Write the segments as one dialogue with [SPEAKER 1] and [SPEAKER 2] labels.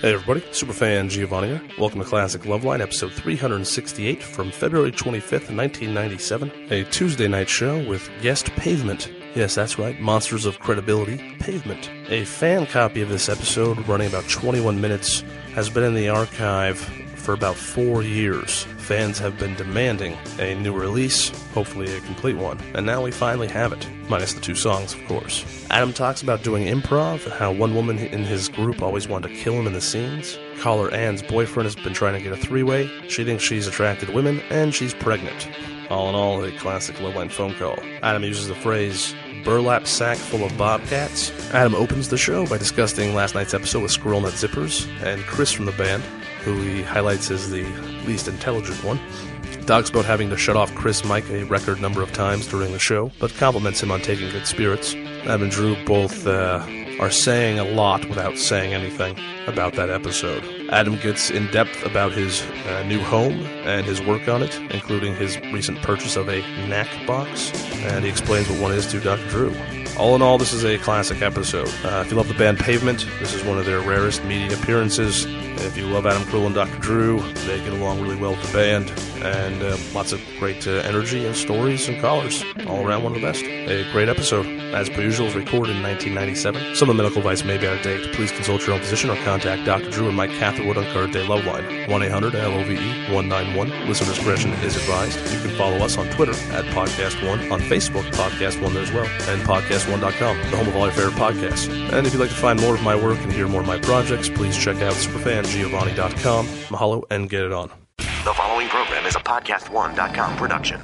[SPEAKER 1] Hey everybody, Superfan Giovanni here. Welcome to Classic Loveline, episode 368 from February 25th, 1997, a Tuesday night show with guest Pavement. Yes, that's right, Monsters of Credibility, Pavement. A fan copy of this episode, running about 21 minutes, has been in the archive for about four years. Fans have been demanding a new release, hopefully a complete one, and now we finally have it, minus the two songs, of course. Adam talks about doing improv, and how one woman in his group always wanted to kill him in the scenes. Caller Ann's boyfriend has been trying to get a three way, she thinks she's attracted to women, and she's pregnant. All in all, a classic lowline phone call. Adam uses the phrase, burlap sack full of bobcats. Adam opens the show by discussing last night's episode with Squirrel Nut Zippers and Chris from the band, who he highlights as the least intelligent one. Talks about having to shut off Chris Mike a record number of times during the show, but compliments him on taking good spirits. Adam and Drew both uh, are saying a lot without saying anything about that episode. Adam gets in depth about his uh, new home and his work on it, including his recent purchase of a knack box, and he explains what one is to Dr. Drew. All in all, this is a classic episode. Uh, if you love the band Pavement, this is one of their rarest media appearances. If you love Adam Carolla and Dr. Drew, they get along really well with the band, and uh, lots of great uh, energy and stories and callers. All around one of the best. A great episode. As per usual, it was recorded in 1997. Some of the medical advice may be out of date. Please consult your own physician or contact Dr. Drew and Mike Catherwood on Current Day Love Line, 1 800 LOVE 191. Listener discretion is advised. You can follow us on Twitter at Podcast One, on Facebook, Podcast One as well, and PodcastOne.com, the home of all your favorite podcasts. And if you'd like to find more of my work and hear more of my projects, please check out superfangiovanni.com. Mahalo and get it on.
[SPEAKER 2] The following program is a podcast1.com production.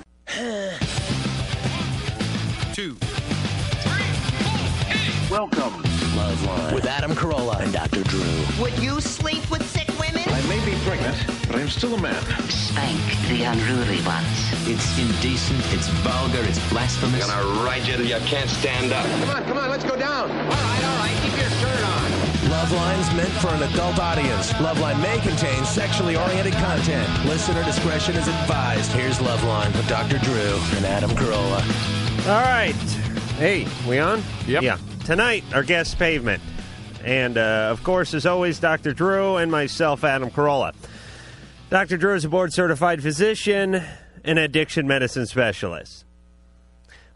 [SPEAKER 3] Welcome, Loveline, with Adam Carolla and Dr. Drew.
[SPEAKER 4] Would you sleep with sick women?
[SPEAKER 3] I may be pregnant, but I'm still a man.
[SPEAKER 5] Spank the unruly ones.
[SPEAKER 6] It's indecent, it's vulgar, it's blasphemous.
[SPEAKER 7] ride you till you can't stand up.
[SPEAKER 8] Loveline's meant for an adult audience. Loveline may contain sexually oriented content. Listener discretion is advised. Here's Loveline with Dr. Drew and Adam Carolla.
[SPEAKER 9] All right. Hey, we on? Yep. Yeah. Tonight, our guest pavement. And, uh, of course, as always, Dr. Drew and myself, Adam Carolla. Dr. Drew is a board certified physician and addiction medicine specialist.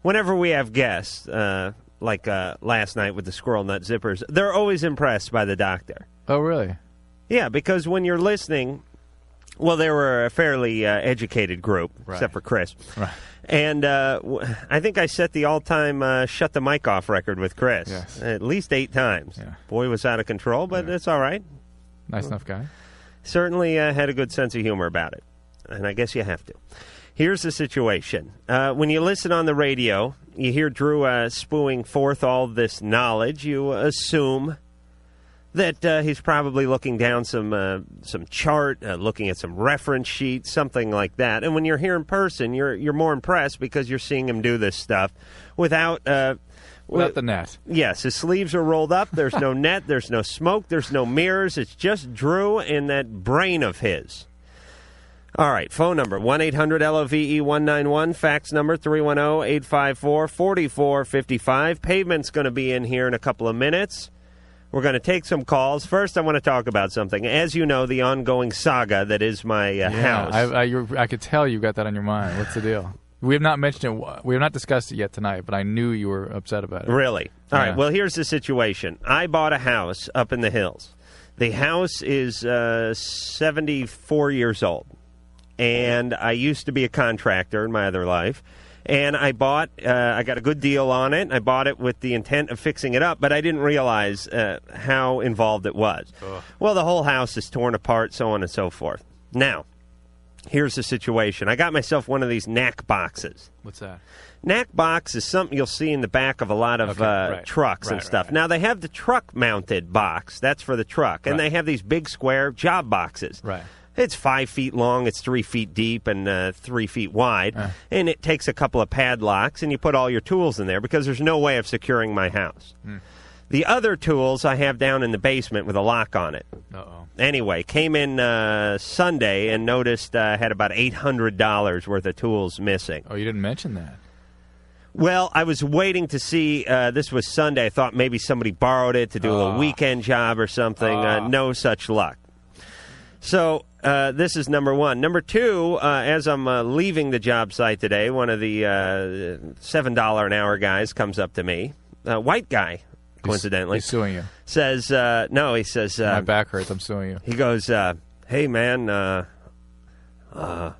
[SPEAKER 9] Whenever we have guests, uh, like uh, last night with the squirrel nut zippers, they're always impressed by the doctor.
[SPEAKER 10] Oh, really?
[SPEAKER 9] Yeah, because when you're listening, well, they were a fairly uh, educated group, except for Chris. Right. And uh, w- I think I set the all-time uh, shut the mic off record with Chris
[SPEAKER 10] Yes.
[SPEAKER 9] at least eight times.
[SPEAKER 10] Yeah.
[SPEAKER 9] Boy was out of control, but it's all right.
[SPEAKER 10] Nice enough guy.
[SPEAKER 9] Certainly uh, had a good sense of humor about it, and I guess you have to. Here's the situation: uh, when you listen on the radio, you hear Drew uh, spewing forth all this knowledge. You assume that uh, he's probably looking down some uh, some chart, uh, looking at some reference sheet, something like that. And when you're here in person, you're you're more impressed because you're seeing him do this stuff without. Uh,
[SPEAKER 10] Without the net.
[SPEAKER 9] Yes, his sleeves are rolled up. There's no net. There's no smoke. There's no mirrors. It's just Drew and that brain of his. All right, phone number 1 800 LOVE 191, fax number oh, 310 854 4455. Pavement's going to be in here in a couple of minutes. We're going to take some calls. First, I want to talk about something. As you know, the ongoing saga that is my uh, house.
[SPEAKER 10] I, I, you I could tell you got that on your mind. What's the deal? We have not mentioned it. w- We have not discussed it yet tonight, but I knew you were upset about it.
[SPEAKER 9] Really? All right.
[SPEAKER 10] Yeah.
[SPEAKER 9] Well, here's the situation. I bought a house up in the hills. The house is uh, 74 years old, and I used to be a contractor in my other life. And I bought, uh, I got a good deal on it. I bought it with the intent of fixing it up, but I didn't realize uh, how involved it was. Well, the whole house is torn apart, so on and so forth. Now, here's the situation. I got myself one of these knack boxes.
[SPEAKER 10] What's that?
[SPEAKER 9] Knack box is something you'll see in the back of a lot of
[SPEAKER 10] Okay,
[SPEAKER 9] uh,
[SPEAKER 10] right.
[SPEAKER 9] trucks and
[SPEAKER 10] Right,
[SPEAKER 9] stuff.
[SPEAKER 10] right.
[SPEAKER 9] Now they have the truck mounted box. That's for the truck, and
[SPEAKER 10] Right.
[SPEAKER 9] they have these big square job boxes.
[SPEAKER 10] Right.
[SPEAKER 9] It's five feet long. It's three feet deep and uh, three feet wide,
[SPEAKER 10] Uh.
[SPEAKER 9] and it takes a couple of padlocks, and you put all your tools in there because there's no way of securing my house.
[SPEAKER 10] Hmm.
[SPEAKER 9] The other tools I have down in the basement with a lock on it.
[SPEAKER 10] Uh oh.
[SPEAKER 9] Anyway, came in uh, Sunday and noticed uh, I had about eight hundred dollars worth of tools missing.
[SPEAKER 10] Oh, you didn't mention that.
[SPEAKER 9] Well, I was waiting to see. Uh, this was Sunday. I thought maybe somebody borrowed it to do a
[SPEAKER 10] Ah.
[SPEAKER 9] little weekend job or something. Uh, no such luck. So uh, this is number one. Number two, uh, as I'm uh, leaving the job site today, one of the uh, seven dollar an hour guys comes up to me, a white guy, coincidentally.
[SPEAKER 10] he's suing you.
[SPEAKER 9] Says uh, no. He says uh,
[SPEAKER 10] My back hurts. I'm suing you.
[SPEAKER 9] he goes, uh, "Hey man, uh, uh,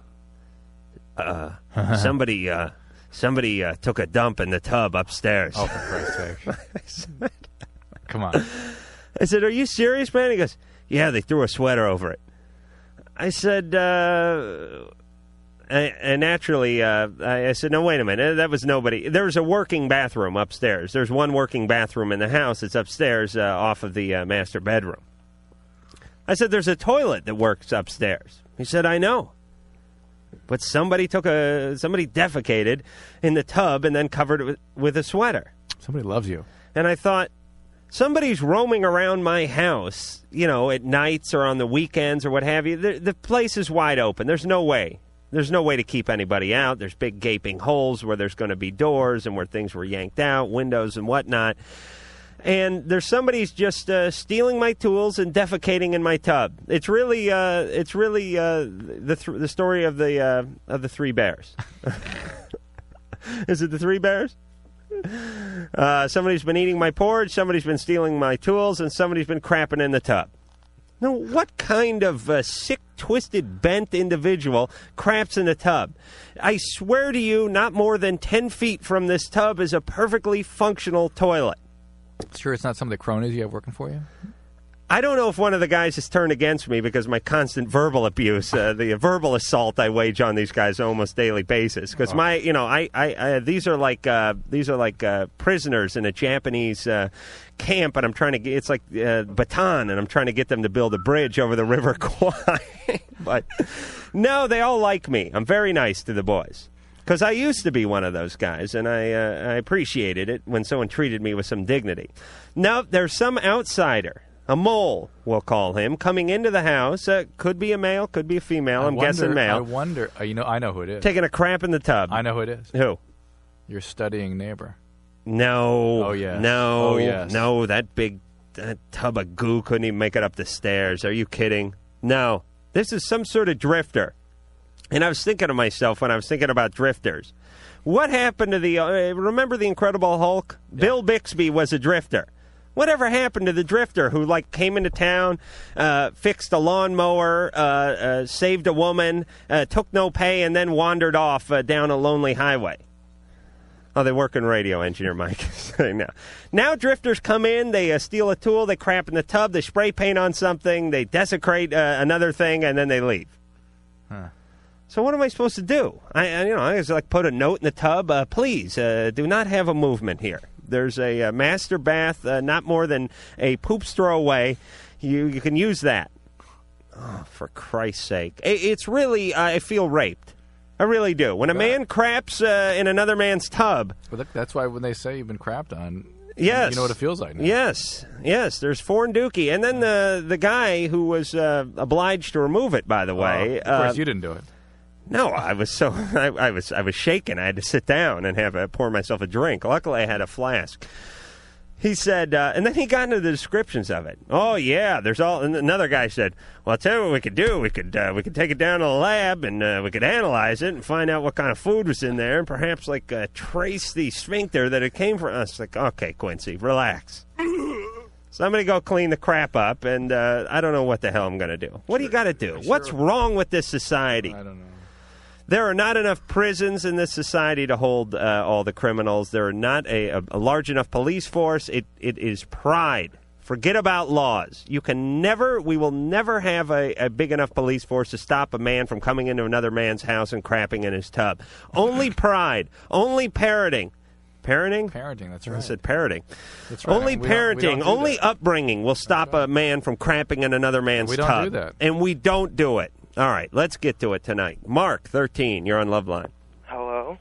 [SPEAKER 9] uh, somebody, uh, somebody uh, took a dump in the tub upstairs."
[SPEAKER 10] Oh, for Christ's sake! Come on.
[SPEAKER 9] I said, "Are you serious, man?" He goes, "Yeah, they threw a sweater over it." I said, uh, and, and naturally, uh, I, I said, "No, wait a minute. That was nobody. There's a working bathroom upstairs. There's one working bathroom in the house. It's upstairs, uh, off of the uh, master bedroom." I said, "There's a toilet that works upstairs." He said, "I know." But somebody took a somebody defecated in the tub and then covered it with, with a sweater
[SPEAKER 10] Somebody loves you.
[SPEAKER 9] and I thought somebody's roaming around my house, you know, at nights or on the weekends or what have you. The, the place is wide open. There's no way. There's no way to keep anybody out. There's big gaping holes where there's going to be doors and where things were yanked out, windows and whatnot. And there's somebody's just uh, stealing my tools and defecating in my tub. It's really, uh, it's really uh, the th- the story of the uh, of the three bears. is it the three bears? Uh, somebody's been eating my porridge, somebody's been stealing my tools, and somebody's been crapping in the tub. Now, what kind of uh, sick, twisted, bent individual craps in a tub? I swear to you, not more than 10 feet from this tub is a perfectly functional toilet.
[SPEAKER 10] Sure, it's not some of the cronies you have working for you.
[SPEAKER 9] I don't know if one of the guys has turned against me because my constant verbal abuse, uh, the verbal assault I wage on these guys on almost daily basis. Because my, you know, I, I, I these are like uh, these are like uh, prisoners in a Japanese uh, camp, and I'm trying to get it's like uh, Bataan, and I'm trying to get them to build a bridge over the River Kwai. but no, they all like me. I'm very nice to the boys. Because I used to be one of those guys, and I, uh, I appreciated it when someone treated me with some dignity. Now, there's some outsider, a mole, we'll call him, coming into the house. Uh, could be a male, could be a female.
[SPEAKER 10] I
[SPEAKER 9] I'm guessing
[SPEAKER 10] wonder- I
[SPEAKER 9] male.
[SPEAKER 10] wonder. Uh, you know, I know who it is.
[SPEAKER 9] taking a crap in the tub.
[SPEAKER 10] I know who it is.
[SPEAKER 9] Who?
[SPEAKER 10] Your studying neighbor.
[SPEAKER 9] No.
[SPEAKER 10] Oh, yes.
[SPEAKER 9] No.
[SPEAKER 10] Oh, yes.
[SPEAKER 9] No, that big that tub of goo couldn't even make it up the stairs. Are you kidding? No. This is some sort of drifter. And I was thinking to myself when I was thinking about drifters. What happened to the. Uh, remember the Incredible Hulk? Bill Bixby was a drifter. Whatever happened to the drifter who, like, came into town, uh, fixed a lawnmower, uh, uh, saved a woman, uh, took no pay, and then wandered off uh, down a lonely highway? Oh, they work in radio, engineer Mike. now, now drifters come in, they uh, steal a tool, they crap in the tub, they spray paint on something, they desecrate uh, another thing, and then they leave. So what am I supposed to do? I, I you know, I just like put a note in the tub. Uh, please uh, do not have a movement here. There's a, uh master bath, uh, not more than a poop's throw away. You you can use that. Oh, for Christ's sake! I it's really I feel raped. I really do. When a man craps uh, in another man's tub,
[SPEAKER 10] But that- that's why when they say you've been crapped on,
[SPEAKER 9] Yes.
[SPEAKER 10] you know what it feels like. Now.
[SPEAKER 9] Yes, yes. There's Foreign Dookie, and then the the guy who was uh, obliged to remove it. By the
[SPEAKER 10] Oh,
[SPEAKER 9] way,
[SPEAKER 10] of course
[SPEAKER 9] uh,
[SPEAKER 10] you didn't do it.
[SPEAKER 9] no, I was so I, I was I was shaken. I had to sit down and have a, pour myself a drink. Luckily, I had a flask. He said, uh, and then he got into the descriptions of it. Oh yeah, there's all. And another guy said, "Well, I'll tell you what we could do. We could uh, we could take it down to the lab and uh, we could analyze it and find out what kind of food was in there and perhaps like uh, trace the sphincter that it came from." I was like, "Okay, Quincy, relax." So I'm going to go clean the crap up, and uh, I don't know what the hell I'm going to do. What do you got to do? What's wrong with this society?
[SPEAKER 10] I don't know.
[SPEAKER 9] There are not enough prisons in this society to hold uh, all the criminals. There are not a, a, a large enough police force. It, it is pride. Forget about laws. You can never, we will never have a, a big enough police force to stop a man from coming into another man's house and crapping in his tub. Only pride. Only parroting. Parenting?
[SPEAKER 10] Parenting. That's
[SPEAKER 9] I
[SPEAKER 10] right.
[SPEAKER 9] said parroting.
[SPEAKER 10] That's right.
[SPEAKER 9] Only
[SPEAKER 10] We don't- we don't
[SPEAKER 9] parenting,
[SPEAKER 10] do
[SPEAKER 9] only
[SPEAKER 10] that.
[SPEAKER 9] upbringing will stop a man from cramping in another man's
[SPEAKER 10] We don't
[SPEAKER 9] tub.
[SPEAKER 10] do that.
[SPEAKER 9] And we don't do it. All right, let's get to it tonight. Mark, 13, you're on Loveline.
[SPEAKER 11] Hello.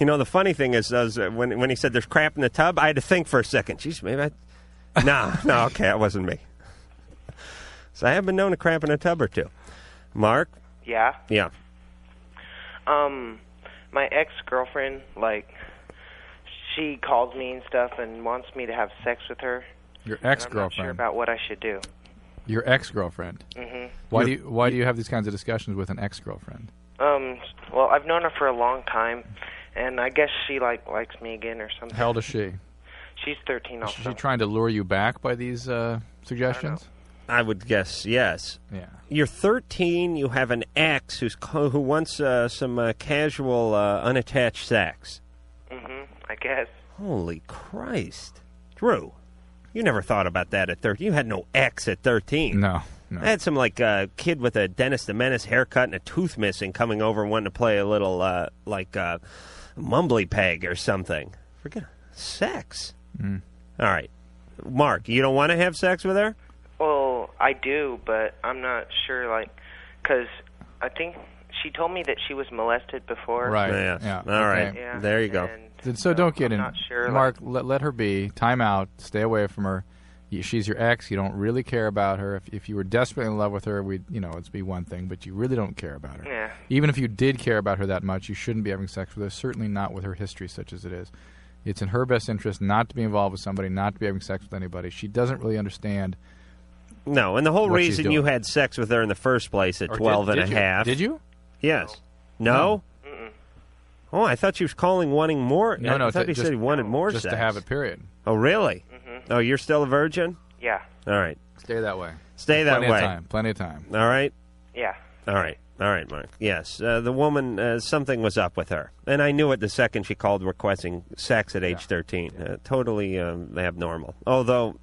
[SPEAKER 9] You know, the funny thing is, is uh, when, when he said there's crap in the tub, I had to think for a second. Jeez, maybe I. No, no, okay, that wasn't me. So I have been known to crap in a tub or two. Mark?
[SPEAKER 11] Yeah.
[SPEAKER 9] Yeah.
[SPEAKER 11] Um, my ex girlfriend like she calls me and stuff and wants me to have sex with her.
[SPEAKER 10] Your
[SPEAKER 11] and I'm not
[SPEAKER 10] ex-girlfriend.
[SPEAKER 11] sure about what I should do.
[SPEAKER 10] Your ex-girlfriend.
[SPEAKER 11] Mhm.
[SPEAKER 10] Why do you Why do you have these kinds of discussions with an ex-girlfriend?
[SPEAKER 11] Um. Well, I've known her for a long time, and I guess she like likes me again or something.
[SPEAKER 10] How old is she?
[SPEAKER 11] She's 13
[SPEAKER 10] Is
[SPEAKER 11] also.
[SPEAKER 10] she trying to lure you back by these uh, suggestions?
[SPEAKER 9] I would guess yes.
[SPEAKER 10] Yeah.
[SPEAKER 9] You're 13. You have an ex who's co- who wants uh, some uh, casual, uh, unattached sex.
[SPEAKER 7] Mm-hmm,
[SPEAKER 11] Mhm. I guess.
[SPEAKER 9] Holy Christ, Drew! You never thought about that at 13. You had no ex at 13.
[SPEAKER 10] No, no.
[SPEAKER 9] I had some like uh, kid with a Dennis the Menace haircut and a tooth missing coming over and wanting to play a little uh, like uh, mumbly peg or something. Forget sex.
[SPEAKER 10] Mm.
[SPEAKER 9] All right, Mark, you don't want to have sex with her.
[SPEAKER 11] Well, I do, but I'm not sure, like, because I think she told me that she was molested before.
[SPEAKER 10] Right.
[SPEAKER 9] Yeah.
[SPEAKER 10] Yeah.
[SPEAKER 9] All right.
[SPEAKER 10] Okay.
[SPEAKER 11] Yeah,
[SPEAKER 9] There you go.
[SPEAKER 10] Then- so don't get in.
[SPEAKER 11] sure,
[SPEAKER 10] Mark, let, let her be. Time out. Stay away from her. You- She's your ex. You don't really care about her. If, if you were desperately in love with her, we you know it'd be one thing, but you really don't care about her.
[SPEAKER 11] Yeah.
[SPEAKER 10] Even if you did care about her that much, you shouldn't be having sex with her. Certainly not with her history such as it is. It's in her best interest not to be involved with somebody, not to be having sex with anybody. She doesn't really understand.
[SPEAKER 9] No, and the whole
[SPEAKER 10] What she's
[SPEAKER 9] reason you
[SPEAKER 10] doing.
[SPEAKER 9] had sex with her in the first place at
[SPEAKER 10] Or did-
[SPEAKER 9] twelve and a half.
[SPEAKER 10] did you? Did you?
[SPEAKER 9] Yes. No? Oh, I thought she was calling wanting more.
[SPEAKER 10] No, no,
[SPEAKER 9] I thought
[SPEAKER 10] to-
[SPEAKER 9] you said
[SPEAKER 10] just-
[SPEAKER 9] he wanted more
[SPEAKER 10] just to
[SPEAKER 9] sex.
[SPEAKER 10] have it, period.
[SPEAKER 9] Oh, really? Oh, you're still a virgin?
[SPEAKER 11] Yeah.
[SPEAKER 9] All right.
[SPEAKER 10] Stay that way.
[SPEAKER 9] Stay that
[SPEAKER 10] Plenty of
[SPEAKER 9] way.
[SPEAKER 10] time, Plenty of time.
[SPEAKER 9] All right.
[SPEAKER 11] Yeah.
[SPEAKER 9] All right. All right, Mark. Yes. Uh, the woman, uh, something was up with her. And I knew it the second she called requesting sex at age 13. Uh, totally um, abnormal. Although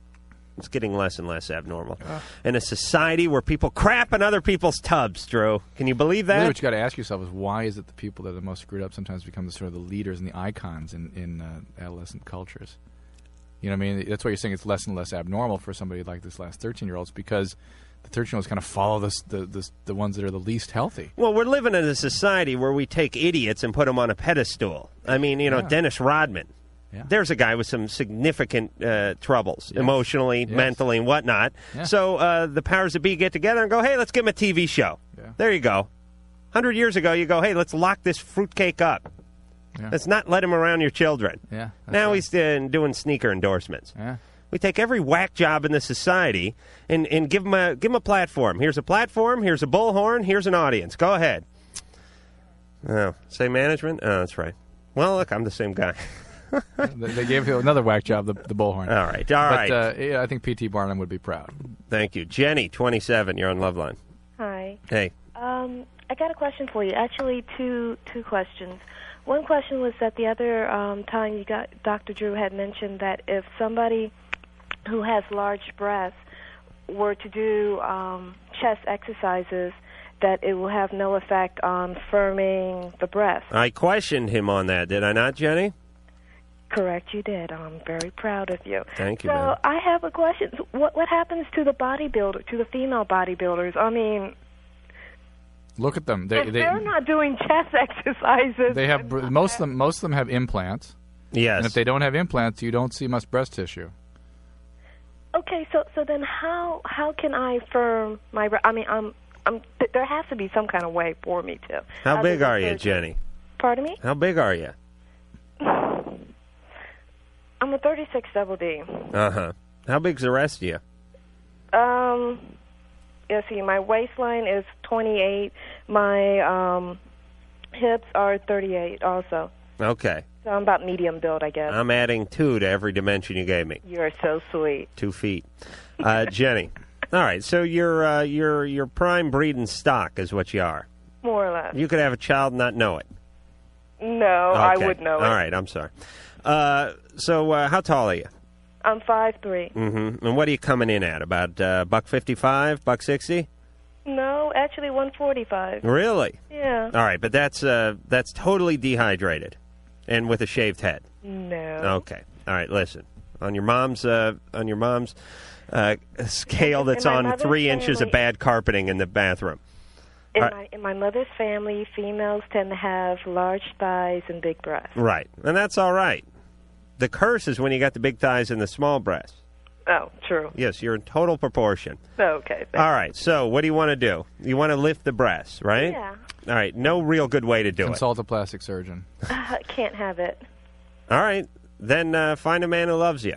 [SPEAKER 9] it's getting less and less abnormal. In a society where people crap in other people's tubs, Drew. Can you believe that?
[SPEAKER 10] Really, what you got to ask yourself is why is it the people that are the most screwed up sometimes become the sort of the leaders and the icons in in uh, adolescent cultures? You know what I mean? That's why you're saying it's less and less abnormal for somebody like this last 13 year olds because the 13 year olds kind of follow this, the this, the ones that are the least healthy.
[SPEAKER 9] Well, we're living in a society where we take idiots and put them on a pedestal. I mean, you know,
[SPEAKER 10] Yeah.
[SPEAKER 9] Dennis Rodman. There's a guy with some significant uh, troubles, emotionally, mentally, and whatnot.
[SPEAKER 10] Yeah.
[SPEAKER 9] So uh, the powers that be get together and go, hey, let's give him a TV show. There you go. 100 years ago, you go, hey, let's lock this fruitcake up.
[SPEAKER 10] Yeah.
[SPEAKER 9] Let's not let him around your children.
[SPEAKER 10] Yeah.
[SPEAKER 9] Now he's uh, doing sneaker endorsements.
[SPEAKER 10] Yeah.
[SPEAKER 9] We take every whack job in the society and, and give them a give 'em a platform. Here's a platform. Here's a bullhorn. Here's an audience. Go ahead. Oh, same management. Oh, that's right. Well, look, I'm the same guy.
[SPEAKER 10] they, they gave you another whack job, the, the bullhorn.
[SPEAKER 9] All right, all
[SPEAKER 10] but,
[SPEAKER 9] right.
[SPEAKER 10] Uh, yeah, I think P.T. Barnum would be proud.
[SPEAKER 9] Thank you, Jenny, 27. You're on Loveline.
[SPEAKER 12] Hi.
[SPEAKER 9] Hey,
[SPEAKER 12] Um, I got a question for you. Actually, two two questions. One question was that the other um, time you got Dr. Drew had mentioned that if somebody who has large breasts were to do um, chest exercises, that it will have no effect on firming the breast.
[SPEAKER 9] I questioned him on that, did I not, Jenny?
[SPEAKER 12] Correct, you did. I'm very proud of you.
[SPEAKER 9] Thank you,
[SPEAKER 12] So
[SPEAKER 9] man.
[SPEAKER 12] I have a question. So What what happens to the bodybuilder, to the female bodybuilders? I mean,
[SPEAKER 10] Look at them. They,
[SPEAKER 12] if
[SPEAKER 10] they,
[SPEAKER 12] they're not doing chest exercises,
[SPEAKER 10] they have br- most of them. Most of them have implants.
[SPEAKER 9] Yes.
[SPEAKER 10] And if they don't have implants, you don't see much breast tissue.
[SPEAKER 12] Okay, so so then how how can I firm my? re- I mean, I'm I'm. th- There has to be some kind of way for me to.
[SPEAKER 9] How
[SPEAKER 12] other
[SPEAKER 9] big
[SPEAKER 12] than
[SPEAKER 9] are you,
[SPEAKER 12] surgery.
[SPEAKER 9] Jenny?
[SPEAKER 12] Pardon me.
[SPEAKER 9] How big are you?
[SPEAKER 12] I'm a 36 double D.
[SPEAKER 9] Uh huh. How big's the rest of you?
[SPEAKER 12] Um, let's see. My waistline is 28. My um, hips are 38. Also,
[SPEAKER 9] Okay.
[SPEAKER 12] so I'm about medium build, I guess.
[SPEAKER 9] I'm adding two to every dimension you gave me.
[SPEAKER 12] you are so sweet.
[SPEAKER 9] two feet. Uh, Jenny. All right, so you're uh, you're you're prime breeding stock is what you are.
[SPEAKER 12] More or less.
[SPEAKER 9] You could have a child and not know it.
[SPEAKER 12] No, Oh, I
[SPEAKER 9] Okay.
[SPEAKER 12] would know it.
[SPEAKER 9] All right, I'm sorry. Uh, so uh, how tall are you?
[SPEAKER 12] I'm five three.
[SPEAKER 9] Mm-hmm. And what are you coming in at? About uh, buck fifty five, buck sixty?
[SPEAKER 12] No, actually 145.
[SPEAKER 9] Really?
[SPEAKER 12] Yeah.
[SPEAKER 9] All right, but that's uh, that's totally dehydrated, and with a shaved head.
[SPEAKER 12] No.
[SPEAKER 9] Okay. All right. Listen, on your mom's uh, on your mom's uh, scale that's
[SPEAKER 12] In my
[SPEAKER 9] on
[SPEAKER 12] mother's
[SPEAKER 9] three inches of
[SPEAKER 12] family-
[SPEAKER 9] bad carpeting in the bathroom.
[SPEAKER 12] In,
[SPEAKER 9] All right.
[SPEAKER 12] my, in my mother's family, females tend to have large thighs and big breasts.
[SPEAKER 9] Right. And that's all right. The curse is when you got the big thighs and the small breasts.
[SPEAKER 12] Oh, true.
[SPEAKER 9] Yes, you're in total proportion.
[SPEAKER 12] Okay.
[SPEAKER 9] All right. So, what do you want to do? You want to lift the breasts, right?
[SPEAKER 12] Yeah.
[SPEAKER 9] All right. No real good way to do
[SPEAKER 10] Consult a plastic surgeon.
[SPEAKER 12] Uh, can't have it.
[SPEAKER 9] it. All right. then uh, find a man who loves you.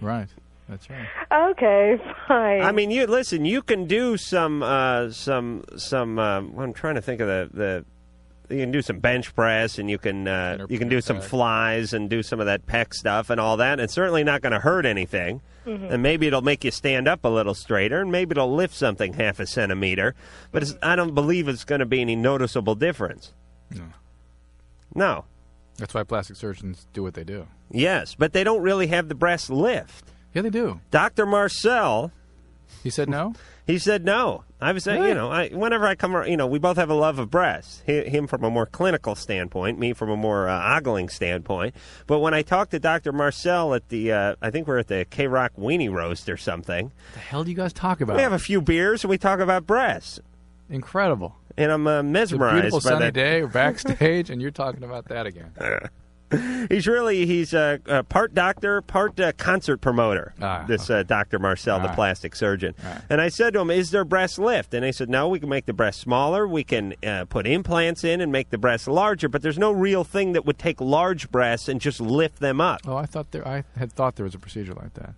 [SPEAKER 10] Right. That's right.
[SPEAKER 12] Okay, fine.
[SPEAKER 9] I mean, you listen. You can do some, uh, some, some. Uh, I'm trying to think of the, the. You can do some bench press, and you can uh, you can do some flies, and do some of that pec stuff, and all that. It's certainly not going to hurt anything,
[SPEAKER 13] Mhm.
[SPEAKER 9] and maybe it'll make you stand up a little straighter, and maybe it'll lift something half a centimeter. But it's, I don't believe it's going to be any noticeable difference.
[SPEAKER 10] No.
[SPEAKER 9] No.
[SPEAKER 10] That's why plastic surgeons do what they do.
[SPEAKER 9] Yes, but they don't really have the breast lift.
[SPEAKER 10] Yeah, they do.
[SPEAKER 9] Dr. Marcel.
[SPEAKER 10] He said no?
[SPEAKER 9] he said no. I was, saying, you
[SPEAKER 10] Really?
[SPEAKER 9] know, I, whenever I come, ar- you know, we both have a love of breasts. Hi- Him from a more clinical standpoint, me from a more uh, ogling standpoint. But when I talked to Dr. Marcel at the, uh, I think we're at the K Rock Weenie Roast or something,
[SPEAKER 10] The hell do you guys talk about?
[SPEAKER 9] we have a few beers and we talk about breasts.
[SPEAKER 10] Incredible.
[SPEAKER 9] And I'm
[SPEAKER 10] It's
[SPEAKER 9] uh,
[SPEAKER 10] a
[SPEAKER 9] mesmerized
[SPEAKER 10] beautiful
[SPEAKER 9] by
[SPEAKER 10] sunny
[SPEAKER 9] that.
[SPEAKER 10] day. We're backstage, and you're talking about that again.
[SPEAKER 9] he's really he's a, a part doctor, part uh, concert promoter.
[SPEAKER 10] Ah,
[SPEAKER 9] this uh, Dr. Marcel, the
[SPEAKER 13] Ah.
[SPEAKER 9] plastic surgeon, and I said to him, "Is there breast lift?" And he said, "No, we can make the breast smaller. We can uh, put implants in and make the breast larger, but there's no real thing that would take large breasts and just lift them up."
[SPEAKER 10] Oh, I thought there. I had thought there was a procedure like that.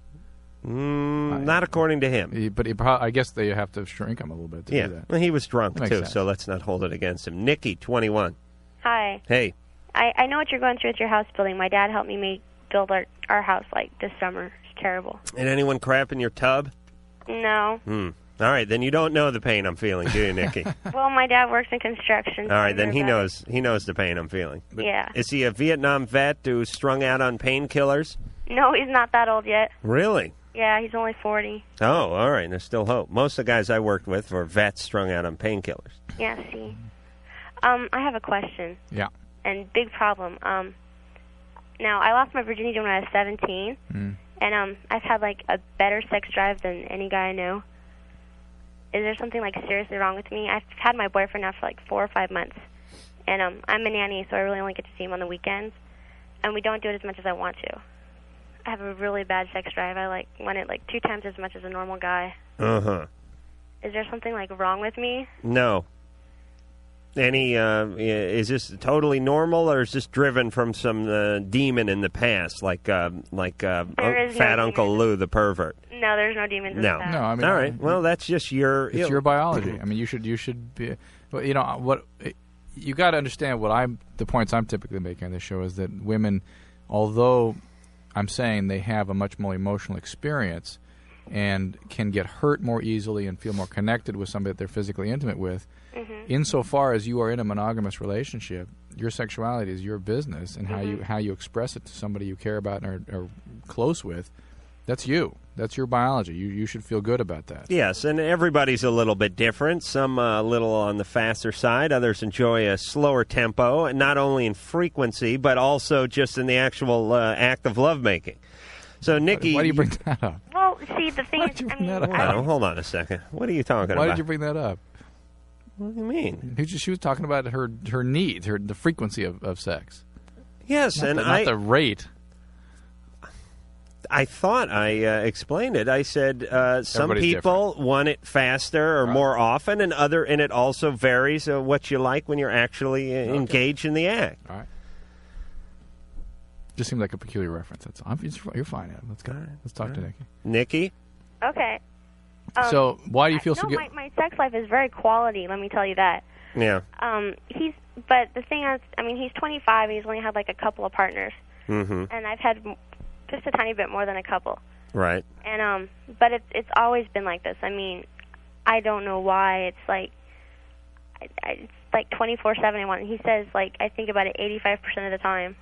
[SPEAKER 9] Mm, not according to him.
[SPEAKER 10] but he, prob- I guess they have to shrink him a little bit to
[SPEAKER 9] yeah,
[SPEAKER 10] do that.
[SPEAKER 9] well, he was drunk
[SPEAKER 10] That makes
[SPEAKER 9] too,
[SPEAKER 10] sense.
[SPEAKER 9] so let's not hold it against him. Nikki, twenty-one.
[SPEAKER 14] Hi.
[SPEAKER 9] Hey,
[SPEAKER 14] I, I know what you're going through with your house building. My dad helped me make, build our, our house like this summer. It's terrible.
[SPEAKER 9] did anyone crap in your tub?
[SPEAKER 14] No.
[SPEAKER 9] Hmm. All right, then you don't know the pain I'm feeling, do you, Nikki?
[SPEAKER 14] well, my dad works in construction.
[SPEAKER 9] All right, then he
[SPEAKER 14] Remember
[SPEAKER 9] knows he knows the pain I'm feeling.
[SPEAKER 14] that. Yeah.
[SPEAKER 9] Is he a Vietnam vet who's strung out on painkillers?
[SPEAKER 14] No, he's not that old yet.
[SPEAKER 9] Really?
[SPEAKER 14] Yeah, he's only 40.
[SPEAKER 9] Oh, all right. There's still hope. Most of the guys I worked with were vets strung out on painkillers.
[SPEAKER 14] Yeah, see. Um, I have a question
[SPEAKER 10] Yeah.
[SPEAKER 14] and big problem. Um, now I lost my virginity when I was 17,
[SPEAKER 10] Mm.
[SPEAKER 14] and um, I've had like a better sex drive than any guy I know. Is there something like seriously wrong with me? I've had my boyfriend now for like four or five months, and um, I'm a nanny, so I really only get to see him on the weekends, and we don't do it as much as I want to. I have a really bad sex drive. I like want it like two times as much as a normal guy.
[SPEAKER 9] Uh huh.
[SPEAKER 14] Is there something like wrong with me?
[SPEAKER 9] No. Any? Uh, i- is this totally normal, or is this driven from some uh, demon in the past, like uh, like uh,
[SPEAKER 14] There is no
[SPEAKER 9] Fat
[SPEAKER 14] demon.
[SPEAKER 9] Uncle Lou the pervert?
[SPEAKER 14] No, there's no demons. in
[SPEAKER 9] No.
[SPEAKER 14] that.
[SPEAKER 10] No, I mean,
[SPEAKER 9] All right. Well, that's just your
[SPEAKER 10] it's your biology. I mean, you should you should be. Well, you know what you got to understand. What I'm the points I'm typically making on this show is that women, although I'm saying they have a much more emotional experience and can get hurt more easily and feel more connected with somebody that they're physically intimate with. Insofar as you are in a monogamous relationship, your sexuality is your business, and how you how you express it to somebody you care about and are, are close with, that's you. That's your biology. You you should feel good about that.
[SPEAKER 9] Yes, and everybody's a little bit different. Some uh, a little on the faster side. Others enjoy a slower tempo, and not only in frequency, but also just in the actual uh, act of lovemaking. So, Nikki,
[SPEAKER 10] Why do you bring that up?
[SPEAKER 14] Well, see, the thing is, I mean, I,
[SPEAKER 9] Wow, hold on a second. What are you talking
[SPEAKER 10] Why
[SPEAKER 9] about?
[SPEAKER 10] did you bring that up?
[SPEAKER 9] What do you mean?
[SPEAKER 10] She, was talking about her her need, her the frequency of, of sex.
[SPEAKER 9] Yes,
[SPEAKER 10] Not
[SPEAKER 9] and
[SPEAKER 10] the,
[SPEAKER 9] I
[SPEAKER 10] not the rate.
[SPEAKER 9] I thought I uh, explained it. I said uh, some
[SPEAKER 10] Everybody's
[SPEAKER 9] people want it faster or more often, and other, and it also varies uh, what you like when you're actually uh, engaged in the act.
[SPEAKER 10] All right. Just seemed like a peculiar reference. That's all. I'm, it's- you're fine. Adam. Let's go. Let's talk to Nikki.
[SPEAKER 9] Nikki.
[SPEAKER 14] okay. Um,
[SPEAKER 10] so why do you feel so
[SPEAKER 14] no,
[SPEAKER 10] good?
[SPEAKER 14] my, my sex life is very quality. Let me tell you that.
[SPEAKER 9] Yeah.
[SPEAKER 14] Um, he's, but the thing is, I mean, he's 25 and he's only had like a couple of partners,
[SPEAKER 9] Mm-hmm.
[SPEAKER 14] and I've had m- just a tiny bit more than a couple.
[SPEAKER 9] Right.
[SPEAKER 14] And um, but it's it's always been like this. I mean, I don't know why. It's like, I, I, it's like 24/7. I want. He says like I think about it 85% of the time.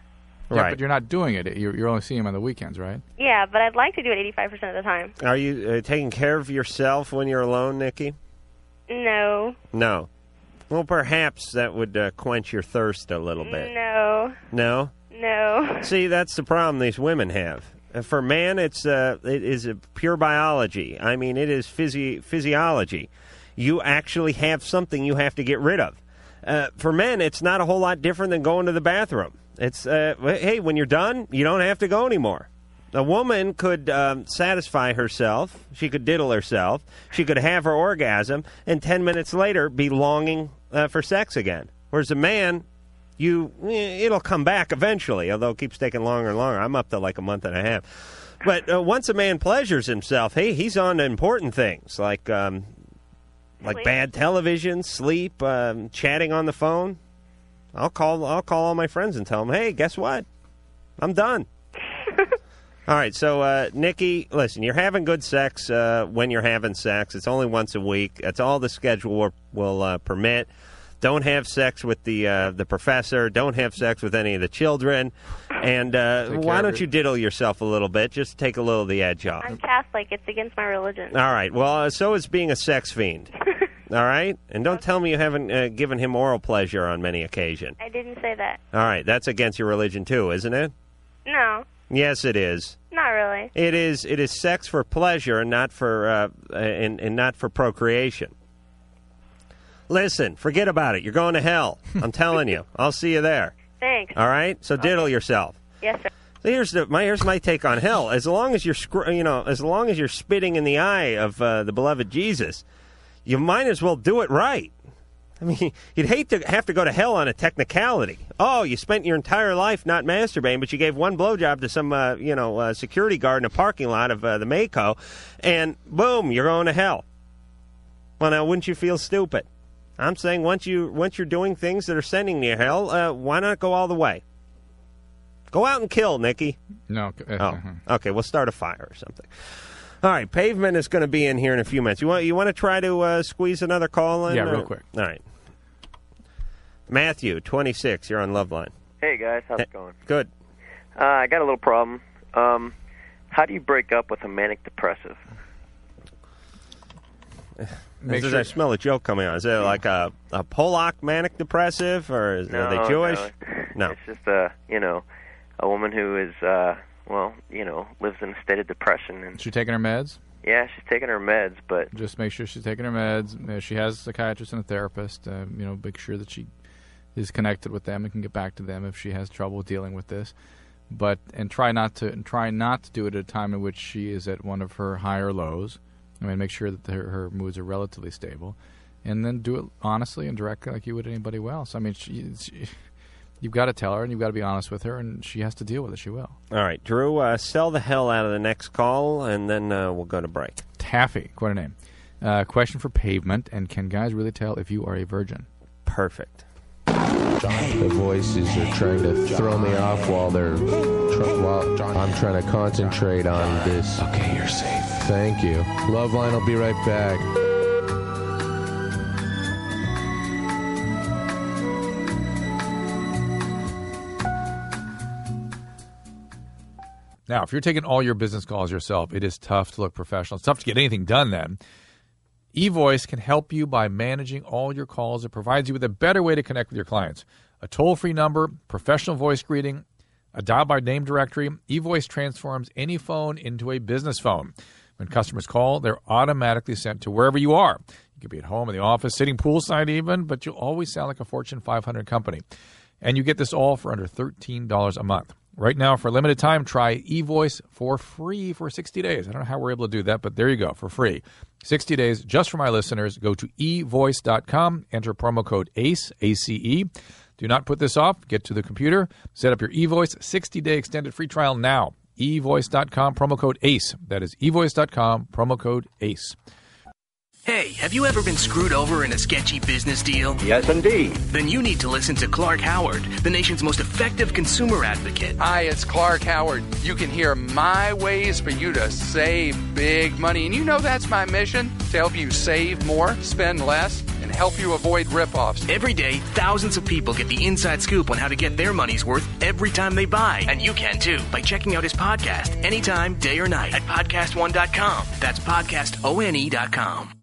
[SPEAKER 10] Yeah, but you're not doing it. You're, you're only seeing him on the weekends, right?
[SPEAKER 14] Yeah, but I'd like to do it 85% of the time.
[SPEAKER 9] Are you uh, taking care of yourself when you're alone, Nikki?
[SPEAKER 14] No.
[SPEAKER 9] No. Well, perhaps that would uh, quench your thirst a little bit.
[SPEAKER 14] No.
[SPEAKER 9] No.
[SPEAKER 14] No.
[SPEAKER 9] See, that's the problem these women have. Uh, For man, it's uh, it is a pure biology. I mean, it is physi- physiology. You actually have something you have to get rid of. Uh, for men, it's not a whole lot different than going to the bathroom. It's uh, wh- hey, when you're done, you don't have to go anymore. A woman could um, satisfy herself. She could diddle herself. She could have her orgasm, and ten minutes later, be longing uh, for sex again. Whereas a man, you eh, it'll come back eventually, although it keeps taking longer and longer. I'm up to like a month and a half. But uh, once a man pleasures himself, hey, he's on to important things like um, like bad television, sleep, um, chatting on the phone. I'll call I'll call all my friends and tell them, hey, guess what? I'm done. All right, so uh, Nikki, listen, you're having good sex uh, when you're having sex. It's only once a week. That's all the schedule will, will uh, permit. Don't have sex with the uh, the professor. Don't have sex with any of the children. And uh,
[SPEAKER 14] Take
[SPEAKER 9] why
[SPEAKER 14] care of
[SPEAKER 9] don't you diddle yourself a little bit? Just take a little of the edge off.
[SPEAKER 14] I'm Catholic. It's against my religion.
[SPEAKER 9] All right. Well, uh, so is being a sex fiend. All right, and don't tell me you haven't uh, given him oral pleasure on many occasions.
[SPEAKER 14] I didn't say that.
[SPEAKER 9] All right, that's against your religion too, isn't it?
[SPEAKER 14] No,
[SPEAKER 9] Yes, it is.
[SPEAKER 14] not really.
[SPEAKER 9] It is it is sex for pleasure and not for uh, and, and not for procreation. Listen, forget about it. You're going to hell. I'm telling you. I'll see you there.
[SPEAKER 14] Thanks.
[SPEAKER 9] All right. So diddle yourself.
[SPEAKER 14] Yes, sir.
[SPEAKER 9] So here's the, my here's my take on hell. As long as you're scr- you know as long as you're spitting in the eye of uh, the beloved Jesus, you might as well do it right. I mean, you'd hate to have to go to hell on a technicality. Oh, you spent your entire life not masturbating, but you gave one blowjob to some uh, you know uh, security guard in a parking lot of uh, the Mako, and boom, you're going to hell. Well, now wouldn't you feel stupid? I'm saying once you once you're doing things that are sending you to hell, uh, why not go all the way? Go out and kill, Nikki.
[SPEAKER 10] No.
[SPEAKER 9] Oh,
[SPEAKER 10] Mm-hmm.
[SPEAKER 9] okay. We'll start a fire or something. All right, pavement is going to be in here in a few minutes. You want you want to try to uh, squeeze another call in?
[SPEAKER 10] Yeah,
[SPEAKER 9] or-
[SPEAKER 10] real quick.
[SPEAKER 9] All right, Matthew, twenty six. You're on Loveline.
[SPEAKER 13] Hey guys, how's it going?
[SPEAKER 9] Good.
[SPEAKER 13] Uh, I got a little problem. Um, how do you break up with a manic depressive?
[SPEAKER 10] Make
[SPEAKER 9] Does
[SPEAKER 10] sure-
[SPEAKER 9] I smell a joke coming on? Is it like a a Polak manic depressive, or is, are
[SPEAKER 13] No,
[SPEAKER 9] they Jewish?
[SPEAKER 13] No.
[SPEAKER 9] No.
[SPEAKER 13] It's just a you know a woman who is uh, well you know lives in a state of depression and
[SPEAKER 10] Is she taking her meds?
[SPEAKER 13] yeah she's taking her meds but
[SPEAKER 10] Just make sure she's taking her meds. If she has a psychiatrist and a therapist, uh, you know, make sure that she is connected with them and can get back to them if she has trouble dealing with this. But and try not to and try not to do it at a time in which she is at one of her higher lows. I mean, make sure that her, her moods are relatively stable, and then do it honestly and directly, like you would anybody else. I mean, she, she, you've got to tell her and you've got to be honest with her, and she has to deal with it. She will.
[SPEAKER 9] All right, Drew, uh, sell the hell out of the next call, and then uh, we'll go to break.
[SPEAKER 10] Taffy, quite a name. Uh, question for pavement, and can guys really tell if you are a virgin?
[SPEAKER 9] Perfect.
[SPEAKER 8] The voices are trying to throw me off while they're tr- while I'm trying to concentrate on this. Okay, you're safe. Thank you. Loveline will be right back.
[SPEAKER 10] Now, if you're taking all your business calls yourself, it is tough to look professional. It's tough to get anything done then. eVoice can help you by managing all your calls. It provides you with a better way to connect with your clients. A toll free number, professional voice greeting, a dial by name directory. eVoice transforms any phone into a business phone. When customers call, they're automatically sent to wherever you are. You could be at home, in the office, sitting poolside, even, but you'll always sound like a Fortune 500 company. And you get this all for under $13 a month. Right now, for a limited time, try eVoice for free for 60 days. I don't know how we're able to do that, but there you go, for free. 60 days just for my listeners. Go to evoice.com, enter promo code E. ACE, A-C-E. Do not put this off. Get to the computer, set up your eVoice 60-day extended free trial now. evoice.com, promo code ACE. That is evoice.com, promo code E. ACE.
[SPEAKER 15] Hey, have you ever been screwed over in a sketchy business deal?
[SPEAKER 16] Yes, indeed.
[SPEAKER 15] Then you need to listen to Clark Howard, the nation's most effective consumer advocate.
[SPEAKER 17] Hi, it's Clark Howard. You can hear my ways for you to save big money. And you know that's my mission to help you save more, spend less, and help you avoid ripoffs.
[SPEAKER 15] Every day, thousands of people get the inside scoop on how to get their money's worth every time they buy. And you can too by checking out his podcast anytime, day or night at podcastone.com. That's E podcastone.com.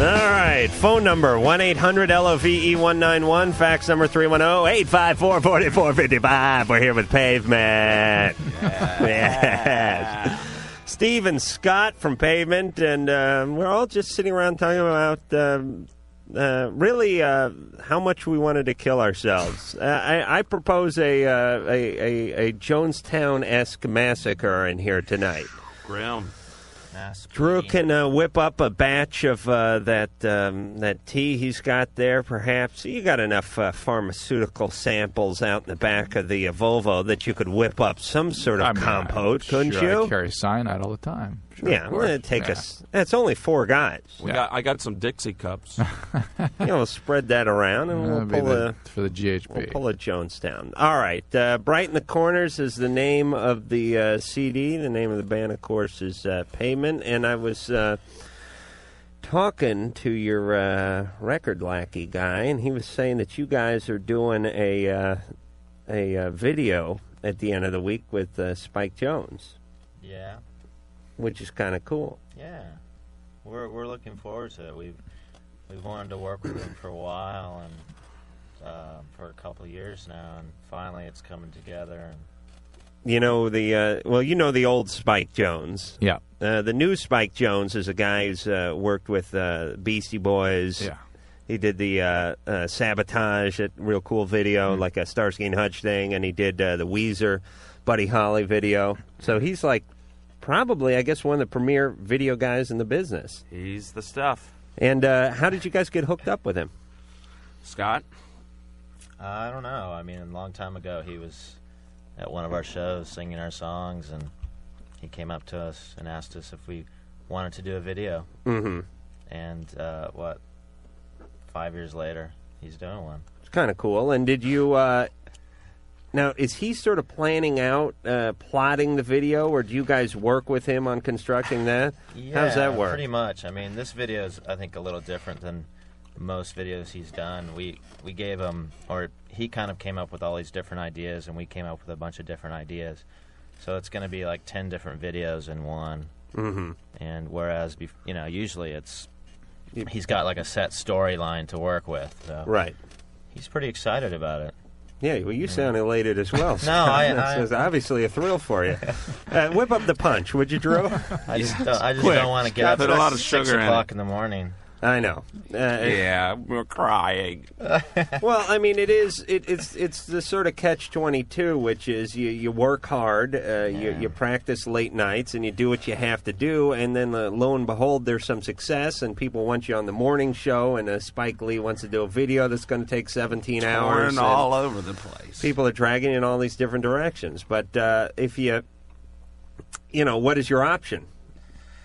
[SPEAKER 9] All right. Phone number 1 800 LOVE 191. Fax number 310 854 4455. We're here with Pavement. Yes. Steve and Scott from Pavement, and um, we're all just sitting around talking about um, uh, really uh, how much we wanted to kill ourselves. uh, I, I propose a, uh, a, a, a Jonestown esque massacre in here tonight.
[SPEAKER 16] Grim.
[SPEAKER 9] Drew can uh, whip up a batch of uh, that um, that tea he's got there. Perhaps you got enough uh, pharmaceutical samples out in the back of the uh, Volvo that you could whip up some sort of compote, couldn't
[SPEAKER 10] sure, I
[SPEAKER 9] you?
[SPEAKER 10] carry cyanide all the time. Sure,
[SPEAKER 9] yeah,
[SPEAKER 10] of
[SPEAKER 9] we're
[SPEAKER 10] course.
[SPEAKER 9] gonna take
[SPEAKER 10] Yeah.
[SPEAKER 9] us. That's only four guys.
[SPEAKER 16] We got, I got some Dixie cups.
[SPEAKER 9] you know, we'll spread that around and we'll
[SPEAKER 10] That'd be
[SPEAKER 9] pull
[SPEAKER 10] the-
[SPEAKER 9] a
[SPEAKER 10] for the GHB.
[SPEAKER 9] we'll pull a Jonestown. All right, uh, Bright in the Corners is the name of the uh, CD. The name of the band, of course, is uh, Payment. And I was uh, talking to your uh, record lackey guy, and he was saying that you guys are doing a uh, a uh, video at the end of the week with uh, Spike Jones,
[SPEAKER 18] Yeah,
[SPEAKER 9] which is kind of cool.
[SPEAKER 18] yeah. We're we're looking forward to it. We've we've wanted to work with him for a while and uh, for a couple of years now, and finally it's coming together.
[SPEAKER 9] you know the uh, well, you know the old Spike Jones.
[SPEAKER 10] Yeah.
[SPEAKER 9] Uh, the new Spike Jones is a guy who's uh, worked with uh, Beastie Boys.
[SPEAKER 10] Yeah.
[SPEAKER 9] He did the uh, uh, sabotage, at real cool video,
[SPEAKER 10] Mm-hmm.
[SPEAKER 9] like a Starsky and Hutch thing, and he did uh, the Weezer, Buddy Holly video. So he's like, probably, I guess, one of the premier video guys in the business.
[SPEAKER 16] He's the stuff.
[SPEAKER 9] And uh, how did you guys get hooked up with him?
[SPEAKER 16] Scott?
[SPEAKER 18] I don't know. I mean, a long time ago, he was at one of our shows singing our songs, and he came up to us and asked us if we wanted to do a video.
[SPEAKER 9] Mhm.
[SPEAKER 18] And uh, what? Five years later, he's doing one.
[SPEAKER 9] It's kind of cool. And did you? Uh, now, is he sort of planning out, uh, plotting the video, or do you guys work with him on constructing that? How does that
[SPEAKER 18] Yeah,
[SPEAKER 9] work?
[SPEAKER 18] Pretty much. I mean, this video is, I think, a little different than most videos he's done. We we gave him, or he kind of came up with all these different ideas, and we came up with a bunch of different ideas. So it's going to be like ten different videos in one.
[SPEAKER 16] Mm-hmm.
[SPEAKER 9] Mhm.
[SPEAKER 18] And whereas, bef- you know, usually it's he's got like a set storyline to work with. So
[SPEAKER 9] Right.
[SPEAKER 18] He's pretty excited about it.
[SPEAKER 9] Yeah, well, you sound elated as well.
[SPEAKER 18] No, I-
[SPEAKER 9] That's-
[SPEAKER 18] I-
[SPEAKER 9] that's obviously a thrill for you. uh, whip up the punch, would you, Drew?
[SPEAKER 18] I just, don't, I just don't want to get up at six o'clock in the morning.
[SPEAKER 9] I know. Uh,
[SPEAKER 16] yeah, we're crying.
[SPEAKER 9] well, I mean, it is it, it's it's the sort of catch twenty two, which is you, you work hard, uh, you, you practice late nights, and you do what you have to do, and then uh, lo and behold, there's some success, and people want you on the morning show, and uh, Spike Lee wants to do a video that's going to take seventeen
[SPEAKER 16] Torn
[SPEAKER 9] hours, and
[SPEAKER 16] all over the place.
[SPEAKER 9] People are dragging you in all these different directions, but uh, if you, you know, what is your option?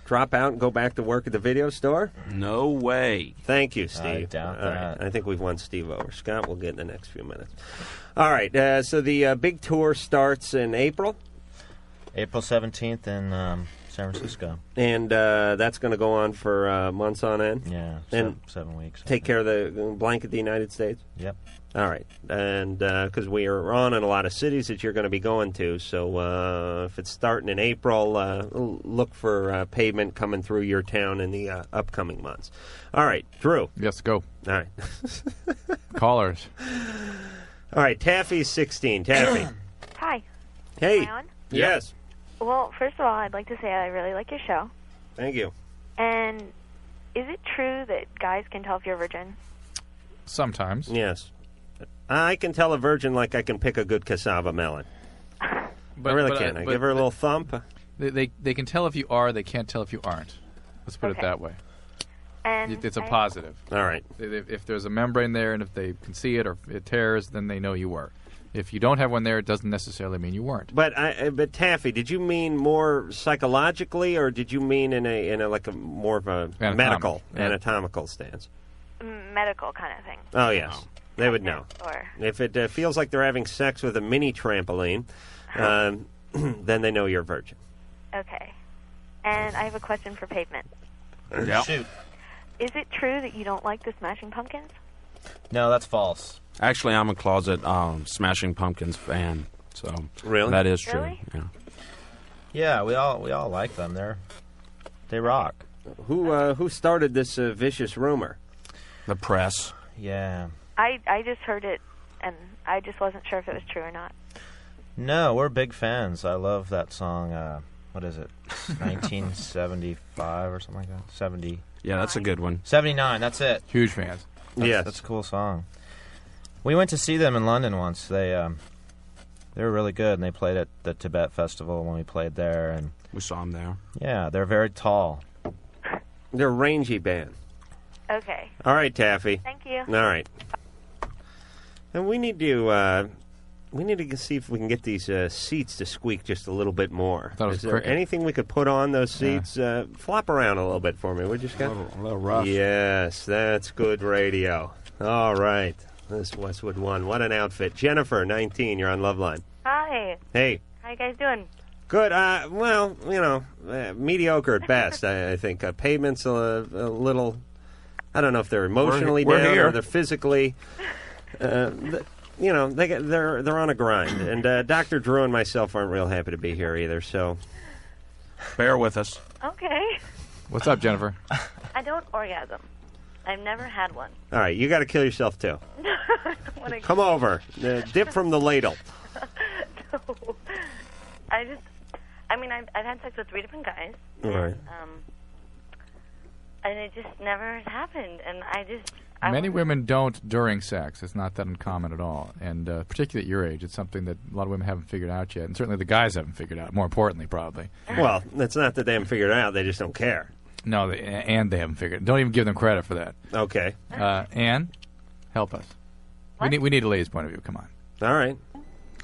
[SPEAKER 9] Drop out and go back to work at the video store?
[SPEAKER 16] No way.
[SPEAKER 9] Thank you,
[SPEAKER 16] I
[SPEAKER 9] Steve.
[SPEAKER 16] doubt
[SPEAKER 9] All right. I think we've won Steve over. Scott will get in the next few minutes. All right. Uh, so the uh, big tour starts in April,
[SPEAKER 18] April seventeenth in um, San Francisco.
[SPEAKER 9] and uh, that's going to go on for uh, months on end.
[SPEAKER 18] Yeah,
[SPEAKER 9] And
[SPEAKER 18] seven, seven weeks.
[SPEAKER 9] take care of the blanket the United States.
[SPEAKER 18] Yep.
[SPEAKER 9] All right, and because we are on in a lot of cities that you're going to be going to, so uh, if it's starting in April, uh, l- look for uh, pavement coming through your town in the uh, upcoming months. All right, Drew.
[SPEAKER 10] Yes, go. All
[SPEAKER 9] right.
[SPEAKER 10] Callers.
[SPEAKER 9] All right, Taffy's 16. Taffy.
[SPEAKER 19] Hi.
[SPEAKER 9] hey.
[SPEAKER 19] Am I on?
[SPEAKER 9] Yes.
[SPEAKER 19] Well, first of all, I'd like to say I really like your show.
[SPEAKER 9] Thank you.
[SPEAKER 19] And is it true that guys can tell if you're a virgin?
[SPEAKER 10] Sometimes.
[SPEAKER 9] Yes. I can tell a virgin like I can pick a good cassava melon. I really
[SPEAKER 10] but, uh,
[SPEAKER 9] can. I
[SPEAKER 10] but
[SPEAKER 9] give her a little thump.
[SPEAKER 10] They, they they can tell if you are. They can't tell if you aren't. Let's put it
[SPEAKER 19] Okay.
[SPEAKER 10] that way.
[SPEAKER 19] And
[SPEAKER 10] It- it's a
[SPEAKER 19] I-
[SPEAKER 10] positive.
[SPEAKER 9] All right.
[SPEAKER 10] If, if there's a membrane there and if they can see it or if it tears, then they know you were. If you don't have one there, it doesn't necessarily mean you weren't.
[SPEAKER 9] But I, I- but Taffy, did you mean more psychologically, or did you mean in a in a like a more of a
[SPEAKER 10] Anatomic.
[SPEAKER 9] medical
[SPEAKER 10] Yeah.
[SPEAKER 9] anatomical stance?
[SPEAKER 19] Medical kind of thing.
[SPEAKER 9] Oh yes, they would know.
[SPEAKER 19] Or
[SPEAKER 9] If it uh, feels like they're having sex with a mini trampoline, um, then they know you're a virgin.
[SPEAKER 19] okay. And I have a question for Pavement.
[SPEAKER 9] Yeah.
[SPEAKER 19] Is it true that you don't like the Smashing Pumpkins?
[SPEAKER 18] No, that's false.
[SPEAKER 16] Actually, I'm a closet um, Smashing Pumpkins fan. So
[SPEAKER 9] really,
[SPEAKER 16] that is true.
[SPEAKER 19] Really?
[SPEAKER 16] Yeah.
[SPEAKER 18] Yeah, we all we all like them. They're they rock.
[SPEAKER 9] Who uh, who started this uh, vicious rumor?
[SPEAKER 16] The press.
[SPEAKER 18] Yeah.
[SPEAKER 19] I I just heard it, and I just wasn't sure if it was true or not.
[SPEAKER 18] No, we're big fans. I love that song. Uh, what is it? 1975 or something like that. 70.
[SPEAKER 16] Yeah, that's a good one.
[SPEAKER 18] 79. That's it.
[SPEAKER 10] Huge fans.
[SPEAKER 18] That's,
[SPEAKER 9] Yes.
[SPEAKER 18] that's a cool song. We went to see them in London once. They um, they were really good, and they played at the Tibet Festival when we played there, and
[SPEAKER 16] we saw them there.
[SPEAKER 18] Yeah, they're very tall.
[SPEAKER 9] They're a rangy band.
[SPEAKER 19] Okay.
[SPEAKER 9] All right, Taffy.
[SPEAKER 19] Thank you.
[SPEAKER 9] All right. And we need to uh, we need to see if we can get these uh, seats to squeak just a little bit more.
[SPEAKER 10] thought it was
[SPEAKER 9] Is there
[SPEAKER 10] cricket.
[SPEAKER 9] anything we could put on those seats? Uh, flop around a little bit for me, would you, Scott? A little,
[SPEAKER 16] rough.
[SPEAKER 9] Yes, that's good radio. All right. This Westwood One. What an outfit. Jennifer, 19, you're on Loveline.
[SPEAKER 19] Hi.
[SPEAKER 9] Hey.
[SPEAKER 19] How you guys doing?
[SPEAKER 9] Good. Uh, well, you know, uh, mediocre at best. I, I think uh, payments a, a little. I don't know if they're emotionally
[SPEAKER 16] we're
[SPEAKER 9] down
[SPEAKER 16] here.
[SPEAKER 9] or they're physically. Uh, th- you know, they get, they're they're on a grind, and uh, Doctor Drew and myself aren't real happy to be here either. So,
[SPEAKER 16] bear with us.
[SPEAKER 19] Okay.
[SPEAKER 9] What's up, Jennifer?
[SPEAKER 19] I don't orgasm. I've never had one.
[SPEAKER 9] All right, you got to kill yourself too.
[SPEAKER 19] I don't wanna-
[SPEAKER 9] Come over, uh, dip from the ladle.
[SPEAKER 19] no. I just, I mean, I've, I've had sex with three different guys.
[SPEAKER 9] All right.
[SPEAKER 19] Um, and it just never has happened. And I just, I
[SPEAKER 10] Many
[SPEAKER 19] wasn't-
[SPEAKER 10] women don't during sex. It's not that uncommon at all, and uh, particularly at your age, it's something that a lot of women haven't figured out yet, and certainly the guys haven't figured out. More importantly, probably.
[SPEAKER 9] Well, it's not that they haven't figured it out; they just don't care.
[SPEAKER 10] No, they, and they haven't figured. Don't even give them credit for that.
[SPEAKER 9] Okay.
[SPEAKER 10] Uh, Anne, help us. We need we need a lady's point of view. Come on.
[SPEAKER 9] All right.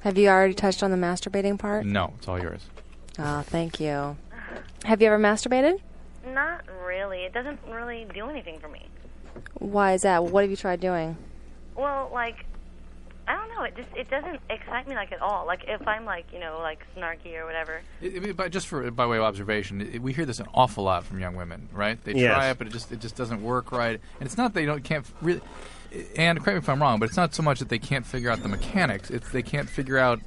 [SPEAKER 20] Have you already touched on the masturbating part?
[SPEAKER 10] No, it's all yours.
[SPEAKER 20] Oh, thank you. Have you ever masturbated?
[SPEAKER 19] Not really. It doesn't really do anything for me.
[SPEAKER 20] Why is that? What have you tried doing?
[SPEAKER 19] Well, like, I don't know. It just, it doesn't excite me like at all. Like if I'm like, you know, like snarky or whatever.
[SPEAKER 10] I- I mean, but just for by way of observation, i- we hear this an awful lot from young women, right? They try
[SPEAKER 9] Yes.
[SPEAKER 10] it, but it just it just doesn't work right. And it's not they don't can't f- really. And correct me if I'm wrong, but it's not so much that they can't figure out the mechanics; it's they can't figure out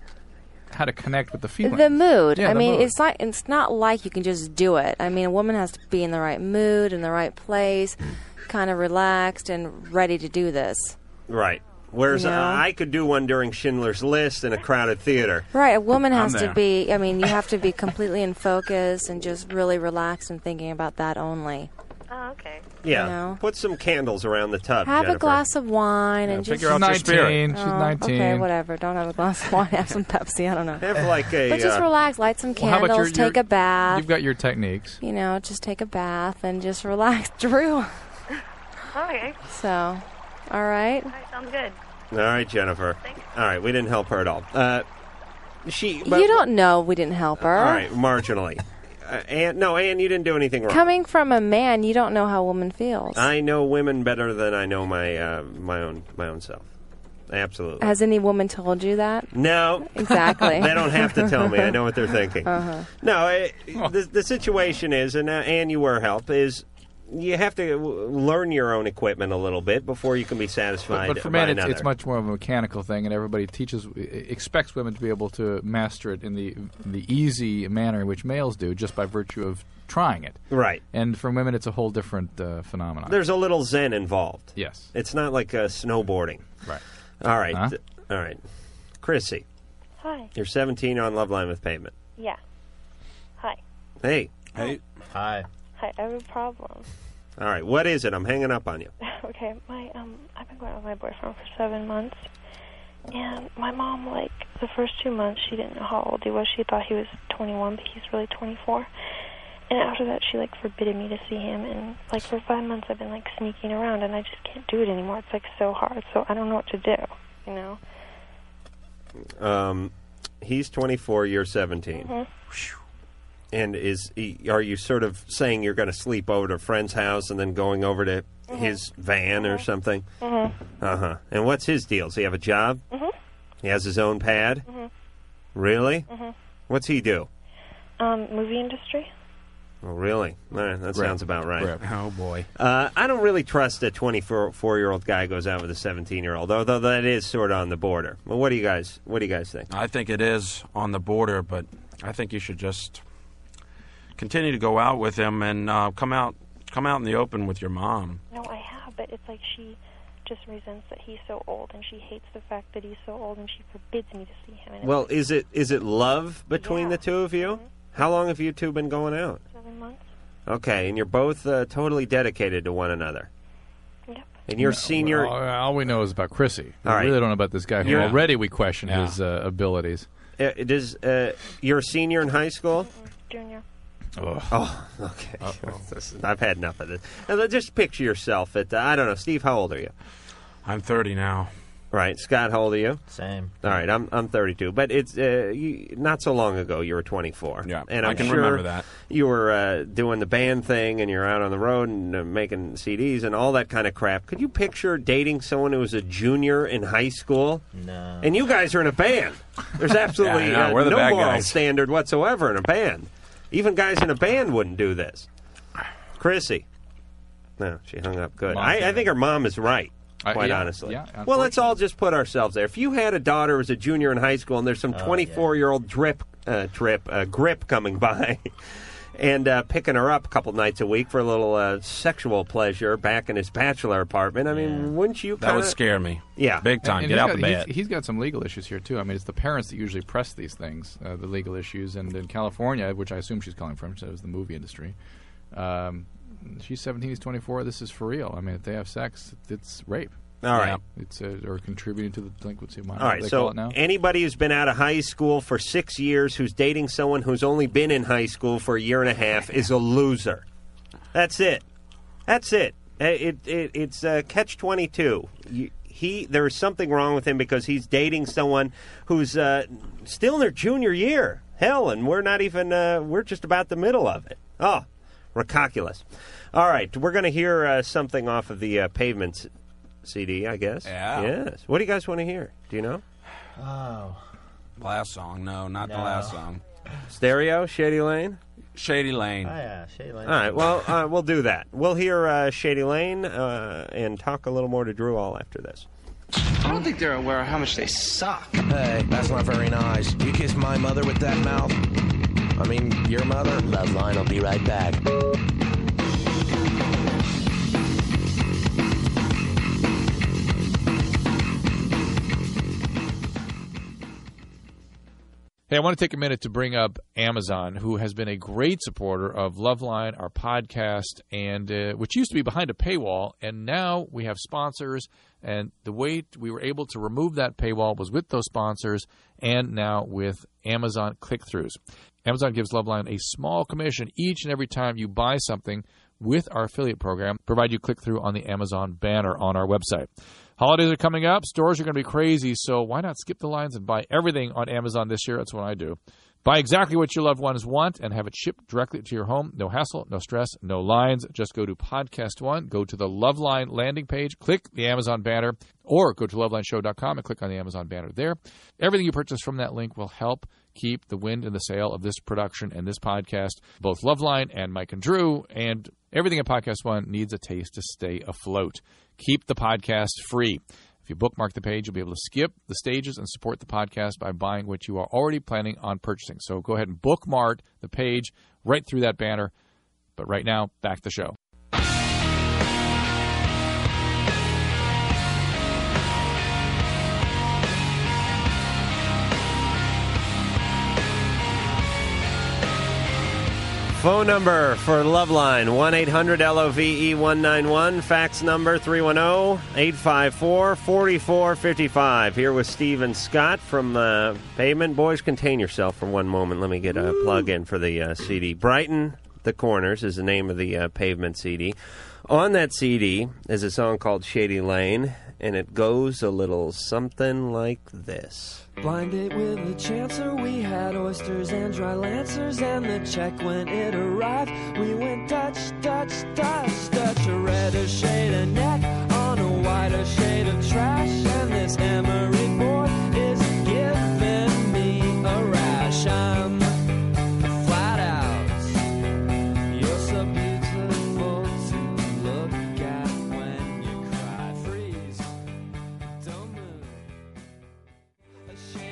[SPEAKER 10] how to connect with the feeling.
[SPEAKER 20] The mood.
[SPEAKER 10] Yeah,
[SPEAKER 20] I
[SPEAKER 10] the
[SPEAKER 20] mean,
[SPEAKER 10] mood.
[SPEAKER 20] it's not it's not like you can just do it. I mean, a woman has to be in the right mood, in the right place,
[SPEAKER 10] Hmm.
[SPEAKER 20] kind of relaxed and ready to do this.
[SPEAKER 9] Right. Whereas
[SPEAKER 20] Yeah.
[SPEAKER 9] I I could do one during Schindler's List in a crowded theater.
[SPEAKER 20] Right, a woman
[SPEAKER 9] I'm
[SPEAKER 20] has to
[SPEAKER 9] there.
[SPEAKER 20] be. I mean, you have to be completely in focus and just really relaxed and thinking about that only.
[SPEAKER 19] Oh, okay.
[SPEAKER 9] Yeah.
[SPEAKER 20] You know?
[SPEAKER 9] Put some candles around the tub.
[SPEAKER 20] have
[SPEAKER 9] Jennifer.
[SPEAKER 20] a glass of wine and just
[SPEAKER 9] figure out your spirit. She's 19, she's
[SPEAKER 20] Oh,
[SPEAKER 9] 19.
[SPEAKER 20] Okay, whatever. Don't have a glass of wine. Have some Pepsi. I don't know.
[SPEAKER 9] Have like a,
[SPEAKER 20] But just
[SPEAKER 10] uh,
[SPEAKER 20] relax. Light some
[SPEAKER 10] Well, how
[SPEAKER 20] candles.
[SPEAKER 10] about your-
[SPEAKER 20] take
[SPEAKER 10] your-
[SPEAKER 20] a bath.
[SPEAKER 10] You've got your techniques.
[SPEAKER 20] you know, just take a bath and just relax, Drew.
[SPEAKER 19] Okay.
[SPEAKER 20] So, all right.
[SPEAKER 19] All right, sounds good.
[SPEAKER 9] All right, Jennifer. All right, we didn't help her at all. Uh, she. But,
[SPEAKER 20] you don't know we didn't help her.
[SPEAKER 9] All right, marginally. uh, and no, Anne, you didn't do anything wrong.
[SPEAKER 20] Coming from a man, you don't know how a woman feels.
[SPEAKER 9] I know women better than I know my uh, my own my own self. Absolutely.
[SPEAKER 20] Has any woman told you that?
[SPEAKER 9] no.
[SPEAKER 20] Uh, Exactly.
[SPEAKER 9] they don't have to tell me. I know what they're thinking.
[SPEAKER 20] Uh-huh.
[SPEAKER 9] No, I, the, the situation is, and uh, and you were help is you have to w- learn your own equipment a little bit before you can be satisfied.
[SPEAKER 10] But for
[SPEAKER 9] by
[SPEAKER 10] men, it's, it's
[SPEAKER 9] another.
[SPEAKER 10] much more of a mechanical thing, and everybody teaches e- expects women to be able to master it in the the easy manner in which males do, just by virtue of trying it.
[SPEAKER 9] Right.
[SPEAKER 10] And for women, it's a whole different uh, phenomenon.
[SPEAKER 9] There's a little zen involved.
[SPEAKER 10] Yes.
[SPEAKER 9] It's not like uh, snowboarding.
[SPEAKER 10] Right.
[SPEAKER 9] All right.
[SPEAKER 10] Huh?
[SPEAKER 9] Th- All right. Chrissy,
[SPEAKER 19] Hi.
[SPEAKER 9] you're 17 on Love Line with Pavement.
[SPEAKER 19] Yeah. Hi.
[SPEAKER 9] Hey. Hey. Hi.
[SPEAKER 19] Hi. I have a problem.
[SPEAKER 9] All right. What is it? I'm hanging up on you.
[SPEAKER 19] okay, my um, I've been going out with my boyfriend for seven months, and my mom like the first two months she didn't know how old he was. She thought he was 21, but he's really 24. And after that, she like forbidden me to see him, and like for five months I've been like sneaking around, and I just can't do it anymore. It's like so hard, so I don't know what to do. You know?
[SPEAKER 9] Um, he's 24. You're 17.
[SPEAKER 19] Mhm.
[SPEAKER 9] And is he- are you sort of saying you're going to sleep over to a friend's house and then going over to his van or something?
[SPEAKER 19] Mhm.
[SPEAKER 6] Mm-hmm.
[SPEAKER 9] Uh huh. And what's his deal? Does he have a job?
[SPEAKER 19] Mhm.
[SPEAKER 9] He has his own pad.
[SPEAKER 19] Mhm.
[SPEAKER 9] Really?
[SPEAKER 19] Mhm.
[SPEAKER 9] What's he do?
[SPEAKER 19] Um, movie industry.
[SPEAKER 9] Oh, really? All right, that sounds about right.
[SPEAKER 16] Oh boy.
[SPEAKER 9] Uh, I don't really trust a 24 year old guy goes out with a 17 year old, although that is sort of on the border. Well, what do you guys? What do you guys think?
[SPEAKER 16] I think it is on the border, but I think you should just continue to go out with him and uh, come out come out in the open with your mom.
[SPEAKER 19] No, I have, but it's like she just resents that he's so old, and she hates the fact that he's so old, and she forbids me to see him. And it's
[SPEAKER 9] Well, is it is it love between the two of you? How long have you two been going out?
[SPEAKER 19] seven months.
[SPEAKER 9] Okay, and you're both uh, totally dedicated to one another.
[SPEAKER 19] Yep.
[SPEAKER 9] And your
[SPEAKER 10] No,
[SPEAKER 9] senior.
[SPEAKER 10] All, all we know is about Chrissy. We
[SPEAKER 9] All right.
[SPEAKER 10] really don't know about this guy who
[SPEAKER 9] You're-
[SPEAKER 10] already we question
[SPEAKER 9] Yeah.
[SPEAKER 10] his uh, abilities.
[SPEAKER 9] Uh, does uh, your senior in high school?
[SPEAKER 19] Junior.
[SPEAKER 9] Oh, okay. This- I've had enough of this. Now, let- just picture yourself at, uh, I don't know, Steve, how old are you? I'm 30 now. Right. Scott, how old are you? Same. All right, I'm, I'm 32. But it's uh, you, not so long ago you were 24. Yeah, and
[SPEAKER 16] I
[SPEAKER 9] I'm
[SPEAKER 16] can
[SPEAKER 9] sure
[SPEAKER 16] remember that.
[SPEAKER 9] You were uh, doing the band thing and you're out on the road and uh, making CDs and all that kind of crap. Could you picture dating someone who was a junior in high school? No. And you guys are in a band. There's absolutely
[SPEAKER 16] Yeah, I know.
[SPEAKER 9] uh,
[SPEAKER 16] We're the
[SPEAKER 9] no
[SPEAKER 16] bad
[SPEAKER 9] moral
[SPEAKER 16] guys.
[SPEAKER 9] standard whatsoever in a band. Even guys in a band wouldn't do this. Chrissy. No, she hung up good.
[SPEAKER 10] Mom's
[SPEAKER 9] I, I
[SPEAKER 10] gonna-
[SPEAKER 9] think her mom is right,
[SPEAKER 10] I-
[SPEAKER 9] quite
[SPEAKER 10] yeah,
[SPEAKER 9] honestly.
[SPEAKER 10] yeah,
[SPEAKER 9] well, let's all just put ourselves there. If you had a daughter who was a junior in high school and there's
[SPEAKER 10] Oh,
[SPEAKER 9] some 24 year old drip, uh, drip, uh, grip coming by. And uh, picking her up a couple nights a week for a little uh, sexual pleasure back in his bachelor apartment. I mean, wouldn't you?
[SPEAKER 16] That would
[SPEAKER 9] kinda-
[SPEAKER 16] scare me.
[SPEAKER 9] Yeah,
[SPEAKER 10] And- and he's got- he's- he's got some legal issues here too. I mean, it's the parents that usually press these things, uh, the legal issues. And in California, which I assume she's calling from, so it was the movie industry. Um, she's 17, he's 24. This is for real. I mean, if they have sex, it's rape.
[SPEAKER 9] All right.
[SPEAKER 10] it's uh, or contributing to the delinquency of minors.
[SPEAKER 9] All right,
[SPEAKER 10] they
[SPEAKER 9] so
[SPEAKER 10] call it now.
[SPEAKER 9] anybody who's been out of high school for six years who's dating someone who's only been in high school for a year and a half is a loser. That's it. That's it. Uh, It, it it's uh, catch twenty two. He there is something wrong with him because he's dating someone who's uh, still in their junior year. Hell, and we're not even uh, we're just about the middle of it. Oh, ridiculous. All right, we're going to hear uh, something off of the uh, pavements CD, I guess.
[SPEAKER 16] Yeah.
[SPEAKER 9] Yes. What do you guys want to hear? Do you know?
[SPEAKER 16] Oh. Last song. No, not the last song.
[SPEAKER 9] Stereo, Shady Lane.
[SPEAKER 16] Shady Lane.
[SPEAKER 9] Oh,
[SPEAKER 18] yeah, Shady Lane.
[SPEAKER 9] All right. Well, uh, we'll do that. We'll hear uh, Shady Lane uh, and talk a little more to Drew all after this.
[SPEAKER 8] I don't think they're aware of how much they suck. Hey, that's not very nice. You kiss my mother with that mouth. I mean, your mother. Loveline will be right back.
[SPEAKER 10] Hey, I want to take a minute to bring up Amazon, who has been a great supporter of Loveline, our podcast, and uh, which used to be behind a paywall, and now we have sponsors. And the way we were able to remove that paywall was with those sponsors, and now with Amazon click-throughs. Amazon gives Loveline a small commission each and every time you buy something with our affiliate program, provide you click through on the Amazon banner on our website. Holidays are coming up, stores are going to be crazy, so why not skip the lines and buy everything on Amazon this year? That's what I do. Buy exactly what your loved ones want and have it shipped directly to your home. No hassle, no stress, no lines. Just go to Podcast One, go to the Loveline landing page, click the Amazon banner, or go to lovelineshow.com and click on the Amazon banner there. Everything you purchase from that link will help keep the wind in the sail of this production and this podcast. Both Loveline and Mike and Drew and everything in Podcast One needs a taste to stay afloat. Keep the podcast free. If you bookmark the page, you'll be able to skip the stages and support the podcast by buying what you are already planning on purchasing. So go ahead and bookmark the page right through that banner. But right now, back to the show.
[SPEAKER 9] Phone number for Loveline 1 800 LOVE 191. Fax number 310 854 4455. Here with Steve and Scott from uh, Pavement. Boys, contain yourself for one moment. Let me get a plug in for the uh, CD. Brighton the Corners is the name of the uh, Pavement CD. On that CD is a song called Shady Lane, and it goes a little something like this.
[SPEAKER 21] Blind date with the chancer, we had oysters and dry lancers, and the check when it arrived, we went Dutch, Dutch, Dutch, Dutch, a redder shade of neck on a whiter shade of trash, and this emery board is giving me a rash. I'm flat out. You're so beautiful to look at when you cry. Freeze, don't move.
[SPEAKER 14] Oh oh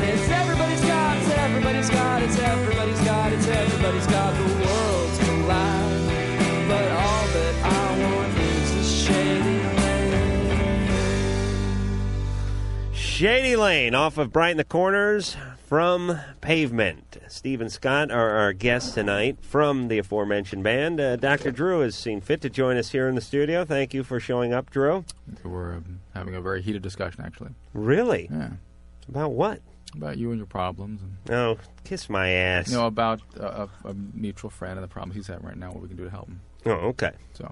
[SPEAKER 14] oh
[SPEAKER 21] Everybody's got the world's collide, but all that I want is the shady lane.
[SPEAKER 9] Shady Lane off of Bright in the Corners from Pavement. Stephen Scott are our guest tonight from the aforementioned band. Uh, Dr. Drew has seen fit to join us here in the studio. Thank you for showing up, Drew.
[SPEAKER 10] We're um, having a very heated discussion, actually.
[SPEAKER 9] Really?
[SPEAKER 10] Yeah.
[SPEAKER 9] About what?
[SPEAKER 10] About you and your problems. And,
[SPEAKER 9] Oh, kiss my ass.
[SPEAKER 10] you know, about uh, a, a mutual friend and the problems he's having right now, what we can do to help him.
[SPEAKER 9] Oh, okay.
[SPEAKER 10] So.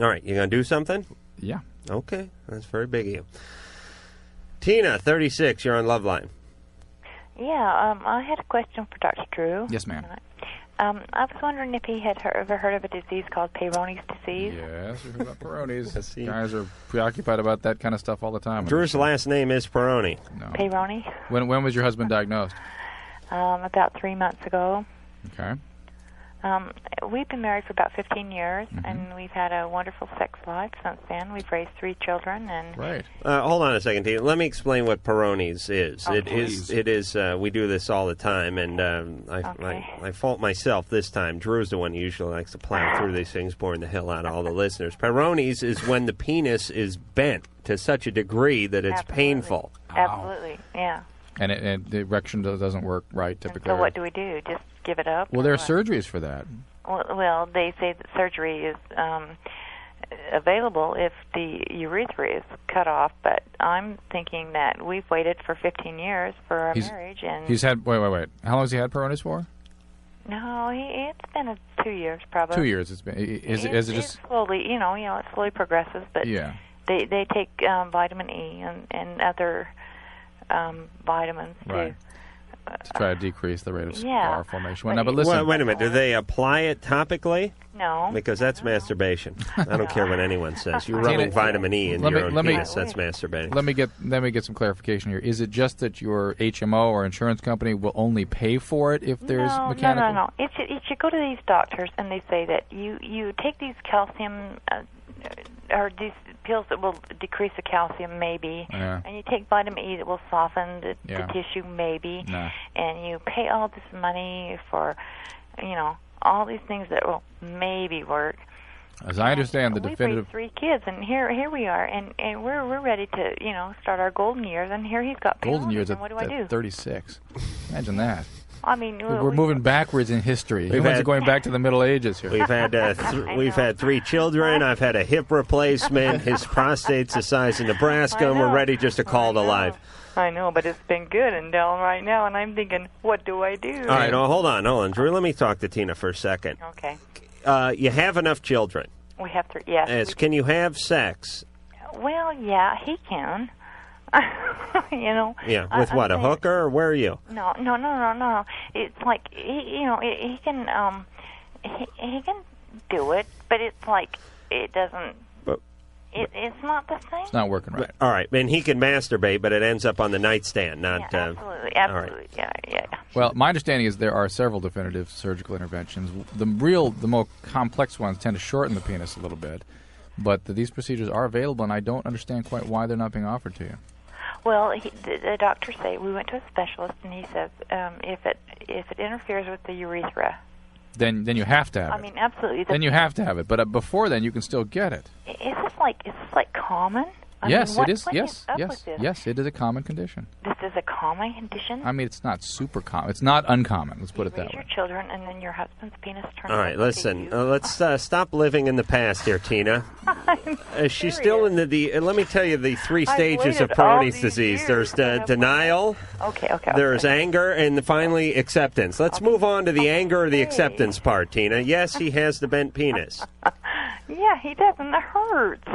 [SPEAKER 9] All right, you going to do something?
[SPEAKER 10] Yeah.
[SPEAKER 9] Okay, that's very big of you. Tina, 36, you're on Love Line.
[SPEAKER 22] Yeah, um, I had a question for Dr. Drew.
[SPEAKER 10] Yes, ma'am.
[SPEAKER 22] Um, I was wondering if he had he- ever heard of a disease called Peyronie's disease.
[SPEAKER 10] Yes, we heard about Peronis. Guys are preoccupied about that kind of stuff all the time.
[SPEAKER 9] Drew's last name is Peroni.
[SPEAKER 10] No.
[SPEAKER 22] Peyronie,
[SPEAKER 10] When, when was your husband diagnosed?
[SPEAKER 22] um, about three months ago.
[SPEAKER 10] Okay.
[SPEAKER 22] Um, we've been married for about 15 years,
[SPEAKER 10] Mm-hmm.
[SPEAKER 22] and we've had a wonderful sex life since then. We've raised three children, and
[SPEAKER 9] Right. Uh, hold on a second, Tina. Let me explain what Peroni's is.
[SPEAKER 22] Oh,
[SPEAKER 9] it is.
[SPEAKER 22] please.
[SPEAKER 9] It is. Uh, we do this all the time, and um, I, I, I fault myself this time. Drew's the one who usually likes to plow through these things, boring the hell out of all the listeners. Peroni's is when the penis is bent to such a degree that it's painful.
[SPEAKER 22] absolutely, yeah.
[SPEAKER 10] And, it, and the erection do- doesn't work right typically.
[SPEAKER 22] So what do we do? Just give it up?
[SPEAKER 10] well, there are surgeries for that.
[SPEAKER 22] Well, well, they say that surgery is um, available if the urethra is cut off, but I'm thinking that we've waited for 15 years for our
[SPEAKER 10] He's-
[SPEAKER 22] marriage, and
[SPEAKER 10] He's had wait, wait, wait. How long has he had Peronis for?
[SPEAKER 22] no, he, it's been a, two years probably.
[SPEAKER 10] Two years. It's been. i- i- Is, it-
[SPEAKER 22] It's-
[SPEAKER 10] is it just?
[SPEAKER 22] it's slowly? You know, you know, it slowly progresses, but
[SPEAKER 10] Yeah.
[SPEAKER 22] they they take um, vitamin E and and other um, vitamins
[SPEAKER 10] Right. To try to decrease the rate of
[SPEAKER 22] Yeah.
[SPEAKER 10] scar formation. Well, now, but listen.
[SPEAKER 9] Wait, wait a minute. Do they apply it topically?
[SPEAKER 22] too. No,
[SPEAKER 9] Because that's masturbation. I don't care what anyone says. You're
[SPEAKER 10] Tina,
[SPEAKER 9] rubbing vitamin E in
[SPEAKER 10] let
[SPEAKER 9] your
[SPEAKER 10] me-
[SPEAKER 9] own
[SPEAKER 10] let me-
[SPEAKER 9] penis. that's masturbating.
[SPEAKER 10] Let me get let me get some clarification here. Is it just that your HMO or insurance company will only pay for it if there's
[SPEAKER 22] no,
[SPEAKER 10] mechanical?
[SPEAKER 22] No, no, no. It's it should go to these doctors, and they say that you you take these calcium uh, or these pills that will decrease the calcium maybe,
[SPEAKER 6] Yeah.
[SPEAKER 22] and you take vitamin E that will soften the,
[SPEAKER 6] Yeah.
[SPEAKER 22] the tissue maybe,
[SPEAKER 6] Nah.
[SPEAKER 22] and you pay all this money for, you know, all these things that will maybe work.
[SPEAKER 10] As I understand, the
[SPEAKER 22] We've
[SPEAKER 10] definitive
[SPEAKER 22] raised three kids, and here here we are, and and we're we're ready to you know start our golden years, and here he's got
[SPEAKER 10] golden
[SPEAKER 22] pneumonia,
[SPEAKER 10] years
[SPEAKER 22] and
[SPEAKER 10] at,
[SPEAKER 22] What do I do?
[SPEAKER 10] at 36. Imagine that.
[SPEAKER 22] I mean,
[SPEAKER 10] We're, we're moving backwards in history.
[SPEAKER 9] We've
[SPEAKER 10] Humans
[SPEAKER 9] had-
[SPEAKER 10] are going back to the Middle Ages here.
[SPEAKER 9] We've had uh, th- we've had three children. I've had a hip replacement. His prostate's the size of Nebraska. and We're ready just to call it alive.
[SPEAKER 22] I know, but it's been good and down right now, and I'm thinking, what do I do?
[SPEAKER 9] All right, oh, hold on, hold on, Drew. Let me talk to Tina for a second.
[SPEAKER 22] Okay.
[SPEAKER 9] Uh, you have enough children.
[SPEAKER 22] We have to, yes.
[SPEAKER 9] As can you have sex?
[SPEAKER 22] Well, yeah, he can. you know.
[SPEAKER 9] Yeah,
[SPEAKER 22] I-
[SPEAKER 9] with
[SPEAKER 22] I'm
[SPEAKER 9] what a
[SPEAKER 22] saying-
[SPEAKER 9] hooker or where are you?
[SPEAKER 22] No, no, no, no, no. It's like he, you know, he, he can, um, he, he can do it, but it's like it doesn't.
[SPEAKER 9] But-
[SPEAKER 22] it, it's not the same.
[SPEAKER 10] It's not working right.
[SPEAKER 9] All right, and he can masturbate, but it ends up on the nightstand, not. uh,
[SPEAKER 22] Absolutely,
[SPEAKER 9] all right.
[SPEAKER 22] absolutely, yeah, yeah.
[SPEAKER 10] Well, my understanding is there are several definitive surgical interventions. The real, the more complex ones tend to shorten the penis a little bit, but th these procedures are available, and I don't understand quite why they're not being offered to you.
[SPEAKER 22] Well, he, the, the doctor say we went to a specialist, and he says um, if it if it interferes with the urethra,
[SPEAKER 10] Then, then you have to have
[SPEAKER 22] I
[SPEAKER 10] it.
[SPEAKER 22] mean, absolutely.
[SPEAKER 10] Then you have to have it. But uh, before then, you can still get it.
[SPEAKER 22] Is this like is this like common? I
[SPEAKER 10] yes,
[SPEAKER 22] mean, what,
[SPEAKER 10] it is.
[SPEAKER 22] What
[SPEAKER 10] Yes,
[SPEAKER 22] is up
[SPEAKER 10] yes,
[SPEAKER 22] with this?
[SPEAKER 10] yes. It is a common condition.
[SPEAKER 22] This is a common condition.
[SPEAKER 10] I mean, it's not super common. It's not uncommon. Let's put it that
[SPEAKER 22] Raise your
[SPEAKER 10] way.
[SPEAKER 22] children, and then your husband's penis turns.
[SPEAKER 9] All right, listen. Uh, let's uh, stop living in the past here, Tina. Uh, she's still in the. the uh, let me tell you the three
[SPEAKER 22] I've
[SPEAKER 9] stages of
[SPEAKER 22] waited all
[SPEAKER 9] Peroni's disease. There's the denial.
[SPEAKER 22] Okay, okay.
[SPEAKER 9] There's anger, and finally acceptance. Let's move on to the anger or the acceptance part, Tina. Yes, he has the bent penis.
[SPEAKER 22] Yeah, he doesn't. It hurts.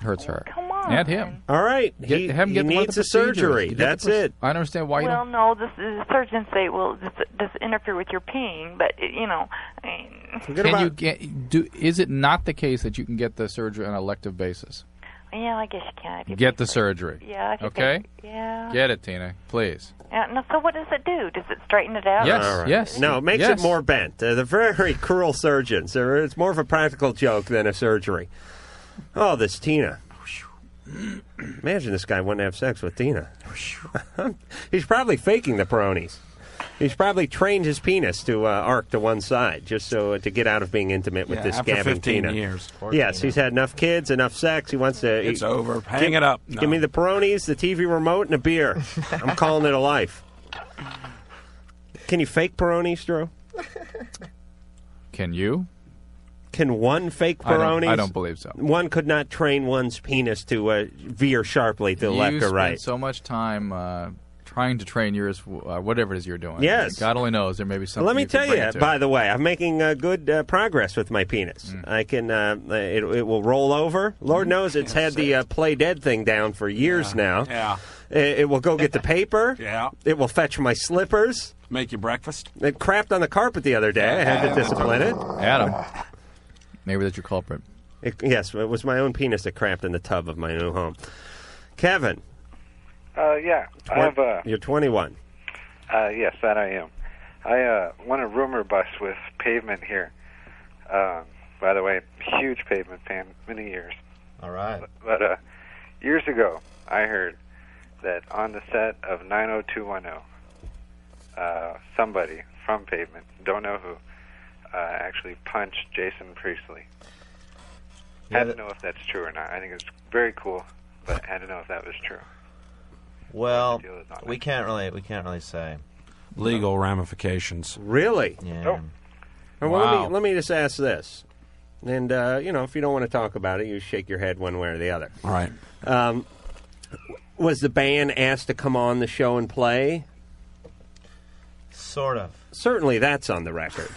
[SPEAKER 10] Hurts her.
[SPEAKER 22] Come on.
[SPEAKER 10] And him.
[SPEAKER 9] All right.
[SPEAKER 10] Get,
[SPEAKER 9] He-
[SPEAKER 10] have him
[SPEAKER 9] he
[SPEAKER 10] get one of
[SPEAKER 9] needs
[SPEAKER 10] the
[SPEAKER 9] a surgery.
[SPEAKER 10] procedures. You get the
[SPEAKER 9] That's
[SPEAKER 10] proc-
[SPEAKER 9] it.
[SPEAKER 10] I don't understand why you
[SPEAKER 22] well,
[SPEAKER 10] don't.
[SPEAKER 22] no, this, the surgeons say, well, this, this interfere with your peeing, but you know, I mean,
[SPEAKER 10] Can you get? Do is it not the case that you can get the surgery on an elective basis?
[SPEAKER 22] yeah, I guess you can. If you
[SPEAKER 10] Get the surgery.
[SPEAKER 22] Yeah, if you
[SPEAKER 10] Okay.
[SPEAKER 22] pay- yeah.
[SPEAKER 10] Get it, Tina. Please.
[SPEAKER 22] Yeah, no, so what does it do? Does it straighten it out?
[SPEAKER 9] All right.
[SPEAKER 10] yes,
[SPEAKER 9] No, it makes
[SPEAKER 10] yes.
[SPEAKER 9] it more bent. Uh, they're very cruel surgeons. They're- It's more of a practical joke than a surgery. Oh, this Tina. Imagine this guy wouldn't have sex with Tina. He's probably faking the Peroni's. He's probably trained his penis to uh, arc to one side just so uh, to get out of being intimate with
[SPEAKER 16] Yeah,
[SPEAKER 9] this
[SPEAKER 16] after
[SPEAKER 9] gabbing
[SPEAKER 16] 15
[SPEAKER 9] Tina.
[SPEAKER 16] years.
[SPEAKER 9] Yes, he's had enough kids, enough sex. He wants to.
[SPEAKER 16] It's
[SPEAKER 9] he-
[SPEAKER 16] over.
[SPEAKER 9] Give-
[SPEAKER 16] Hang it up. No.
[SPEAKER 9] Give me the Peronis, the TV remote, and a beer. I'm calling it a life. Can you fake Peronis, Drew?
[SPEAKER 10] Can you?
[SPEAKER 9] Can one fake
[SPEAKER 10] I
[SPEAKER 9] Peronis?
[SPEAKER 10] don't- I don't believe so.
[SPEAKER 9] One could not train one's penis to uh, veer sharply to the
[SPEAKER 10] you
[SPEAKER 9] left or
[SPEAKER 10] spend
[SPEAKER 9] right.
[SPEAKER 10] so much time uh, trying to train yours, uh, whatever it is you're doing.
[SPEAKER 9] Yes.
[SPEAKER 10] God only knows there may be something.
[SPEAKER 9] Let me
[SPEAKER 10] you can
[SPEAKER 9] tell
[SPEAKER 10] bring
[SPEAKER 9] you,
[SPEAKER 10] it to.
[SPEAKER 9] by the way, I'm making uh, good uh, progress with my penis.
[SPEAKER 10] Mm.
[SPEAKER 9] I can, uh, it, it will roll over. Lord knows it's had the uh, play dead thing down for years now.
[SPEAKER 16] Uh, Yeah.
[SPEAKER 9] It, it will go get the paper.
[SPEAKER 16] Yeah.
[SPEAKER 9] It will fetch my slippers.
[SPEAKER 16] Make you breakfast.
[SPEAKER 9] It crapped on the carpet the other day. I had to discipline it.
[SPEAKER 10] Adam, maybe that's your culprit.
[SPEAKER 9] It, yes, it was my own penis that crapped in the tub of my new home. Kevin,
[SPEAKER 23] Uh, yeah, I have a.
[SPEAKER 9] you're 21.
[SPEAKER 23] Uh, yes, that I am. I uh, won a rumor bus with pavement here. Um, by the way, huge pavement fan, many years.
[SPEAKER 18] All right.
[SPEAKER 23] But uh, years ago, I heard that on the set of 90210, uh, somebody from Pavement, don't know who, uh, actually punched Jason Priestley.
[SPEAKER 18] Yeah,
[SPEAKER 23] had to
[SPEAKER 18] that-
[SPEAKER 23] know if that's true or not. I think it's very cool, but had to know if that was true.
[SPEAKER 18] Well, we can't really we can't really say.
[SPEAKER 16] Legal ramifications.
[SPEAKER 9] Really?
[SPEAKER 23] Oh.
[SPEAKER 18] Yeah.
[SPEAKER 9] Well, let,
[SPEAKER 16] Wow.
[SPEAKER 9] me, let me just ask this. And, uh, you know, if you don't want to talk about it, you shake your head one way or the other.
[SPEAKER 16] All right.
[SPEAKER 9] Um, was the band asked to come on the show and play?
[SPEAKER 18] Sort of.
[SPEAKER 9] Certainly that's on the record.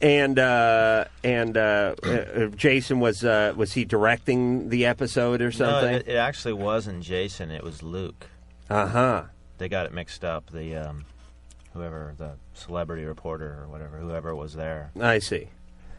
[SPEAKER 9] and uh, and uh, uh, Jason, was uh, was he directing the episode or something?
[SPEAKER 18] No, it, it actually wasn't Jason. It was Luke.
[SPEAKER 9] Uh huh.
[SPEAKER 18] They got it mixed up. The um, whoever the celebrity reporter or whatever, whoever was there.
[SPEAKER 9] I see.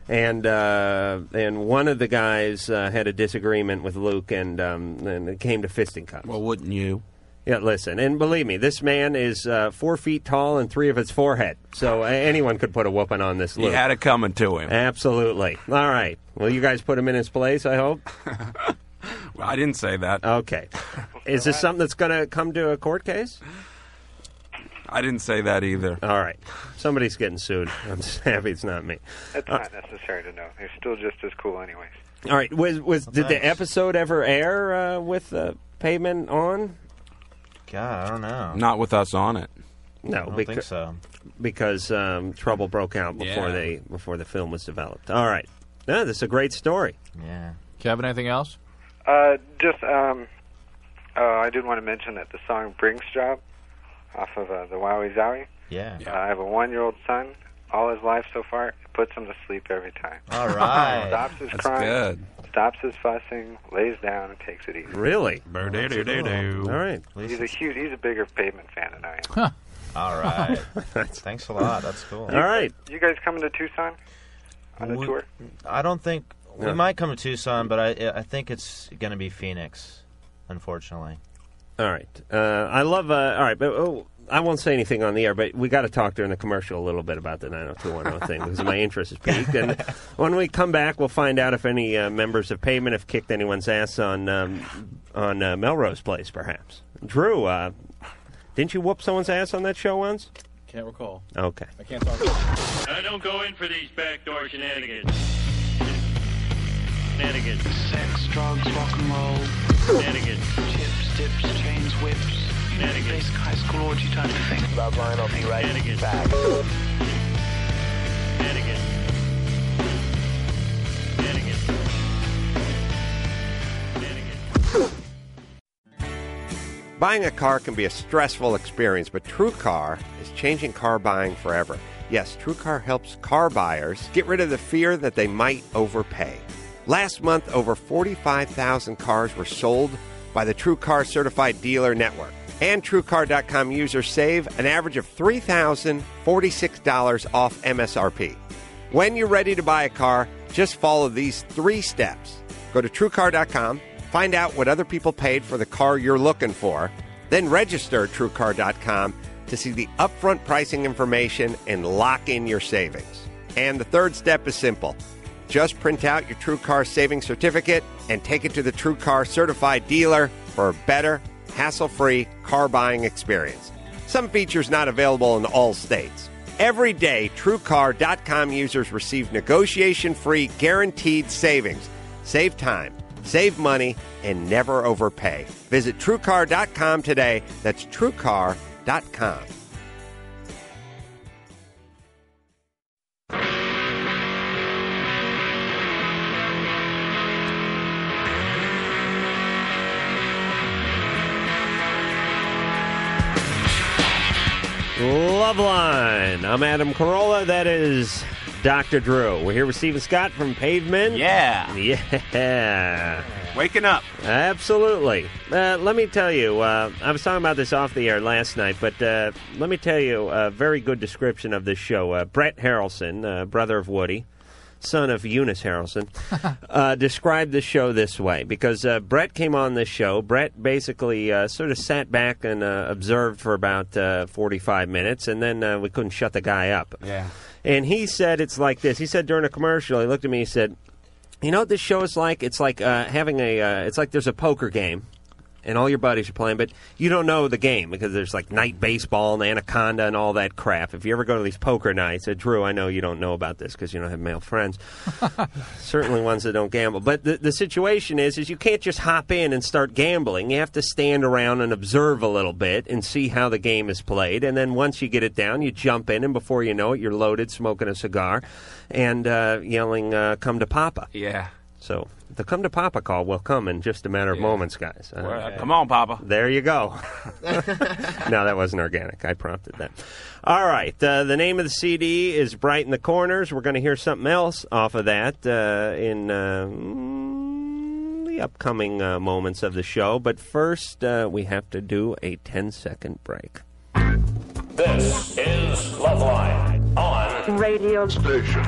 [SPEAKER 9] And uh, and one of the guys uh, had a disagreement with Luke, and um, and it came to fisticuffs. Well,
[SPEAKER 16] wouldn't you?
[SPEAKER 9] Yeah, listen, and believe me, this man is uh, four feet tall and three of his forehead, so uh, anyone could put a whooping on this
[SPEAKER 16] He
[SPEAKER 9] Luke.
[SPEAKER 16] had it coming to him.
[SPEAKER 9] Absolutely. All right. Well, you guys put him in his place. I hope.
[SPEAKER 16] Well, I didn't say that.
[SPEAKER 9] Okay. Is this something that's going to come to a court case?
[SPEAKER 16] I didn't say that either.
[SPEAKER 9] All right. Somebody's getting sued. I'm just happy it's not me.
[SPEAKER 23] That's not necessary to know. They're still just as cool, anyways.
[SPEAKER 9] All right. Was was did the
[SPEAKER 23] thanks.
[SPEAKER 9] episode ever air uh, with uh, payment on?
[SPEAKER 18] God, I don't know.
[SPEAKER 16] Not with us on it.
[SPEAKER 9] No,
[SPEAKER 18] I don't
[SPEAKER 9] becau-
[SPEAKER 18] think so.
[SPEAKER 9] Because um, trouble broke out before
[SPEAKER 18] Yeah.
[SPEAKER 9] they before the film was developed. All right. No, this is a great story.
[SPEAKER 18] Yeah.
[SPEAKER 10] Kevin, anything else?
[SPEAKER 23] Uh, just um, uh, I did want to mention that the song "Brings Job" off of uh, the Wowie Zowie.
[SPEAKER 18] Yeah.
[SPEAKER 23] Uh, I have a one-year-old son. All his life so far, it puts him to sleep every time.
[SPEAKER 18] All right.
[SPEAKER 23] stops his
[SPEAKER 18] That's
[SPEAKER 23] crying.
[SPEAKER 18] good.
[SPEAKER 23] Stops his fussing. Lays down and takes it easy.
[SPEAKER 9] Really?
[SPEAKER 16] Bur-do-do-do-do.
[SPEAKER 9] Oh, All right.
[SPEAKER 23] He's a huge. He's a bigger pavement fan than I am.
[SPEAKER 18] All right. Thanks a lot. That's cool.
[SPEAKER 23] You- You guys coming to Tucson on a
[SPEAKER 18] We-
[SPEAKER 23] tour?
[SPEAKER 18] I don't think we
[SPEAKER 23] Yeah.
[SPEAKER 18] might come to Tucson, but I I think it's going to be Phoenix, unfortunately.
[SPEAKER 9] All right. Uh, I love. Uh, all right, but oh, I won't say anything on the air. But we got to talk during the commercial a little bit about the 90210 thing because my interest is peaked. And when we come back, we'll find out if any uh, members of Payment have kicked anyone's ass on um, on uh, Melrose Place, perhaps. Drew, uh, didn't you whoop someone's ass on that show once?
[SPEAKER 10] Can't recall.
[SPEAKER 9] Okay.
[SPEAKER 10] I can't talk.
[SPEAKER 8] I don't go in for these backdoor shenanigans. Shenanigans. Sex, drugs, rock and roll. Shenanigans. Tips, dips, chains, whips. Shenanigans. Basic high school orgy type of thing. Love line, I'll be right shenanigans. back. Shenanigans. Shenanigans.
[SPEAKER 24] Buying a car can be a stressful experience, but TrueCar is changing car buying forever. Yes, TrueCar helps car buyers get rid of the fear that they might overpay. Last month, over 45,000 cars were sold by the TrueCar Certified Dealer Network. And TrueCar.com users save an average of $3,046 off MSRP. When you're ready to buy a car, just follow these three steps. Go to truecar.com, find out what other people paid for the car you're looking for, then register at truecar.com to see the upfront pricing information and lock in your savings. And the third step is simple. Just print out your TrueCar savings certificate and take it to the TrueCar certified dealer for a better, hassle-free car buying experience. Some features not available in all states. Every day, TrueCar.com users receive negotiation free guaranteed savings. Save time, save money, and never overpay. Visit TrueCar.com today. That's TrueCar.com.
[SPEAKER 9] Loveline. I'm Adam Carolla. That is Dr. Drew. We're here with Stephen Scott from Pavement. Yeah. Yeah.
[SPEAKER 24] Waking up.
[SPEAKER 9] Absolutely. Uh, let me tell you, uh, I was talking about this off the air last night, but uh, let me tell you a very good description of this show. Uh, Brett Harrelson, uh, brother of Woody, son of Eunice Harrelson, uh, described the show this way because uh, Brett came on this show. Brett basically uh, sort of sat back and uh, observed for about uh, 45 minutes, and then uh, we couldn't shut the guy up.
[SPEAKER 3] Yeah.
[SPEAKER 9] And he said it's like this. He said during a commercial, he looked at me, he said, You know what this show is like? It's like uh, having a, uh, it's like there's a poker game. And all your buddies are playing, but you don't know the game because there's like night baseball and anaconda and all that crap. If you ever go to these poker nights, uh, Drew, I know you don't know about this because you don't have male friends, certainly ones that don't gamble. But the, the situation is, is you can't just hop in and start gambling. You have to stand around and observe a little bit and see how the game is played. And then once you get it down, you jump in, and before you know it, you're loaded, smoking a cigar, and uh, yelling, uh, "Come to Papa!"
[SPEAKER 16] Yeah.
[SPEAKER 9] So the "Come to Papa" call will come in just a matter of moments, guys. Uh,
[SPEAKER 16] Well, Come on, Papa.
[SPEAKER 9] There you go. no, that wasn't organic. I prompted that. All right. Uh, the name of the CD is Bright in the Corners. We're going to hear something else off of that uh, in uh, mm, the upcoming uh, moments of the show. But first, uh, we have to do a 10 second break.
[SPEAKER 4] This is Loveline on radio station.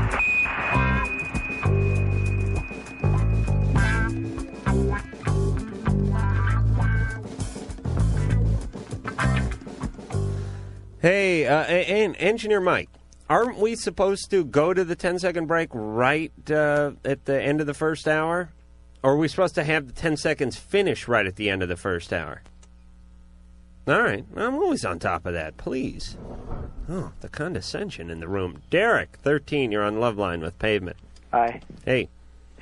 [SPEAKER 9] Hey, uh, and engineer Mike, aren't we supposed to go to the 10 second break right uh, at the end of the first hour? Or are we supposed to have the 10 seconds finish right at the end of the first hour? All right. I'm always on top of that. Please. Oh, the condescension in the room. Derek, 13, you're on love line with Pavement.
[SPEAKER 5] Hi.
[SPEAKER 9] Hey.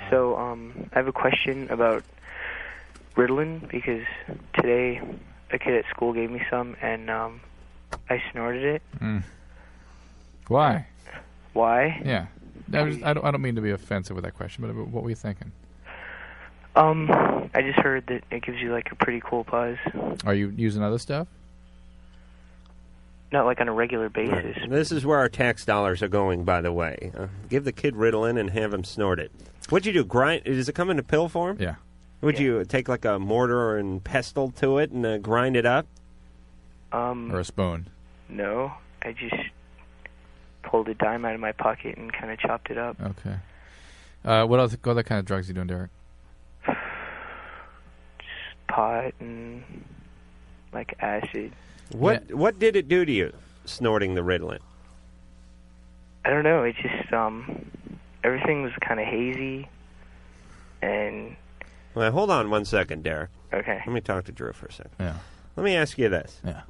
[SPEAKER 5] So, um, I have a question about Ritalin because today a kid at school gave me some and um, I snorted it.
[SPEAKER 10] Mm. Why?
[SPEAKER 5] Why?
[SPEAKER 10] Yeah. I, was- I don't, I don't mean to be offensive with that question, but what were you thinking?
[SPEAKER 5] Um, I just heard that it gives you like a pretty cool buzz,
[SPEAKER 10] Are you using other stuff?
[SPEAKER 5] not like on a regular basis.
[SPEAKER 9] This is where our tax dollars are going, by the way. Uh, give the kid Ritalin and have him snort it. What'd you do? Grind? Does it come in a pill form?
[SPEAKER 10] Yeah.
[SPEAKER 9] Would you take like a mortar and pestle to it and uh, grind it up?
[SPEAKER 5] Um,
[SPEAKER 10] Or a spoon?
[SPEAKER 5] no, I just pulled a dime out of my pocket and kind of chopped it up.
[SPEAKER 10] Okay. Uh, what other, what other kind of drugs are you doing, Derek?
[SPEAKER 5] Pot and like acid.
[SPEAKER 9] What What did it do to you? Snorting the Ritalin.
[SPEAKER 5] I don't know. It just um, everything was kind of hazy, and
[SPEAKER 9] Well, hold on one second, Derek.
[SPEAKER 5] Okay.
[SPEAKER 9] Let me talk to Drew for a second.
[SPEAKER 10] Yeah.
[SPEAKER 9] Let me ask you this.
[SPEAKER 10] Yeah.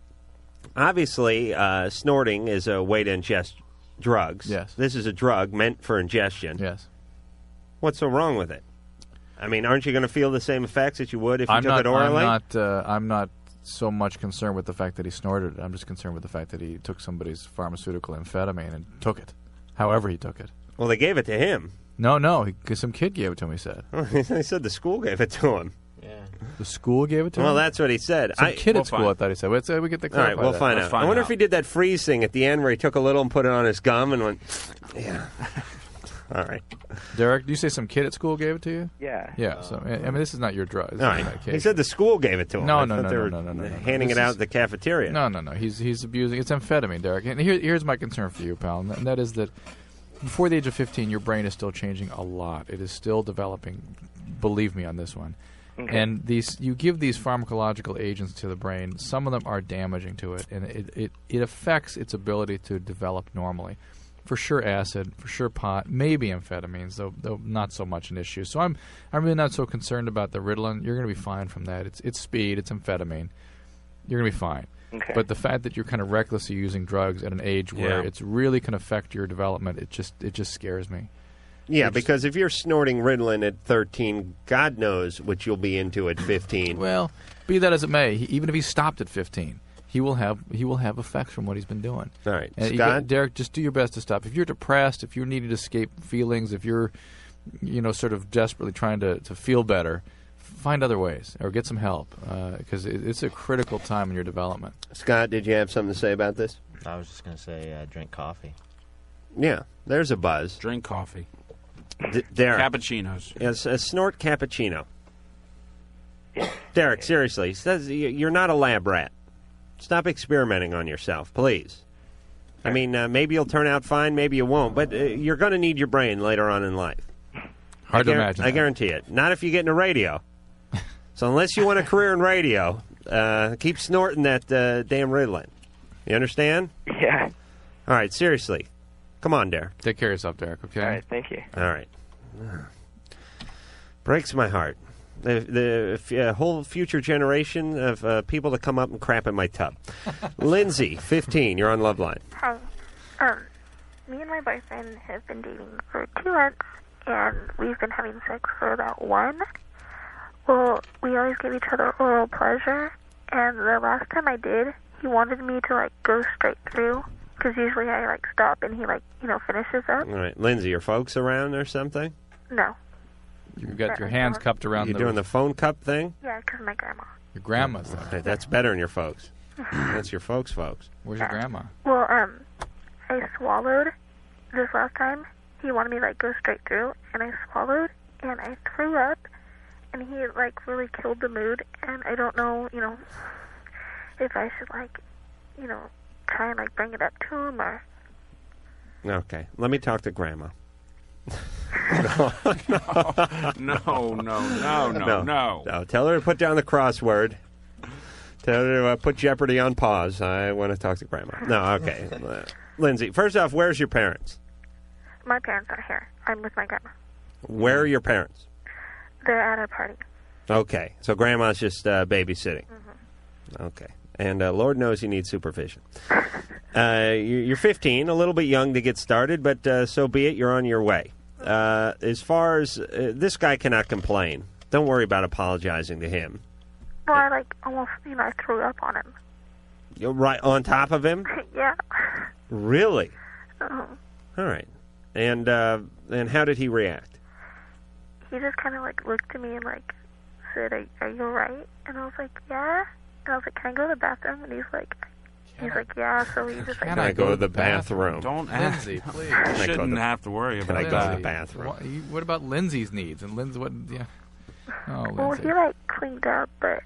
[SPEAKER 9] Obviously, uh, snorting is a way to ingest drugs.
[SPEAKER 10] Yes.
[SPEAKER 9] This is a drug meant for ingestion.
[SPEAKER 10] Yes.
[SPEAKER 9] What's so wrong with it? I mean, aren't you going to feel the same effects that you would if you
[SPEAKER 10] I'm
[SPEAKER 9] took
[SPEAKER 10] not,
[SPEAKER 9] it orally?
[SPEAKER 10] I'm not. Uh, I'm not so much concerned with the fact that he snorted it. I'm just concerned with the fact that he took somebody's pharmaceutical amphetamine and took it, however he took it.
[SPEAKER 9] Well, they gave it to him.
[SPEAKER 10] No, no, he- 'cause some kid gave it to him. He said
[SPEAKER 9] they said the school gave it to him.
[SPEAKER 10] the school gave it to
[SPEAKER 9] Well,
[SPEAKER 10] him.
[SPEAKER 9] that's what he said.
[SPEAKER 10] Some
[SPEAKER 9] I-
[SPEAKER 10] kid
[SPEAKER 9] We'll
[SPEAKER 10] at school.
[SPEAKER 9] find-
[SPEAKER 10] I thought he said. Let's, uh, we get the.
[SPEAKER 9] All right, we'll find out. I wonder if he did that freeze thing at the end where he took a little and put it on his gum and went, yeah. All right.
[SPEAKER 10] if Derek. Do you say some kid at school gave it to you?
[SPEAKER 5] Yeah.
[SPEAKER 10] Yeah. so I I mean, this is not your drug. This
[SPEAKER 9] All
[SPEAKER 10] is
[SPEAKER 9] right.
[SPEAKER 10] not that
[SPEAKER 9] He
[SPEAKER 10] case.
[SPEAKER 9] said the school gave it to him. I
[SPEAKER 10] No, no,
[SPEAKER 9] thought
[SPEAKER 10] no,
[SPEAKER 9] they
[SPEAKER 10] no,
[SPEAKER 9] were
[SPEAKER 10] no, no, no, no.
[SPEAKER 9] handing
[SPEAKER 10] This
[SPEAKER 9] it out
[SPEAKER 10] is-
[SPEAKER 9] at the cafeteria.
[SPEAKER 10] No, no, no. He's he's abusing. It's amphetamine, Derek. And here, here's my concern for you, pal, and that- and that is that before the age of 15, your brain is still changing a lot. It is still developing. Believe me on this one.
[SPEAKER 25] Okay.
[SPEAKER 10] And these, you give these pharmacological agents to the brain. Some of them are damaging to it, and it, it, it affects its ability to develop normally. For sure, acid. For sure, pot. Maybe amphetamines, though, though not so much an issue. So I'm, I'm really not so concerned about the Ritalin. You're going to be fine from that. It's, it's speed. It's amphetamine you're gonna be fine.
[SPEAKER 1] Okay.
[SPEAKER 10] But the fact that you're kind of recklessly using drugs at an age where
[SPEAKER 9] Yeah.
[SPEAKER 10] it's really can affect your development, it just it just scares me.
[SPEAKER 9] Yeah, because if you're snorting Ritalin at 13, God knows what you'll be into at 15.
[SPEAKER 10] Well, be that as it may, he, even if he stopped at 15, he will have he will have effects from what he's been doing.
[SPEAKER 9] All right,
[SPEAKER 10] And you
[SPEAKER 9] Scott?
[SPEAKER 10] got- Derek, just do your best to stop. If you're depressed, if you're needing to escape feelings, if you're you know sort of desperately trying to, to feel better, find other ways or get some help because it, it's a critical time in your development.
[SPEAKER 9] Scott, did you have something to say about this?
[SPEAKER 18] I was just going to say uh, drink coffee.
[SPEAKER 9] Yeah, there's a buzz.
[SPEAKER 16] Drink coffee.
[SPEAKER 9] D- Derek.
[SPEAKER 16] Cappuccinos.
[SPEAKER 9] Yes, a snort cappuccino. Derek, seriously, he says y- you're not a lab rat. Stop experimenting on yourself, please. I mean, uh, maybe you'll turn out fine, maybe you won't, but uh, you're going to need your brain later on in life.
[SPEAKER 10] Hard to
[SPEAKER 9] I
[SPEAKER 10] imagine
[SPEAKER 9] I
[SPEAKER 10] that.
[SPEAKER 9] guarantee it. Not if you get into radio. so unless you want a career in radio, uh, keep snorting that uh, damn Ritalin. You understand?
[SPEAKER 3] Yeah.
[SPEAKER 9] All right, seriously. Come on, Derek.
[SPEAKER 10] Take care of yourself, Derek, okay?
[SPEAKER 3] All right, thank you.
[SPEAKER 9] All right. Breaks my heart. The, the f- uh, whole future generation of uh, people that come up and crap in my tub. Lindsay, 15, you're on Loveline.
[SPEAKER 6] Hi. Um, me and my boyfriend have been dating for two months, and we've been having sex for about one. Well, we always give each other oral pleasure, and the last time I did, he wanted me to like go straight through, because usually I like stop and he like you know finishes up.
[SPEAKER 9] All right, Lindsay, are folks around or something?
[SPEAKER 6] No,
[SPEAKER 10] You've
[SPEAKER 6] got your hands cupped
[SPEAKER 10] around
[SPEAKER 9] You're
[SPEAKER 10] the-
[SPEAKER 9] doing the phone cup thing?
[SPEAKER 6] yeah, because my grandma.
[SPEAKER 10] Your grandma's
[SPEAKER 9] All right, that's better than your folks. that's your folks, folks.
[SPEAKER 10] Where's your grandma?
[SPEAKER 6] Well, um, I swallowed this last time. He wanted me to like go straight through, and I swallowed, and I threw up, and he like really killed the mood. And I don't know, you know, if I should like, you know, try and like bring it up to him or.
[SPEAKER 9] Okay, let me talk to Grandma.
[SPEAKER 16] no, no, Oh, no, no, no.
[SPEAKER 9] No, tell her to put down the crossword. Tell her to uh, put Jeopardy on pause. I want to talk to Grandma. No, okay. Uh, Lindsay, first off, where's your parents?
[SPEAKER 6] My parents are here. I'm with my grandma.
[SPEAKER 9] Where are your parents?
[SPEAKER 6] They're at a party.
[SPEAKER 9] Okay, so Grandma's just uh, babysitting.
[SPEAKER 6] Mm-hmm.
[SPEAKER 9] Okay, and uh, Lord knows you need supervision. Uh, you- you're 15, a little bit young to get started, but uh, so be it. You're on your way.
[SPEAKER 6] Mm-hmm.
[SPEAKER 9] Uh, as far as uh, this guy cannot complain, don't worry about apologizing to him.
[SPEAKER 6] Well, I like almost, you know, I threw up on him.
[SPEAKER 9] You're right on top of him.
[SPEAKER 6] yeah.
[SPEAKER 9] Really?
[SPEAKER 6] Um,
[SPEAKER 9] All right. And uh, and how did he react?
[SPEAKER 6] he just kind of like looked at me and like said, "Are, are you alright?" And I was like, "Yeah." And I was like, "Can I go to the bathroom?" And he's like, "He's like, yeah." So he just like,
[SPEAKER 9] Can I go to the bathroom?
[SPEAKER 16] Don't ask.
[SPEAKER 10] Lindsay, please.
[SPEAKER 16] You
[SPEAKER 9] Can I go to
[SPEAKER 16] shouldn't
[SPEAKER 9] the-
[SPEAKER 16] have to worry
[SPEAKER 9] Can
[SPEAKER 16] about
[SPEAKER 9] I
[SPEAKER 16] that.
[SPEAKER 9] go to the bathroom?
[SPEAKER 10] What, you- what about Lindsay's needs? And Lindsay, what? Yeah. Oh,
[SPEAKER 6] well,
[SPEAKER 10] Lindsay.
[SPEAKER 6] he like cleaned up, but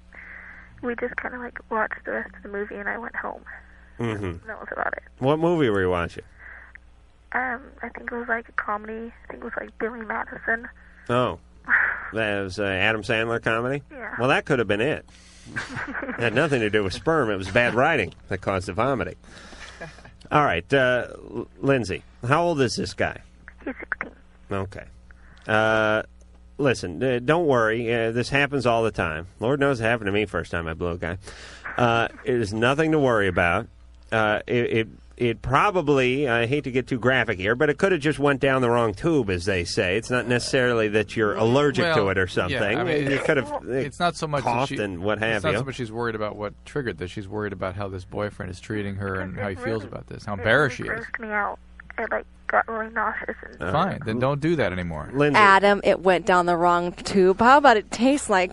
[SPEAKER 6] we just kind of like watched the rest of the movie, and I went home.
[SPEAKER 10] Mm-hmm.
[SPEAKER 9] hmm
[SPEAKER 6] And that was about it.
[SPEAKER 9] What movie were you watching?
[SPEAKER 6] Um, I think it was like a comedy. I think it was like Billy Madison.
[SPEAKER 9] Oh, that was uh, Adam Sandler comedy.
[SPEAKER 6] Yeah.
[SPEAKER 9] Well, that could have been it. it had nothing to do with sperm. It was bad writing that caused the vomiting. All right, uh, L- Lindsay, how old is this guy? Okay. Uh, listen, uh, don't worry. Uh, this happens all the time. Lord knows it happened to me first time I blew a guy. Uh, it is nothing to worry about. Uh, it, it it probably I hate to get too graphic here, but it could have just went down the wrong tube, as they say. It's not necessarily that you're allergic
[SPEAKER 10] Well,
[SPEAKER 9] to it
[SPEAKER 10] yeah,
[SPEAKER 9] or something.
[SPEAKER 10] I mean,
[SPEAKER 9] it
[SPEAKER 10] it's-
[SPEAKER 9] could have.
[SPEAKER 10] It's not so much that
[SPEAKER 9] coughed
[SPEAKER 10] she,
[SPEAKER 9] and what
[SPEAKER 10] it's
[SPEAKER 9] have
[SPEAKER 10] not
[SPEAKER 9] you.
[SPEAKER 10] so much she's worried about what triggered this. She's worried about how this boyfriend is treating her and how he feels about this, how embarrassed she
[SPEAKER 6] It
[SPEAKER 10] is.
[SPEAKER 6] grossed me out. It like got really nauseous. And
[SPEAKER 10] Fine, then don't do that anymore.
[SPEAKER 9] Lindsay.
[SPEAKER 20] Adam, it went down the wrong tube. How about it tastes like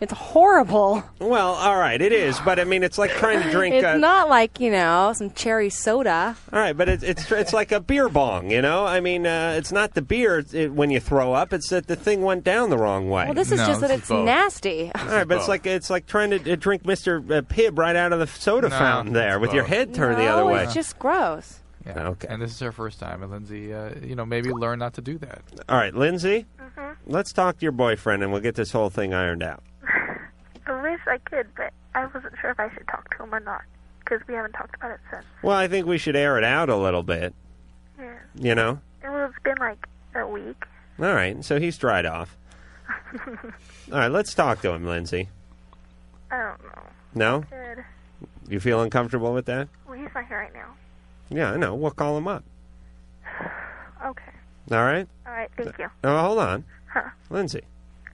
[SPEAKER 20] it's horrible?
[SPEAKER 9] Well, all right, it is, but I mean, it's like trying to drink.
[SPEAKER 20] It's
[SPEAKER 9] uh,
[SPEAKER 20] not like, you know, some cherry soda.
[SPEAKER 9] All right, but it's it's it's like a beer bong, you know. I mean, uh, it's not the beer it, when you throw up; it's that the thing went down the wrong way.
[SPEAKER 20] Well, this is just that it's nasty.
[SPEAKER 9] All right, but it's like it's like trying to uh, drink Mister uh, Pibb right out of the soda
[SPEAKER 10] No,
[SPEAKER 9] fountain there
[SPEAKER 10] it's
[SPEAKER 9] with your
[SPEAKER 10] both.
[SPEAKER 9] head turned the
[SPEAKER 20] No,
[SPEAKER 9] other way.
[SPEAKER 20] it's just gross.
[SPEAKER 10] Yeah. Okay. And this is her first time, and Lindsay, uh, you know, maybe learn not to do that.
[SPEAKER 9] All right, Lindsay,
[SPEAKER 6] Mm-hmm.
[SPEAKER 9] let's talk to your boyfriend, and we'll get this whole thing ironed out.
[SPEAKER 6] I wish I could, but I wasn't sure if I should talk to him or not because we haven't talked about it since.
[SPEAKER 9] Well, I think we should air it out a little bit.
[SPEAKER 6] Yeah.
[SPEAKER 9] You know.
[SPEAKER 6] Well, it's been like a week.
[SPEAKER 9] All right, so he's dried off. All right, let's talk to him, Lindsay.
[SPEAKER 6] I don't know.
[SPEAKER 9] No.
[SPEAKER 6] Good.
[SPEAKER 9] You feel uncomfortable with that?
[SPEAKER 6] Well, he's not here right now.
[SPEAKER 9] Yeah, I know. We'll call him up.
[SPEAKER 6] Okay.
[SPEAKER 9] All right?
[SPEAKER 6] All right. Thank you.
[SPEAKER 9] No, hold on.
[SPEAKER 6] Huh.
[SPEAKER 9] Lindsay,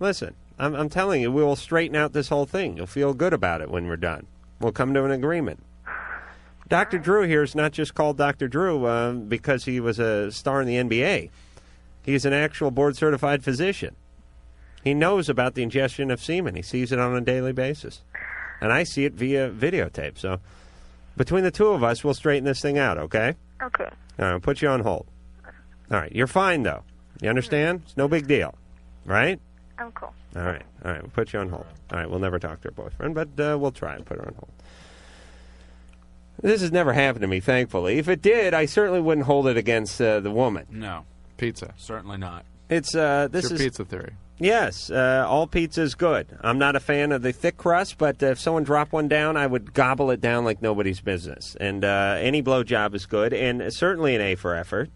[SPEAKER 9] listen. I'm, I'm telling you, we will straighten out this whole thing. You'll feel good about it when we're done. We'll come to an agreement. Dr. Drew here is not just called Dr. Drew uh, because he was a star in the NBA. He's an actual board certified physician. He knows about the ingestion of semen. He sees it on a daily basis. And I see it via videotape. So between the two of us, we'll straighten this thing out, okay?
[SPEAKER 6] Okay.
[SPEAKER 9] All right, I'll put you on hold. All right, you're fine, though. You understand? It's no big deal, right?
[SPEAKER 6] I'm cool.
[SPEAKER 9] All right, all right. We'll put you on hold. All right, we'll never talk to her boyfriend, but uh, we'll try and put her on hold. This has never happened to me, thankfully. If it did, I certainly wouldn't hold it against uh, the woman.
[SPEAKER 16] No.
[SPEAKER 10] Pizza.
[SPEAKER 16] Certainly not.
[SPEAKER 9] It's uh,
[SPEAKER 10] It's
[SPEAKER 9] this
[SPEAKER 10] your
[SPEAKER 9] is
[SPEAKER 10] pizza theory.
[SPEAKER 9] Yes, uh, all pizza is good. I'm not a fan of the thick crust, but if someone dropped one down, I would gobble it down like nobody's business. And uh, any blowjob is good, and certainly an A for effort.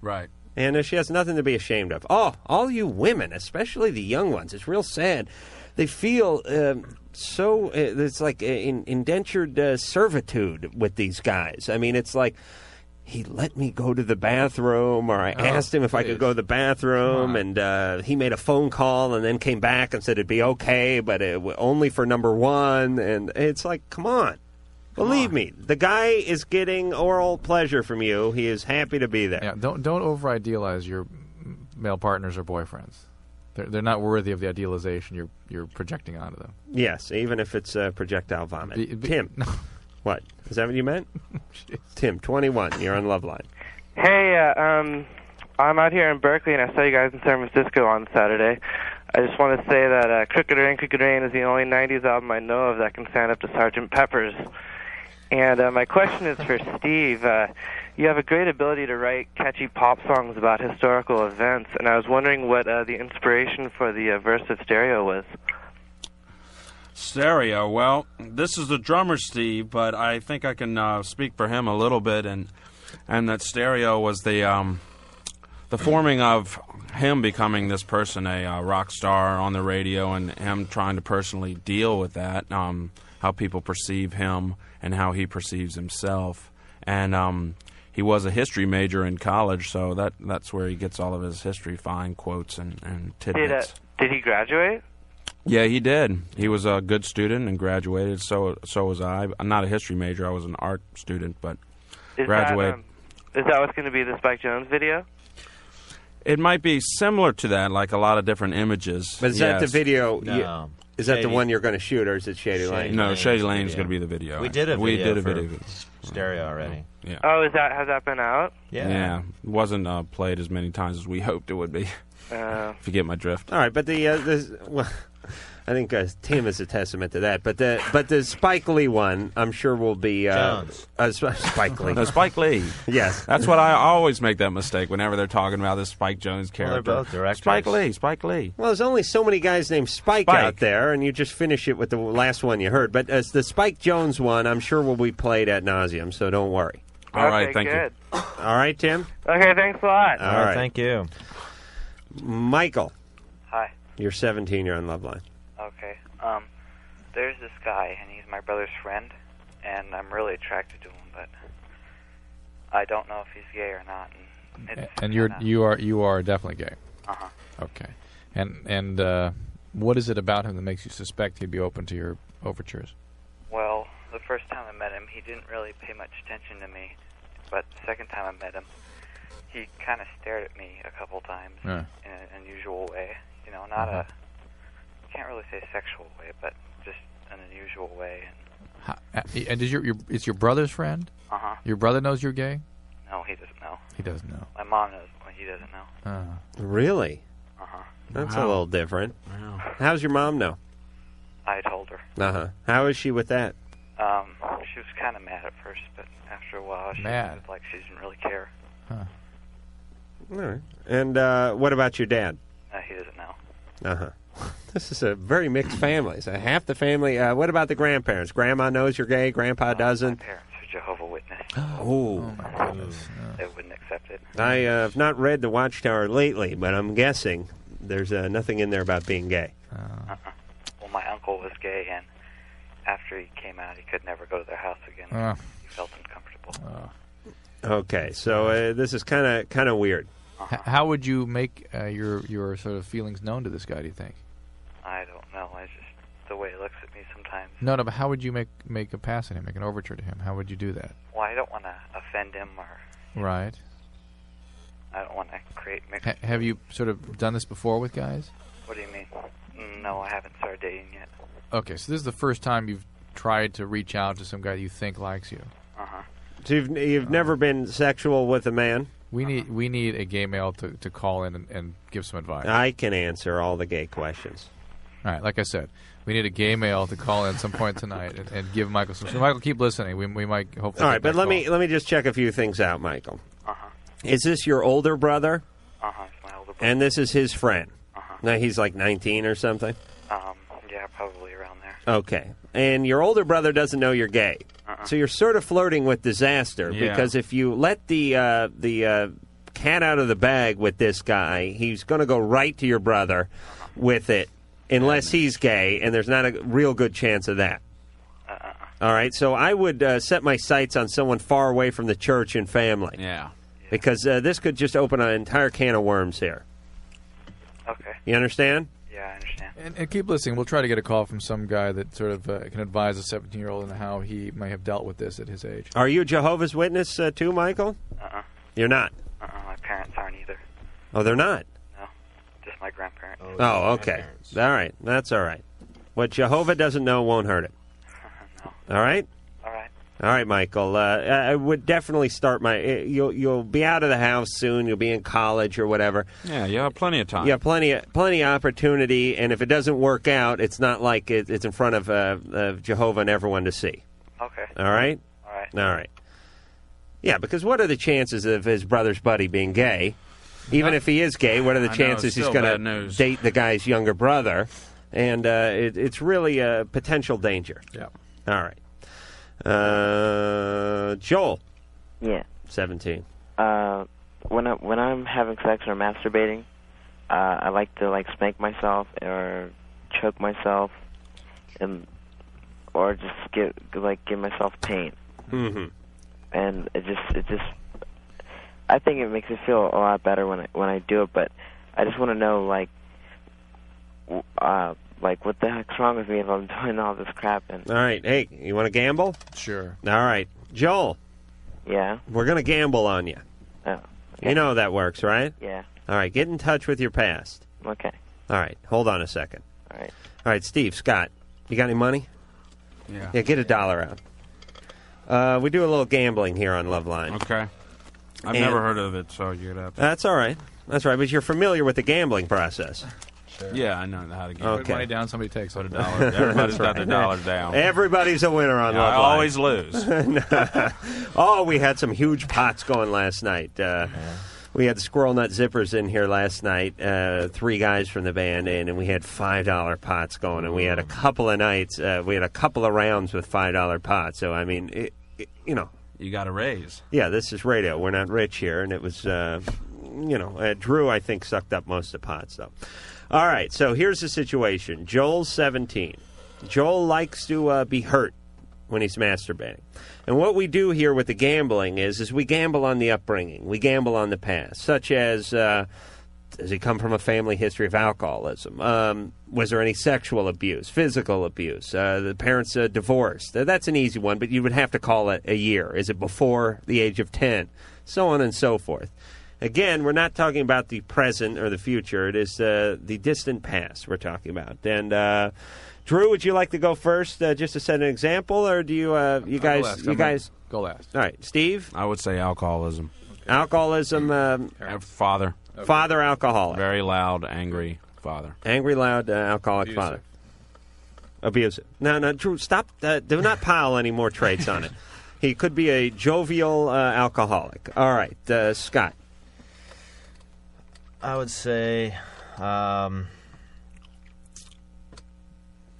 [SPEAKER 16] Right.
[SPEAKER 9] And uh, she has nothing to be ashamed of. Oh, all you women, especially the young ones, it's real sad. They feel um so, uh, it's like uh, in, indentured uh, servitude with these guys. I mean, it's like he let me go to the bathroom, or I
[SPEAKER 10] Oh,
[SPEAKER 9] asked him if I could go to the bathroom, and uh, he made a phone call and then came back and said it'd be okay, but it w- only for number one. And it's like, come on. Believe me, the guy is getting oral pleasure from you. He is happy to be there.
[SPEAKER 10] Yeah, don't don't over idealize your male partners or boyfriends. They're they're not worthy of the idealization you're you're projecting onto them.
[SPEAKER 9] Yes, even if it's uh, projectile vomit. Tim, what is that? What you meant?
[SPEAKER 16] Oh,
[SPEAKER 9] Tim, twenty-one. You're on love line.
[SPEAKER 3] Hey, uh, um, I'm out here in Berkeley, and I saw you guys in San Francisco on Saturday. I just want to say that uh, "Crooked Rain, Crooked Rain" is the only '90s album I know of that can stand up to Sgt. Pepper's. And uh, my question is for Steve. Uh, you have a great ability to write catchy pop songs about historical events, and I was wondering what uh, the inspiration for the uh, verse of Stereo was.
[SPEAKER 16] Stereo. Well, this is the drummer Steve, but I think I can uh, speak for him a little bit, and and that Stereo was the um, the forming of him becoming this person, a uh, rock star on the radio, and him trying to personally deal with that, um, how people perceive him and how he perceives himself, and um, he was a history major in college, so that that's where he gets all of his history fine quotes and, and tidbits.
[SPEAKER 3] Did, uh, did he graduate?
[SPEAKER 16] Yeah, he did. He was a good student and graduated. So so was I. I'm not a history major. I was an art student, but
[SPEAKER 3] Is
[SPEAKER 16] graduated.
[SPEAKER 3] That, um, is that what's going to be the Spike Jones video?
[SPEAKER 16] it might be similar to that, like a lot of different images.
[SPEAKER 9] But is that the
[SPEAKER 16] Yes.
[SPEAKER 9] video? you- is that the
[SPEAKER 16] Shady.
[SPEAKER 9] one you're going to shoot, or is it Shady, Lane?
[SPEAKER 16] No, Shady Lane is going to be the video.
[SPEAKER 3] We did a
[SPEAKER 16] we
[SPEAKER 3] video
[SPEAKER 16] did a
[SPEAKER 3] for
[SPEAKER 16] video.
[SPEAKER 3] Stereo already.
[SPEAKER 16] Yeah.
[SPEAKER 3] Oh, is that has that been out?
[SPEAKER 16] Yeah. It wasn't uh, played as many times as we hoped it would be.
[SPEAKER 3] Uh,
[SPEAKER 16] if you get my drift.
[SPEAKER 9] All right, but the uh, this, well, I think uh, Tim is a testament to that. But the but the Spike Lee one, I'm sure will be uh,
[SPEAKER 16] Jones.
[SPEAKER 9] uh, Sp- Spike Lee.
[SPEAKER 16] No, Spike Lee.
[SPEAKER 9] Yes.
[SPEAKER 16] That's what I always make that mistake whenever they're talking about this Spike Jones
[SPEAKER 9] Well,
[SPEAKER 16] character.
[SPEAKER 9] they're both directors.
[SPEAKER 16] Spike Lee, Spike Lee.
[SPEAKER 9] Well, there's only so many guys named Spike,
[SPEAKER 16] Spike.
[SPEAKER 9] out there, and you just finish it with the last one you heard. But uh, the Spike Jones one, I'm sure will be played at nauseum, so don't worry.
[SPEAKER 3] All right, Okay, thank you. good.
[SPEAKER 9] you. All right, Tim.
[SPEAKER 3] Oh. okay, thanks a lot.
[SPEAKER 9] All right, you. Michael,
[SPEAKER 7] Hi.
[SPEAKER 9] you're 17. You're on Love Line.
[SPEAKER 7] Okay. Um, there's this guy, and he's my brother's friend, and I'm really attracted to him, but I don't know if he's gay or not. And it's
[SPEAKER 10] And you're you are you are definitely gay.
[SPEAKER 7] Uh-huh.
[SPEAKER 10] Okay. And and uh, what is it about him that makes you suspect he'd be open to your overtures?
[SPEAKER 7] well, the first time I met him, he didn't really pay much attention to me, but the second time I met him, he kind of stared at me a couple times
[SPEAKER 10] Yeah.
[SPEAKER 7] in an unusual way. You know, not
[SPEAKER 10] Uh-huh.
[SPEAKER 7] a can't really say sexual way, but just an unusual way. And
[SPEAKER 10] How, uh, and is your, your it's your brother's friend?
[SPEAKER 7] Uh-huh.
[SPEAKER 10] Your brother knows you're gay.
[SPEAKER 7] no, he doesn't know.
[SPEAKER 10] He doesn't know. Uh.
[SPEAKER 7] My mom knows, but he doesn't know.
[SPEAKER 9] Really?
[SPEAKER 7] Uh-huh.
[SPEAKER 9] That's a
[SPEAKER 7] Wow.
[SPEAKER 9] little different.
[SPEAKER 7] Wow.
[SPEAKER 9] How's your mom know?
[SPEAKER 7] I told her.
[SPEAKER 9] Uh huh. How is she with that?
[SPEAKER 7] Um, she was kind of mad at first, but after a while, she
[SPEAKER 9] Mad.
[SPEAKER 7] was like she didn't really care.
[SPEAKER 9] All right. And uh, what about your dad?
[SPEAKER 7] Uh, he doesn't know.
[SPEAKER 9] Uh huh. This is a very mixed family. So half the family. Uh, what about the grandparents? Grandma knows you're gay. Grandpa doesn't.
[SPEAKER 7] Parents are Jehovah Witness.
[SPEAKER 9] Oh.
[SPEAKER 7] They wouldn't accept it.
[SPEAKER 9] I uh, have not read The Watchtower lately, but I'm guessing there's uh, nothing in there about being gay.
[SPEAKER 7] Well, my uncle was gay, and after he came out, he could never go to their house again.
[SPEAKER 9] Ah.
[SPEAKER 7] He felt uncomfortable.
[SPEAKER 9] Okay, so uh, this is kind of kind of weird.
[SPEAKER 10] H- how would you make uh, your your sort of feelings known to this guy? Do you think?
[SPEAKER 7] I don't know. I just the way he looks at me sometimes.
[SPEAKER 10] No, no. But how would you make make a pass at him, make an overture to him? How would you do that?
[SPEAKER 7] Well, I don't want to offend him, or
[SPEAKER 10] Right.
[SPEAKER 7] I don't want to create mixed.
[SPEAKER 10] Ha- have you sort of done this before with guys?
[SPEAKER 7] What do you mean? No, I haven't started dating yet.
[SPEAKER 10] Okay, so this is the first time you've tried to reach out to some guy you think likes you.
[SPEAKER 9] Uh-huh. So you've you've never been sexual with a man.
[SPEAKER 10] We need we need a gay male to, to call in and, and give some advice.
[SPEAKER 9] I can answer all the gay questions.
[SPEAKER 10] All right, like I said, we need a gay male to call in some point tonight and, and give Michael some. So Michael, keep listening. We, we might hopefully.
[SPEAKER 9] All
[SPEAKER 10] get
[SPEAKER 9] right, but
[SPEAKER 10] that
[SPEAKER 9] let
[SPEAKER 10] call.
[SPEAKER 9] me let me just check a few things out, Michael. Is this your older brother?
[SPEAKER 7] Uh huh. Uh-huh. It's my older brother. Uh-huh.
[SPEAKER 9] And this is his friend. Now he's like 19 or something.
[SPEAKER 7] Um. Yeah, probably around there.
[SPEAKER 9] Okay. And your older brother doesn't know you're gay. So you're sort of flirting with disaster
[SPEAKER 4] Yeah.
[SPEAKER 9] because if you let the uh, the uh, cat out of the bag with this guy, he's going to go right to your brother with it unless he's gay and there's not a real good chance of that. All right. So I would uh, set my sights on someone far away from the church and family.
[SPEAKER 16] Yeah.
[SPEAKER 9] Because uh, this could just open an entire can of worms here.
[SPEAKER 7] Okay.
[SPEAKER 9] You understand?
[SPEAKER 7] Yeah, I understand.
[SPEAKER 10] And, and keep listening. We'll try to get a call from some guy that sort of uh, can advise a 17 year old on how he may have dealt with this at his age.
[SPEAKER 9] Are you a Jehovah's Witness uh, too, Michael?
[SPEAKER 7] Uh-uh.
[SPEAKER 9] You're not.
[SPEAKER 7] Uh uh My parents aren't either.
[SPEAKER 9] Oh, they're not.
[SPEAKER 7] No, just my grandparents.
[SPEAKER 9] Oh, okay. All right. That's all right. What Jehovah doesn't know won't hurt it. All right.
[SPEAKER 7] All right.
[SPEAKER 9] All right, Michael. Uh, I I would definitely start my. eh, You'll you'll be out of the house soon. You'll be in college or whatever.
[SPEAKER 16] Yeah, you have plenty of time.
[SPEAKER 9] Yeah, plenty of plenty of opportunity. And if it doesn't work out, it's not like it, it's in front of uh, of Jehovah and everyone to see.
[SPEAKER 7] Okay.
[SPEAKER 9] All right.
[SPEAKER 7] All right.
[SPEAKER 9] All right. Yeah, because what are the chances of his brother's buddy being gay? Even if he is gay, what are the
[SPEAKER 16] I know,
[SPEAKER 9] chances he's
[SPEAKER 16] still bad
[SPEAKER 9] going to
[SPEAKER 16] news.
[SPEAKER 9] date the guy's younger brother? And uh, it, it's really a potential danger.
[SPEAKER 10] Yeah.
[SPEAKER 9] All right. Uh, Joel,
[SPEAKER 11] Yeah.
[SPEAKER 9] seventeen.
[SPEAKER 11] Uh, when I when I'm having sex or masturbating, uh, I like to like spank myself or choke myself, and or just give like give myself pain,
[SPEAKER 9] Mm-hmm.
[SPEAKER 11] and it just it just. I think it makes it feel a lot better when I when I do it, but I just want to know like, w- uh, like what the heck's wrong with me if I'm doing all this crap and
[SPEAKER 9] All right. Hey, you want to gamble?
[SPEAKER 10] Sure.
[SPEAKER 9] All right, Joel.
[SPEAKER 11] Yeah.
[SPEAKER 9] We're going to gamble on you.
[SPEAKER 11] Oh.
[SPEAKER 9] You know how that works, right?
[SPEAKER 11] Yeah.
[SPEAKER 9] All right. Get in touch with your past.
[SPEAKER 11] okay.
[SPEAKER 9] All right. Hold on a second.
[SPEAKER 11] All right.
[SPEAKER 9] All right, Steve, Scott, you got any money?
[SPEAKER 16] Yeah.
[SPEAKER 9] Yeah, get a dollar out. Uh, we do a little gambling here on Loveline.
[SPEAKER 16] Okay. I've
[SPEAKER 9] And-
[SPEAKER 16] never heard of it, so you'd have to.
[SPEAKER 9] That's all right. That's all right, but you're familiar with the gambling process.
[SPEAKER 16] Yeah, I know how to get
[SPEAKER 9] Okay. Put money
[SPEAKER 10] down. Somebody takes
[SPEAKER 16] put a dollar.
[SPEAKER 9] That's
[SPEAKER 16] Everybody's got their
[SPEAKER 9] right.
[SPEAKER 16] dollar down.
[SPEAKER 9] Everybody's a winner on
[SPEAKER 16] Yeah, I
[SPEAKER 9] Loveline.
[SPEAKER 16] always lose.
[SPEAKER 9] No. oh, we had some huge pots going last night. Uh, We had squirrel nut zippers in here last night. Uh, three guys from the band in, and we had five dollar pots going. And we
[SPEAKER 16] Mm.
[SPEAKER 9] had a couple of nights. Uh, we had a couple of rounds with five dollar pots. So I mean, it, it, you know,
[SPEAKER 16] You got a raise.
[SPEAKER 9] yeah, this is radio. We're not rich here, and it was, uh, you know, uh, Drew. I think sucked up most of the pots, though. All right, so here's the situation. Joel's 17. Joel likes to uh, be hurt when he's masturbating, and what we do here with the gambling is, is we gamble on the upbringing, we gamble on the past, such as. Uh, does he come from a family history of alcoholism? Um, was there any sexual abuse, physical abuse? Uh, the parents uh, divorced. Th- That's an easy one, but you would have to call it a year. Is it before the age of 10? So on and so forth. Again, we're not talking about the present or the future. It is uh, the distant past we're talking about. And uh, Drew, would you like to go first, uh, just to set an example, or do you uh, you guys
[SPEAKER 16] last.
[SPEAKER 9] you
[SPEAKER 16] I'm
[SPEAKER 9] guys
[SPEAKER 10] go last?
[SPEAKER 9] All right, Steve.
[SPEAKER 16] I would say alcoholism.
[SPEAKER 9] Alcoholism. Um,
[SPEAKER 16] father.
[SPEAKER 9] Father alcoholic.
[SPEAKER 16] Very loud, angry father.
[SPEAKER 9] Angry, loud, uh, alcoholic
[SPEAKER 16] Abusive.
[SPEAKER 9] father. Abusive. No, no, Drew, stop. Uh, do not pile any more traits on it. He could be a jovial uh, alcoholic. All right, uh, Scott.
[SPEAKER 18] I would say, um,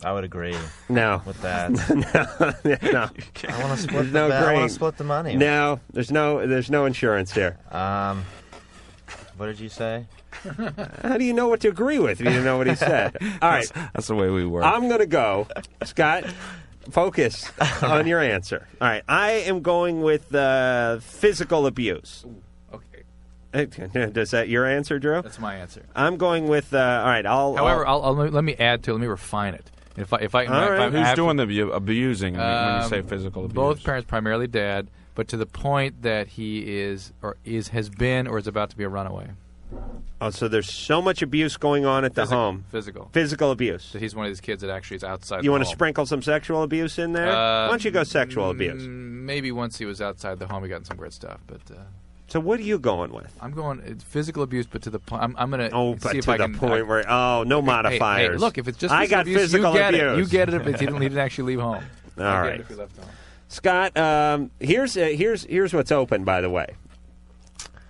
[SPEAKER 18] I would agree.
[SPEAKER 9] No.
[SPEAKER 18] With that.
[SPEAKER 9] no, no.
[SPEAKER 18] I want to split.
[SPEAKER 9] There's no
[SPEAKER 18] the, I want
[SPEAKER 9] green.
[SPEAKER 18] to split the money.
[SPEAKER 9] No, there's no, there's no insurance here.
[SPEAKER 18] Um, what did you say?
[SPEAKER 9] How do you know what to agree with if you don't know what he said? All right,
[SPEAKER 16] That's the way we work.
[SPEAKER 9] I'm going to go, Scott. Focus on your answer. All right, I am going with uh, physical abuse. Okay. Is that your answer, Drew? That's
[SPEAKER 10] my answer.
[SPEAKER 9] I'm going with. Uh, all right, I'll.
[SPEAKER 10] However, I'll, I'll, let me add to. Let me refine it. If I, if I,
[SPEAKER 16] All
[SPEAKER 10] if
[SPEAKER 16] right.
[SPEAKER 10] I'm
[SPEAKER 16] Who's
[SPEAKER 10] apt-
[SPEAKER 16] doing the abu- abusing when you
[SPEAKER 10] Um,
[SPEAKER 16] say physical abuse?
[SPEAKER 10] Both parents, primarily dad, but to the point that he is or is has been or is about to be a runaway.
[SPEAKER 9] Oh, so there's so much abuse going on at the
[SPEAKER 10] Physical-
[SPEAKER 9] home.
[SPEAKER 10] physical.
[SPEAKER 9] Physical abuse. So
[SPEAKER 10] he's one of these kids that actually is outside.
[SPEAKER 9] You
[SPEAKER 10] the
[SPEAKER 9] want to
[SPEAKER 10] home.
[SPEAKER 9] sprinkle some sexual abuse in there?
[SPEAKER 10] Uh,
[SPEAKER 9] Why don't you go sexual abuse?
[SPEAKER 10] mm, Maybe once he was outside the home, he got in some weird stuff. But uh,
[SPEAKER 9] So what are you going with?
[SPEAKER 10] I'm going it's physical abuse, but to the point. I'm, I'm going
[SPEAKER 9] Oh, but
[SPEAKER 10] see if
[SPEAKER 9] to
[SPEAKER 10] I
[SPEAKER 9] the
[SPEAKER 10] can,
[SPEAKER 9] point
[SPEAKER 10] I-
[SPEAKER 9] where oh, no
[SPEAKER 10] Hey, hey,
[SPEAKER 9] modifiers.
[SPEAKER 10] Hey, look, if it's just
[SPEAKER 9] I
[SPEAKER 10] physical
[SPEAKER 9] got
[SPEAKER 10] abuse,
[SPEAKER 9] physical
[SPEAKER 10] you get
[SPEAKER 9] abuse.
[SPEAKER 10] It. You get it if he didn't, he didn't actually leave home. I
[SPEAKER 9] All
[SPEAKER 10] get
[SPEAKER 9] right.
[SPEAKER 10] it if he left home.
[SPEAKER 9] Scott, um, here's uh, here's here's what's open. By the way,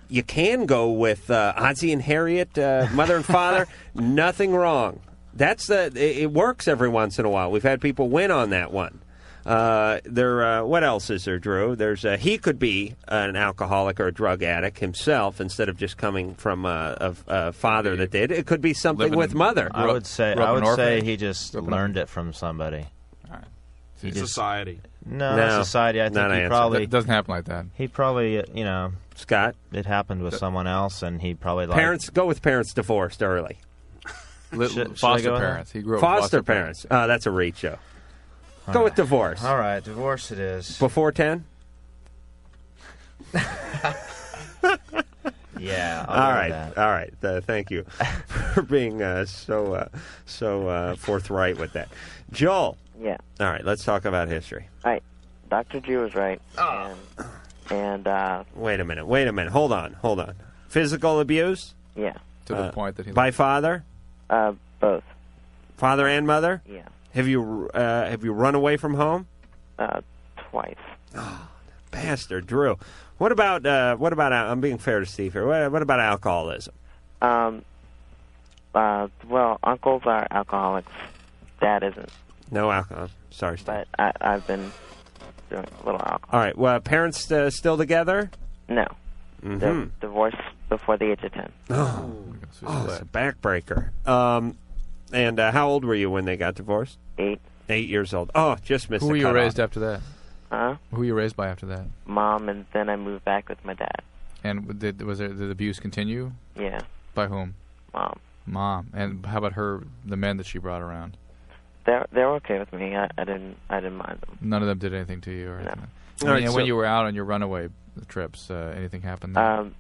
[SPEAKER 9] you can go with uh, Ozzy and Harriet, uh, mother and father. Nothing wrong. That's the it, it works every once in a while. We've had people win on that one. Uh, there, uh, what else is there, Drew? There's uh, he could be an alcoholic or a drug addict himself instead of just coming from uh, a, a father that did. It could be something
[SPEAKER 18] Living
[SPEAKER 9] with
[SPEAKER 18] in-
[SPEAKER 9] mother.
[SPEAKER 18] I would say I would say he just learned it from somebody. He
[SPEAKER 16] In
[SPEAKER 18] just-
[SPEAKER 16] society.
[SPEAKER 18] No, society. I think he probably He probably, uh, you know,
[SPEAKER 9] Scott.
[SPEAKER 18] It happened with someone else, and he probably like
[SPEAKER 9] parents go with parents divorced early.
[SPEAKER 18] Should- should I foster go with that? parents. He grew up with
[SPEAKER 9] foster,
[SPEAKER 18] foster
[SPEAKER 9] parents. Oh, that's a reach show. Go with divorce.
[SPEAKER 18] All right, divorce it is.
[SPEAKER 9] Before ten.
[SPEAKER 18] Yeah. I'll
[SPEAKER 9] all
[SPEAKER 18] go with
[SPEAKER 9] right.
[SPEAKER 18] that.
[SPEAKER 9] All right. Uh, thank you for being uh, so uh, so uh, forthright with that, Joel.
[SPEAKER 11] Yeah.
[SPEAKER 9] All right. Let's talk about history.
[SPEAKER 11] I, Dr. Drew was right. And, and uh,
[SPEAKER 9] Wait a minute. Wait a minute. Hold on. Hold on. Physical abuse. Uh,
[SPEAKER 11] yeah.
[SPEAKER 10] To the point that he-
[SPEAKER 9] by father.
[SPEAKER 11] Uh, both.
[SPEAKER 9] Father and mother.
[SPEAKER 11] Yeah.
[SPEAKER 9] Have you uh, have you run away from home?
[SPEAKER 11] Uh, twice.
[SPEAKER 9] Bastard, Drew. What about uh, what about? al- I'm being fair to Steve here. What, what about alcoholism?
[SPEAKER 11] Um, uh, well, uncles are alcoholics. Dad isn't.
[SPEAKER 9] No alcohol. Sorry, Steve.
[SPEAKER 11] But I, I've been doing a little alcohol.
[SPEAKER 9] All right. Well, parents uh, still together?
[SPEAKER 11] No.
[SPEAKER 9] Mhm.
[SPEAKER 11] Di- divorce before the age of 10.
[SPEAKER 9] Oh, oh it's a backbreaker. Um, and uh, how old were you when they got divorced?
[SPEAKER 11] Eight.
[SPEAKER 9] Eight years old. Oh, just missed.
[SPEAKER 10] Who
[SPEAKER 9] the
[SPEAKER 10] were you
[SPEAKER 9] cutoff.
[SPEAKER 10] raised after that?
[SPEAKER 11] Huh?
[SPEAKER 10] Who were you raised by after that?
[SPEAKER 11] Mom, and then I moved back with my dad.
[SPEAKER 10] And did was there, did the abuse continue?
[SPEAKER 11] Yeah.
[SPEAKER 10] By whom?
[SPEAKER 11] Mom.
[SPEAKER 10] Mom. And how about her? The men that she brought around.
[SPEAKER 11] They're, they're okay with me. I, I didn't I didn't mind them.
[SPEAKER 10] None of them did anything to you, or anything.
[SPEAKER 11] All
[SPEAKER 10] And
[SPEAKER 11] right,
[SPEAKER 10] when
[SPEAKER 11] so-
[SPEAKER 10] you were out on your runaway trips, uh, anything happened? There?
[SPEAKER 11] Um,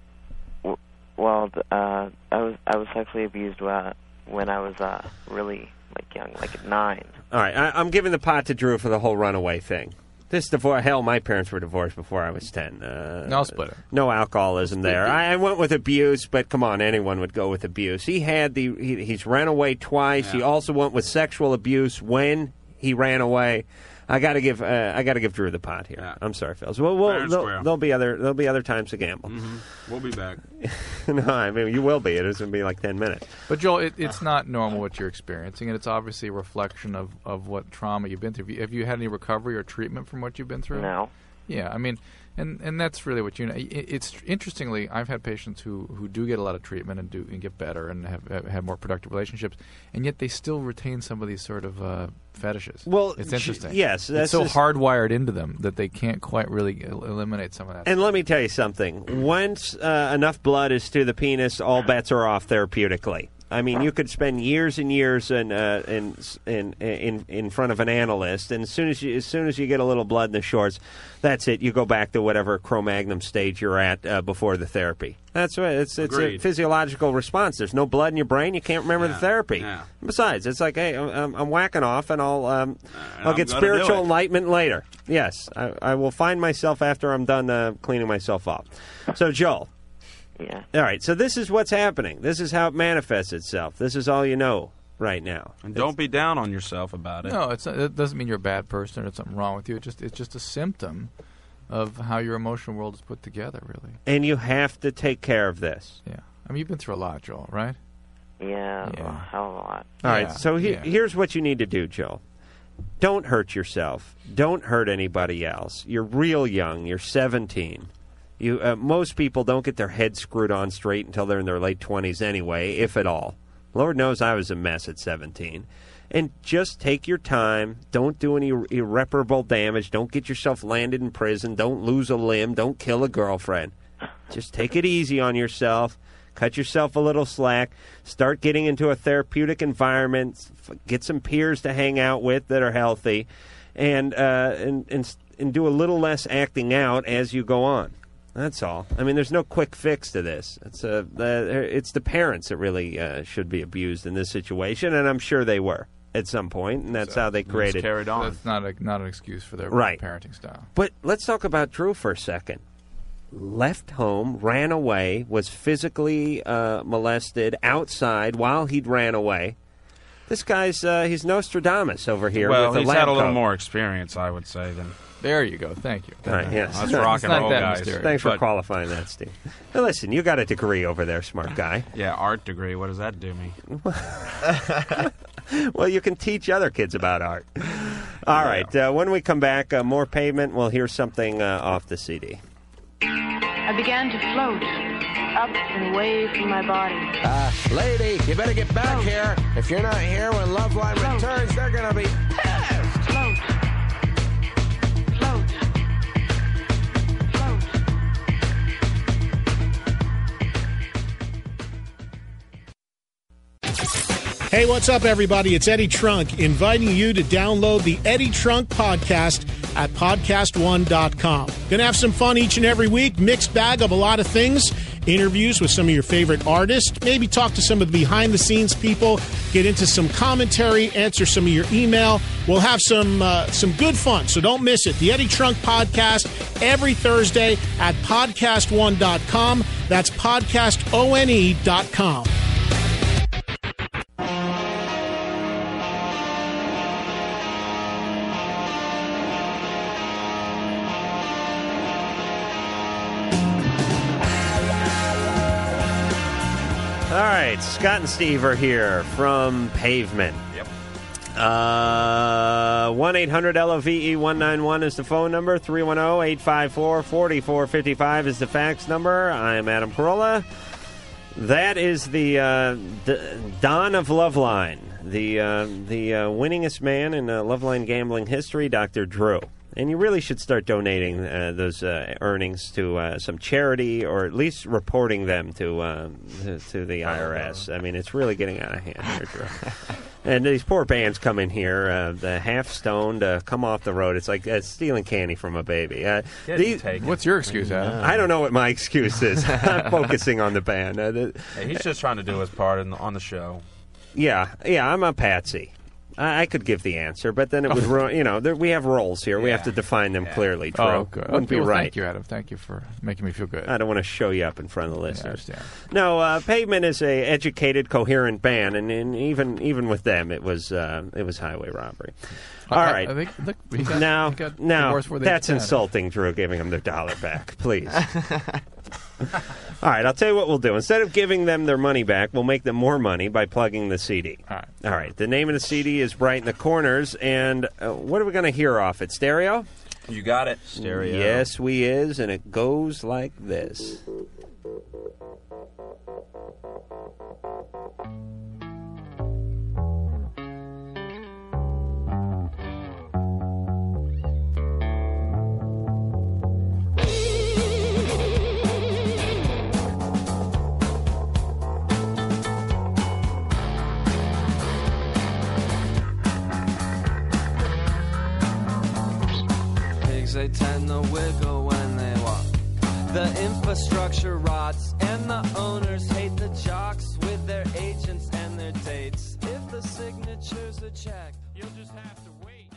[SPEAKER 11] w- well, th- uh, I was I was sexually abused when when I was uh really like young, like at nine.
[SPEAKER 9] All right. I, I'm giving the pot to Drew for the whole runaway thing. This divorce. Hell, my parents were divorced before I was ten. Uh,
[SPEAKER 10] No, I'll split it.
[SPEAKER 9] No alcoholism there. I, I went with abuse, but come on, anyone would go with abuse. He had the. He, he's ran away twice. He also went with sexual abuse when he ran away. I got to give. Uh, I got to give Drew the pot here. I'm sorry, Phils. Well,
[SPEAKER 16] Fair
[SPEAKER 9] we'll
[SPEAKER 16] and
[SPEAKER 9] there'll,
[SPEAKER 16] square. Mm-hmm.
[SPEAKER 9] there'll be other. There'll be other times to gamble.
[SPEAKER 16] We'll be back.
[SPEAKER 9] no, I mean you will be. It is going to be like ten minutes.
[SPEAKER 10] But Joel, it, it's not normal what you're experiencing, and it's obviously a reflection of, of what trauma you've been through. Have you, have you had any recovery or treatment from what you've been through?
[SPEAKER 11] No.
[SPEAKER 10] Yeah, I mean, and and that's really what you know. It, it's interestingly, I've had patients who, who do get a lot of treatment and do and get better and have have, have more productive relationships, and yet they still retain some of these sort of uh, fetishes.
[SPEAKER 9] Well,
[SPEAKER 10] it's
[SPEAKER 9] j-
[SPEAKER 10] interesting.
[SPEAKER 9] yes, that's
[SPEAKER 10] it's so
[SPEAKER 9] just-
[SPEAKER 10] hardwired into them that they can't quite really el- eliminate some of that.
[SPEAKER 9] And let me tell you something. Once uh, enough blood is to the penis, all bets are off therapeutically. I mean, you could spend years and years in uh, in, in in in front of an analyst, and as soon as you as soon as you get a little blood in the shorts, that's it. You go back to whatever Cro-Magnon stage you're at uh, before the therapy. That's right. It's it's a
[SPEAKER 16] Agreed.
[SPEAKER 9] physiological response. There's no blood in your brain. You can't remember the therapy. Besides, it's like, hey, I'm- I'm, I'm whacking off, and I'll um, I'll
[SPEAKER 16] Uh, I'm
[SPEAKER 9] get
[SPEAKER 16] gonna do
[SPEAKER 9] spiritual
[SPEAKER 16] it.
[SPEAKER 9] enlightenment later. Yes, I, I will find myself after I'm done uh, cleaning myself up. So, Joel.
[SPEAKER 11] Yeah.
[SPEAKER 9] All right. So this is what's happening. This is how it manifests itself. This is all you know right now.
[SPEAKER 16] And don't be down on yourself about it.
[SPEAKER 10] No, it's not, it doesn't mean you're a bad person or there's something wrong with you. It just it's just a symptom of how your emotional world is put together, really.
[SPEAKER 9] And you have to take care of this.
[SPEAKER 10] Yeah. I mean, you've been through a lot, Joel, right?
[SPEAKER 11] Yeah, well, hell of a lot.
[SPEAKER 9] All right. So he- here's what you need to do, Joel. Don't hurt yourself. Don't hurt anybody else. You're real young. You're 17. You uh, most people don't get their heads screwed on straight until they're in their late 20s anyway, if at all. Lord knows I was a mess at 17. And just take your time. Don't do any ir- irreparable damage. Don't get yourself landed in prison. Don't lose a limb. Don't kill a girlfriend. Just take it easy on yourself. Cut yourself a little slack. Start getting into a therapeutic environment. F- Get some peers to hang out with that are healthy, and uh, and and s- and do a little less acting out as you go on. That's all. I mean, there's no quick fix to this. It's a, the, it's the parents that really uh, should be abused in this situation, and I'm sure they were at some point, and that's how they
[SPEAKER 10] It's
[SPEAKER 9] created
[SPEAKER 10] carried on. That's not a, not an excuse for their
[SPEAKER 9] Right.
[SPEAKER 10] parenting style.
[SPEAKER 9] But let's talk about Drew for a second. Left home, ran away, was physically uh, molested outside while he'd ran away. This guy's uh, he's Nostradamus over here.
[SPEAKER 16] well,
[SPEAKER 9] with the
[SPEAKER 16] he's
[SPEAKER 9] lab
[SPEAKER 16] had a little
[SPEAKER 9] coat.
[SPEAKER 16] more experience, I would say, than.
[SPEAKER 10] There you go. Thank you.
[SPEAKER 9] All right, yes.
[SPEAKER 16] Us rock and roll guys.
[SPEAKER 9] Thanks for
[SPEAKER 16] But-
[SPEAKER 9] qualifying that, Steve. Now, listen, you got a degree over there, smart guy.
[SPEAKER 16] Yeah, art degree. What does that do me?
[SPEAKER 9] well, you can teach other kids about art. All right. Uh, when we come back, uh, more pavement. We'll hear something uh, off the CD.
[SPEAKER 12] I began to float up and away from my body.
[SPEAKER 8] Uh, lady, you better get back here. If you're not here when Loveline returns, they're gonna be pissed.
[SPEAKER 13] Hey, what's up, everybody? It's Eddie Trunk inviting you to download the Eddie Trunk podcast at podcast1.com. Gonna have some fun each and every week, mixed bag of a lot of things interviews with some of your favorite artists, maybe talk to some of the behind the scenes people, get into some commentary, answer some of your email. We'll have some uh, some good fun, so don't miss it. The Eddie Trunk podcast every Thursday at podcast1.com. That's E podcastone.com.
[SPEAKER 9] All right, Scott and Steve are here from Pavement. Yep. Uh, 1 800 LOVE 191 is the phone number. 310 854 4455 is the fax number. I am Adam Carolla. That is the uh, d- Don of Loveline, the, uh, the uh, winningest man in uh, Loveline gambling history, Dr. Drew. And you really should start donating uh, those uh, earnings to uh, some charity, or at least reporting them to uh, to, to the IRS. I mean, it's really getting out of hand here, Drew. And these poor bands come in here, uh, the half stoned, uh, come off the road. It's like uh, stealing candy from a baby. Uh,
[SPEAKER 10] Get
[SPEAKER 9] these-
[SPEAKER 10] taken. What's your excuse, Adam?
[SPEAKER 9] I don't know what my excuse is. I'm focusing on the band. Uh, the-
[SPEAKER 16] Hey, he's just trying to do his part in the, on the show.
[SPEAKER 9] yeah, yeah, I'm a patsy. I, I could give the answer, but then it
[SPEAKER 10] Oh.
[SPEAKER 9] would ruin. You know, there, we have roles here. We have to define them clearly. Drew.
[SPEAKER 10] Oh, good.
[SPEAKER 9] Wouldn't be
[SPEAKER 10] Well,
[SPEAKER 9] right.
[SPEAKER 10] Thank you, Adam. Thank you for making me feel good.
[SPEAKER 9] I don't want to show you up in front of the listeners. no, uh, Pavement is a educated, coherent band, and, and even even with them, it was uh, it was highway robbery. All
[SPEAKER 10] I- I-
[SPEAKER 9] right.
[SPEAKER 10] I think- look, he got-
[SPEAKER 9] now,
[SPEAKER 10] he got
[SPEAKER 9] now
[SPEAKER 10] divorced before they
[SPEAKER 9] that's
[SPEAKER 10] got married.
[SPEAKER 9] insulting, Drew, giving them their dollar back. Please. All right, I'll tell you what we'll do. Instead of giving them their money back, we'll make them more money by plugging the CD. All right. All right. The name of the CD is Bright in the Corners, and uh, what are we going to hear off it? Stereo?
[SPEAKER 16] You got it. Stereo.
[SPEAKER 9] Yes, we is, and it goes like this.
[SPEAKER 14] Pigs, they tend to wiggle when they walk. The infrastructure rots, and the owners hate the jocks with their agents and their dates. If the signature's a check, you'll just have to wait.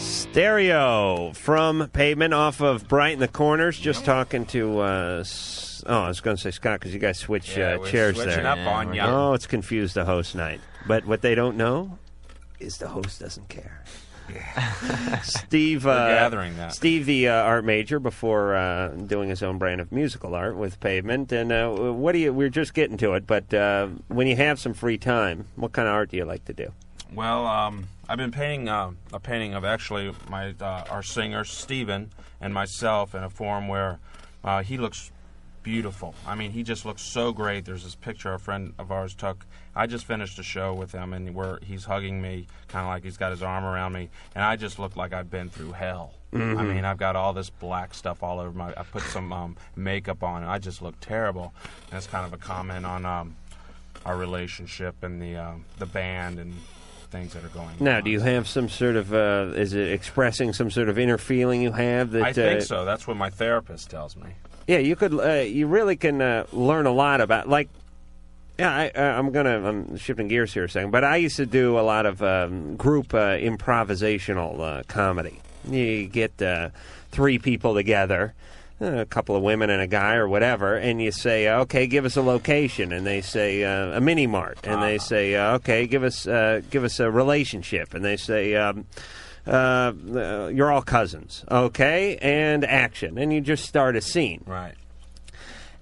[SPEAKER 9] Stereo from Pavement off of Bright in the Corners. Just talking to. Uh, S- oh, I was going to say Scott because you guys switch
[SPEAKER 16] Yeah,
[SPEAKER 9] uh,
[SPEAKER 16] we're
[SPEAKER 9] chairs
[SPEAKER 16] switching
[SPEAKER 9] there.
[SPEAKER 16] up Yeah, on we're ya.
[SPEAKER 9] Oh, it's confused the host night. But what they don't know is the host doesn't care. Steve,
[SPEAKER 16] We're
[SPEAKER 9] uh,
[SPEAKER 16] gathering that.
[SPEAKER 9] Steve, the uh, art major, before uh, doing his own brand of musical art with Pavement, and uh, what do you? We're just getting to it, but uh, when you have some free time, what kind of art do you like to do?
[SPEAKER 16] Well, um, I've been painting uh, a painting of actually my uh, our singer Steven and myself in a form where uh, he looks beautiful. I mean, he just looks so great. There's this picture a friend of ours took. I just finished a show with him, and where he's hugging me, kind of like he's got his arm around me, and I just look like I've been through hell. I
[SPEAKER 15] Mhm.
[SPEAKER 16] mean, I've got all this black stuff all over my. I put some um, makeup on, and I just look terrible. And it's kind of a comment on um, our relationship and the um, the band and things that are going.
[SPEAKER 9] Now, do you have some sort of? Uh, is it expressing some sort of inner feeling you have that?
[SPEAKER 16] I think
[SPEAKER 9] uh,
[SPEAKER 16] so. That's what my therapist tells me.
[SPEAKER 9] Yeah, you could. Uh, you really can uh, learn a lot about like. Yeah, I, uh, I'm gonna. I'm shifting gears here a second, but I used to do a lot of um, group uh, improvisational uh, comedy. You get uh, three people together, uh, a couple of women and a guy or whatever, and you say, "Okay, give us a location," and they say uh, a mini mart, and they say, uh, "Okay, give us uh, give us a relationship," and they say. Um, uh, uh, you're all cousins, okay? And action, and you just start a scene,
[SPEAKER 16] right?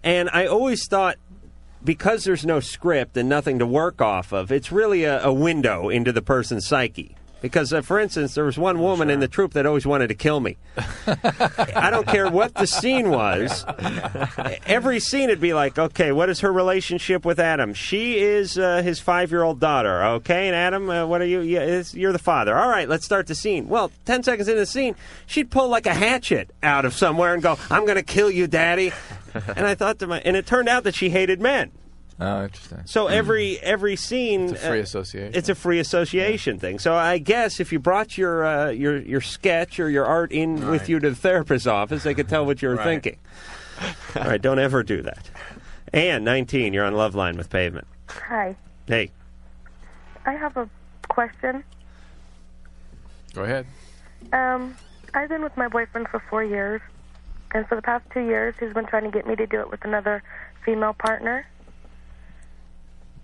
[SPEAKER 9] And I always thought because there's no script and nothing to work off of, it's really a, a window into the person's psyche. Because, uh, for instance, there was one woman in the troupe that always wanted to kill me. I don't care what the scene was. Every scene would be like, okay, what is her relationship with Adam? She is uh, his five year old daughter. Okay, and Adam, uh, what are you? Yeah, it's- you're the father. All right, let's start the scene. Well, 10 seconds into the scene, she'd pull like a hatchet out of somewhere and go, I'm going to kill you, daddy. And I thought to my, and it turned out that she hated men.
[SPEAKER 10] Oh, interesting.
[SPEAKER 9] So every every scene,
[SPEAKER 10] It's a free
[SPEAKER 9] uh,
[SPEAKER 10] association.
[SPEAKER 9] It's a free association thing. So I guess if you brought your uh, your your sketch or your art in with you to the therapist's office, they could tell what you were
[SPEAKER 15] Right.
[SPEAKER 9] thinking. All right, don't ever do that. And nineteen, you're on Love Line with Pavement.
[SPEAKER 17] Hi.
[SPEAKER 9] Hey,
[SPEAKER 17] I have a question.
[SPEAKER 10] Go ahead.
[SPEAKER 17] Um, I've been with my boyfriend for four years, and for the past two years, he's been trying to get me to do it with another female partner.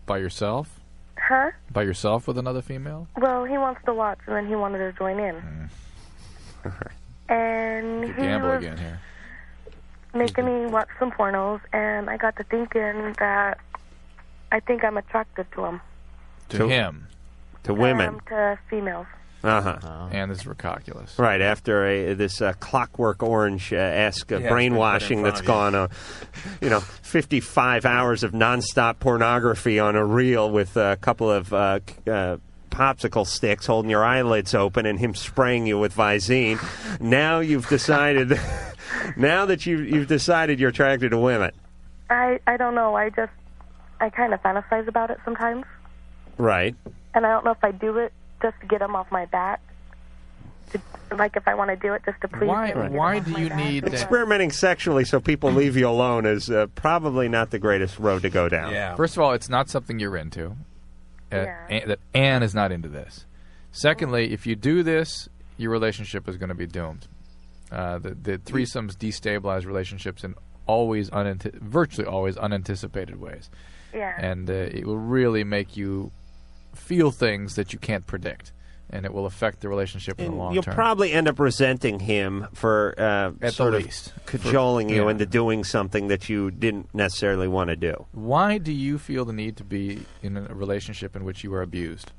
[SPEAKER 10] By yourself?
[SPEAKER 17] Huh?
[SPEAKER 10] By yourself with another female?
[SPEAKER 17] Well, he wants to watch, and then he wanted to join in.
[SPEAKER 10] Hmm.
[SPEAKER 17] And
[SPEAKER 10] Could
[SPEAKER 17] he
[SPEAKER 10] gamble
[SPEAKER 17] was
[SPEAKER 10] again here.
[SPEAKER 17] making me watch some pornos, and I got to thinking that I think I'm attractive to him.
[SPEAKER 10] To, him.
[SPEAKER 9] To women.
[SPEAKER 17] Um, to females.
[SPEAKER 9] Uh huh.
[SPEAKER 10] And this Rockulus.
[SPEAKER 9] Right after a, this uh, clockwork orange uh, esque
[SPEAKER 10] Yeah, it's been put in
[SPEAKER 9] brainwashing
[SPEAKER 10] front
[SPEAKER 9] that's
[SPEAKER 10] of you.
[SPEAKER 9] gone, uh, you know, fifty five hours of nonstop pornography on a reel with a couple of uh, c- uh, popsicle sticks holding your eyelids open and him spraying you with Visine. Now you've decided. now that you you've decided you're attracted to women,
[SPEAKER 17] I I don't know. I just I kind of fantasize about it sometimes,
[SPEAKER 9] right?
[SPEAKER 17] and I don't know if I do it just to get him off my back. To, like if I want to do it just to please
[SPEAKER 10] Why?
[SPEAKER 17] him. and get
[SPEAKER 10] Why
[SPEAKER 17] him off
[SPEAKER 10] do
[SPEAKER 17] my
[SPEAKER 10] you
[SPEAKER 17] back.
[SPEAKER 10] need that?
[SPEAKER 9] Experimenting sexually so people leave you alone is uh, probably not the greatest road to go down.
[SPEAKER 10] First of all, it's not something you're into. Uh, An- that Anne is not into this. Secondly, if you do this, your relationship is going to be doomed. Uh, the, the threesomes destabilize relationships in always unanti- virtually always unanticipated ways.
[SPEAKER 17] Yeah.
[SPEAKER 10] And uh, it will really make you feel things that you can't predict, and it will affect the relationship in the long
[SPEAKER 9] You'll
[SPEAKER 10] term.
[SPEAKER 9] probably end up resenting him for uh,
[SPEAKER 10] At
[SPEAKER 9] sort
[SPEAKER 10] the
[SPEAKER 9] of
[SPEAKER 10] least.
[SPEAKER 9] cajoling
[SPEAKER 10] For-
[SPEAKER 9] you
[SPEAKER 10] yeah.
[SPEAKER 9] into doing something that you didn't necessarily want to do.
[SPEAKER 10] Why do you feel the need to be in a relationship in which you are abused?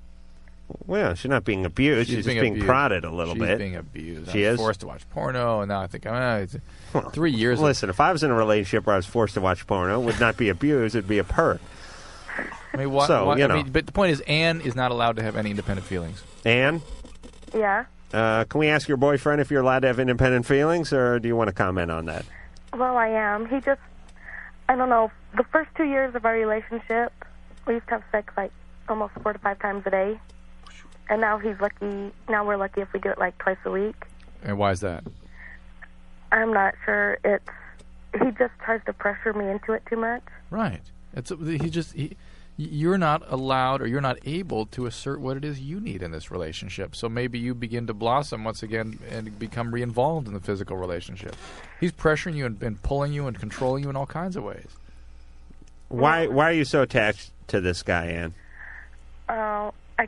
[SPEAKER 9] Well, she's not being abused. She's, just being,
[SPEAKER 10] abused.
[SPEAKER 9] prodded a little
[SPEAKER 10] She's
[SPEAKER 9] bit.
[SPEAKER 10] being abused.
[SPEAKER 9] She
[SPEAKER 10] I was
[SPEAKER 9] is.
[SPEAKER 10] forced to watch porno, and now I think ah, it's three years.
[SPEAKER 9] Listen, if I was in a relationship where I was forced to watch porno, it would not be abused. It'd be a perk.
[SPEAKER 10] I mean, why,
[SPEAKER 9] so,
[SPEAKER 10] why-
[SPEAKER 9] you
[SPEAKER 10] I
[SPEAKER 9] know.
[SPEAKER 10] mean, but the point is, Anne is not allowed to have any independent feelings.
[SPEAKER 9] Anne,
[SPEAKER 17] Yeah.
[SPEAKER 9] uh, can we ask your boyfriend if you're allowed to have independent feelings, or do you want to comment on that?
[SPEAKER 17] Well, I am. He just I don't know. The first two years of our relationship, we used to have sex like almost four to five times a day, and now he's lucky. Now we're lucky if we do it like twice a week.
[SPEAKER 10] And why is that?
[SPEAKER 17] I'm not sure. It's he just tries to pressure me into it too much.
[SPEAKER 10] Right. It's he just he, you're not allowed or you're not able to assert what it is you need in this relationship. So maybe you begin to blossom once again and become re-involved in the physical relationship. He's pressuring you and, and pulling you and controlling you in all kinds of ways.
[SPEAKER 9] Why Why are you so attached to this guy, Anne?
[SPEAKER 17] Oh, I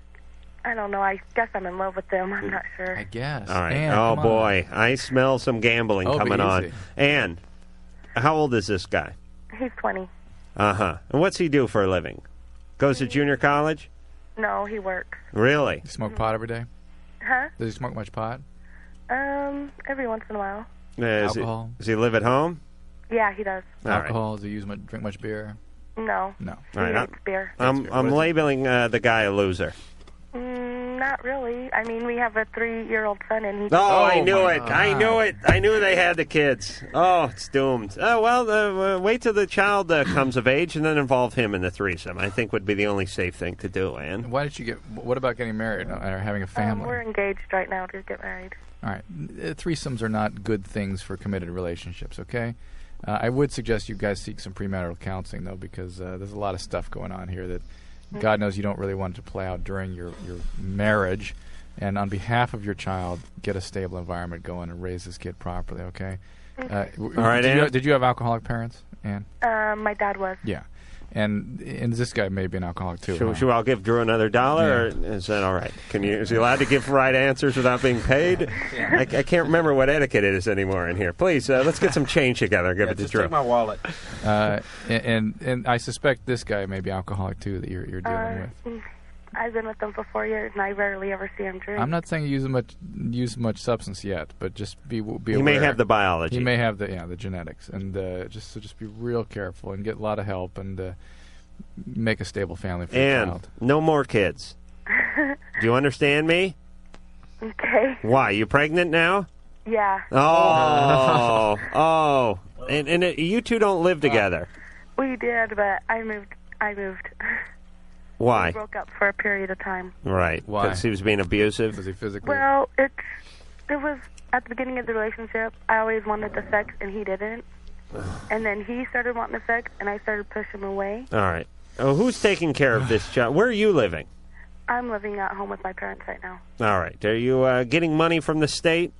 [SPEAKER 17] I don't know. I guess I'm in love with him. I'm not sure. I
[SPEAKER 10] guess.
[SPEAKER 9] All right.
[SPEAKER 10] Anne,
[SPEAKER 9] oh
[SPEAKER 10] come on.
[SPEAKER 9] boy, I smell some gambling
[SPEAKER 17] Oh, be
[SPEAKER 9] coming on.
[SPEAKER 17] easy.
[SPEAKER 9] Anne, how old is this guy? Uh-huh.
[SPEAKER 17] He's 20.
[SPEAKER 9] Uh huh. And what's he do for a living? Goes to junior college?
[SPEAKER 17] No, he works.
[SPEAKER 9] Really?
[SPEAKER 10] You smoke pot every day?
[SPEAKER 17] Huh?
[SPEAKER 10] Does he smoke much pot?
[SPEAKER 17] Um, every once in a while.
[SPEAKER 9] Uh, does he-
[SPEAKER 10] Alcohol.
[SPEAKER 9] does he live at home?
[SPEAKER 17] Yeah, he does.
[SPEAKER 10] Alcohol? Does he use much, drink much beer?
[SPEAKER 17] No.
[SPEAKER 10] No.
[SPEAKER 9] All right, Um, I'm,
[SPEAKER 17] beer.
[SPEAKER 9] I'm, I'm labeling uh, the guy a loser.
[SPEAKER 17] Mm, not really. I mean, we have a three-year-old son, and he.
[SPEAKER 9] Oh, I knew it. I knew it. I knew they had the kids. Oh, it's doomed. Oh, well, uh, uh, wait till the child uh, comes of age and then involve him in the threesome. I think would be the only safe thing to do, Ann.
[SPEAKER 10] Why did you get? What about getting married or having a
[SPEAKER 17] Um,
[SPEAKER 10] family?
[SPEAKER 17] we're engaged right now to get married.
[SPEAKER 10] All right, Uh, threesomes are not good things for committed relationships. Okay, uh, I would suggest you guys seek some premarital counseling though, because uh, there's a lot of stuff going on here that God knows you don't really want to play out during your your marriage. And on behalf of your child, get a stable environment going and raise this kid properly. Okay. Uh, w-
[SPEAKER 9] All right,
[SPEAKER 10] Did you,
[SPEAKER 9] Ann.
[SPEAKER 10] did you have alcoholic parents, Ann?
[SPEAKER 17] Um, my dad was.
[SPEAKER 10] Yeah. And and this guy may be an alcoholic too. huh?
[SPEAKER 9] Should, should I give Drew another dollar, or is that all right? Can you is he allowed to give right answers without being paid? I, I can't remember what etiquette it is anymore in here. Please, uh, let's get some change together. and Give it to
[SPEAKER 18] Just
[SPEAKER 9] Drew.
[SPEAKER 18] take my wallet.
[SPEAKER 10] Uh, and, and and I suspect this guy may be alcoholic too that you're you're dealing
[SPEAKER 17] Uh,
[SPEAKER 10] with.
[SPEAKER 17] mm, I've been with them for four years, and I rarely ever see him drink.
[SPEAKER 10] I'm not saying use much use much substance yet, but just be be
[SPEAKER 9] He may
[SPEAKER 10] aware.
[SPEAKER 9] have the biology.
[SPEAKER 10] He may have the yeah the genetics, and uh, just so just be real careful and get a lot of help and uh, make a stable family for your
[SPEAKER 9] and
[SPEAKER 10] child.
[SPEAKER 9] no more kids. Do you understand me?
[SPEAKER 17] Okay.
[SPEAKER 9] Why you pregnant now?
[SPEAKER 17] Yeah.
[SPEAKER 9] Oh, oh, and and it, you two don't live together.
[SPEAKER 17] We did, but I moved. I moved.
[SPEAKER 9] Why?
[SPEAKER 17] We broke up for a period of time.
[SPEAKER 9] Right.
[SPEAKER 10] Why?
[SPEAKER 9] Because he was being abusive. Was
[SPEAKER 10] he physically?
[SPEAKER 17] Well, it's it was at the beginning of the relationship. I always wanted the sex, and he didn't. And then he started wanting the sex, and I started pushing him away.
[SPEAKER 9] All right. Oh, who's taking care of this child? Where are you living?
[SPEAKER 17] I'm living at home with my parents right now.
[SPEAKER 9] All right. Are you uh, getting money from the state?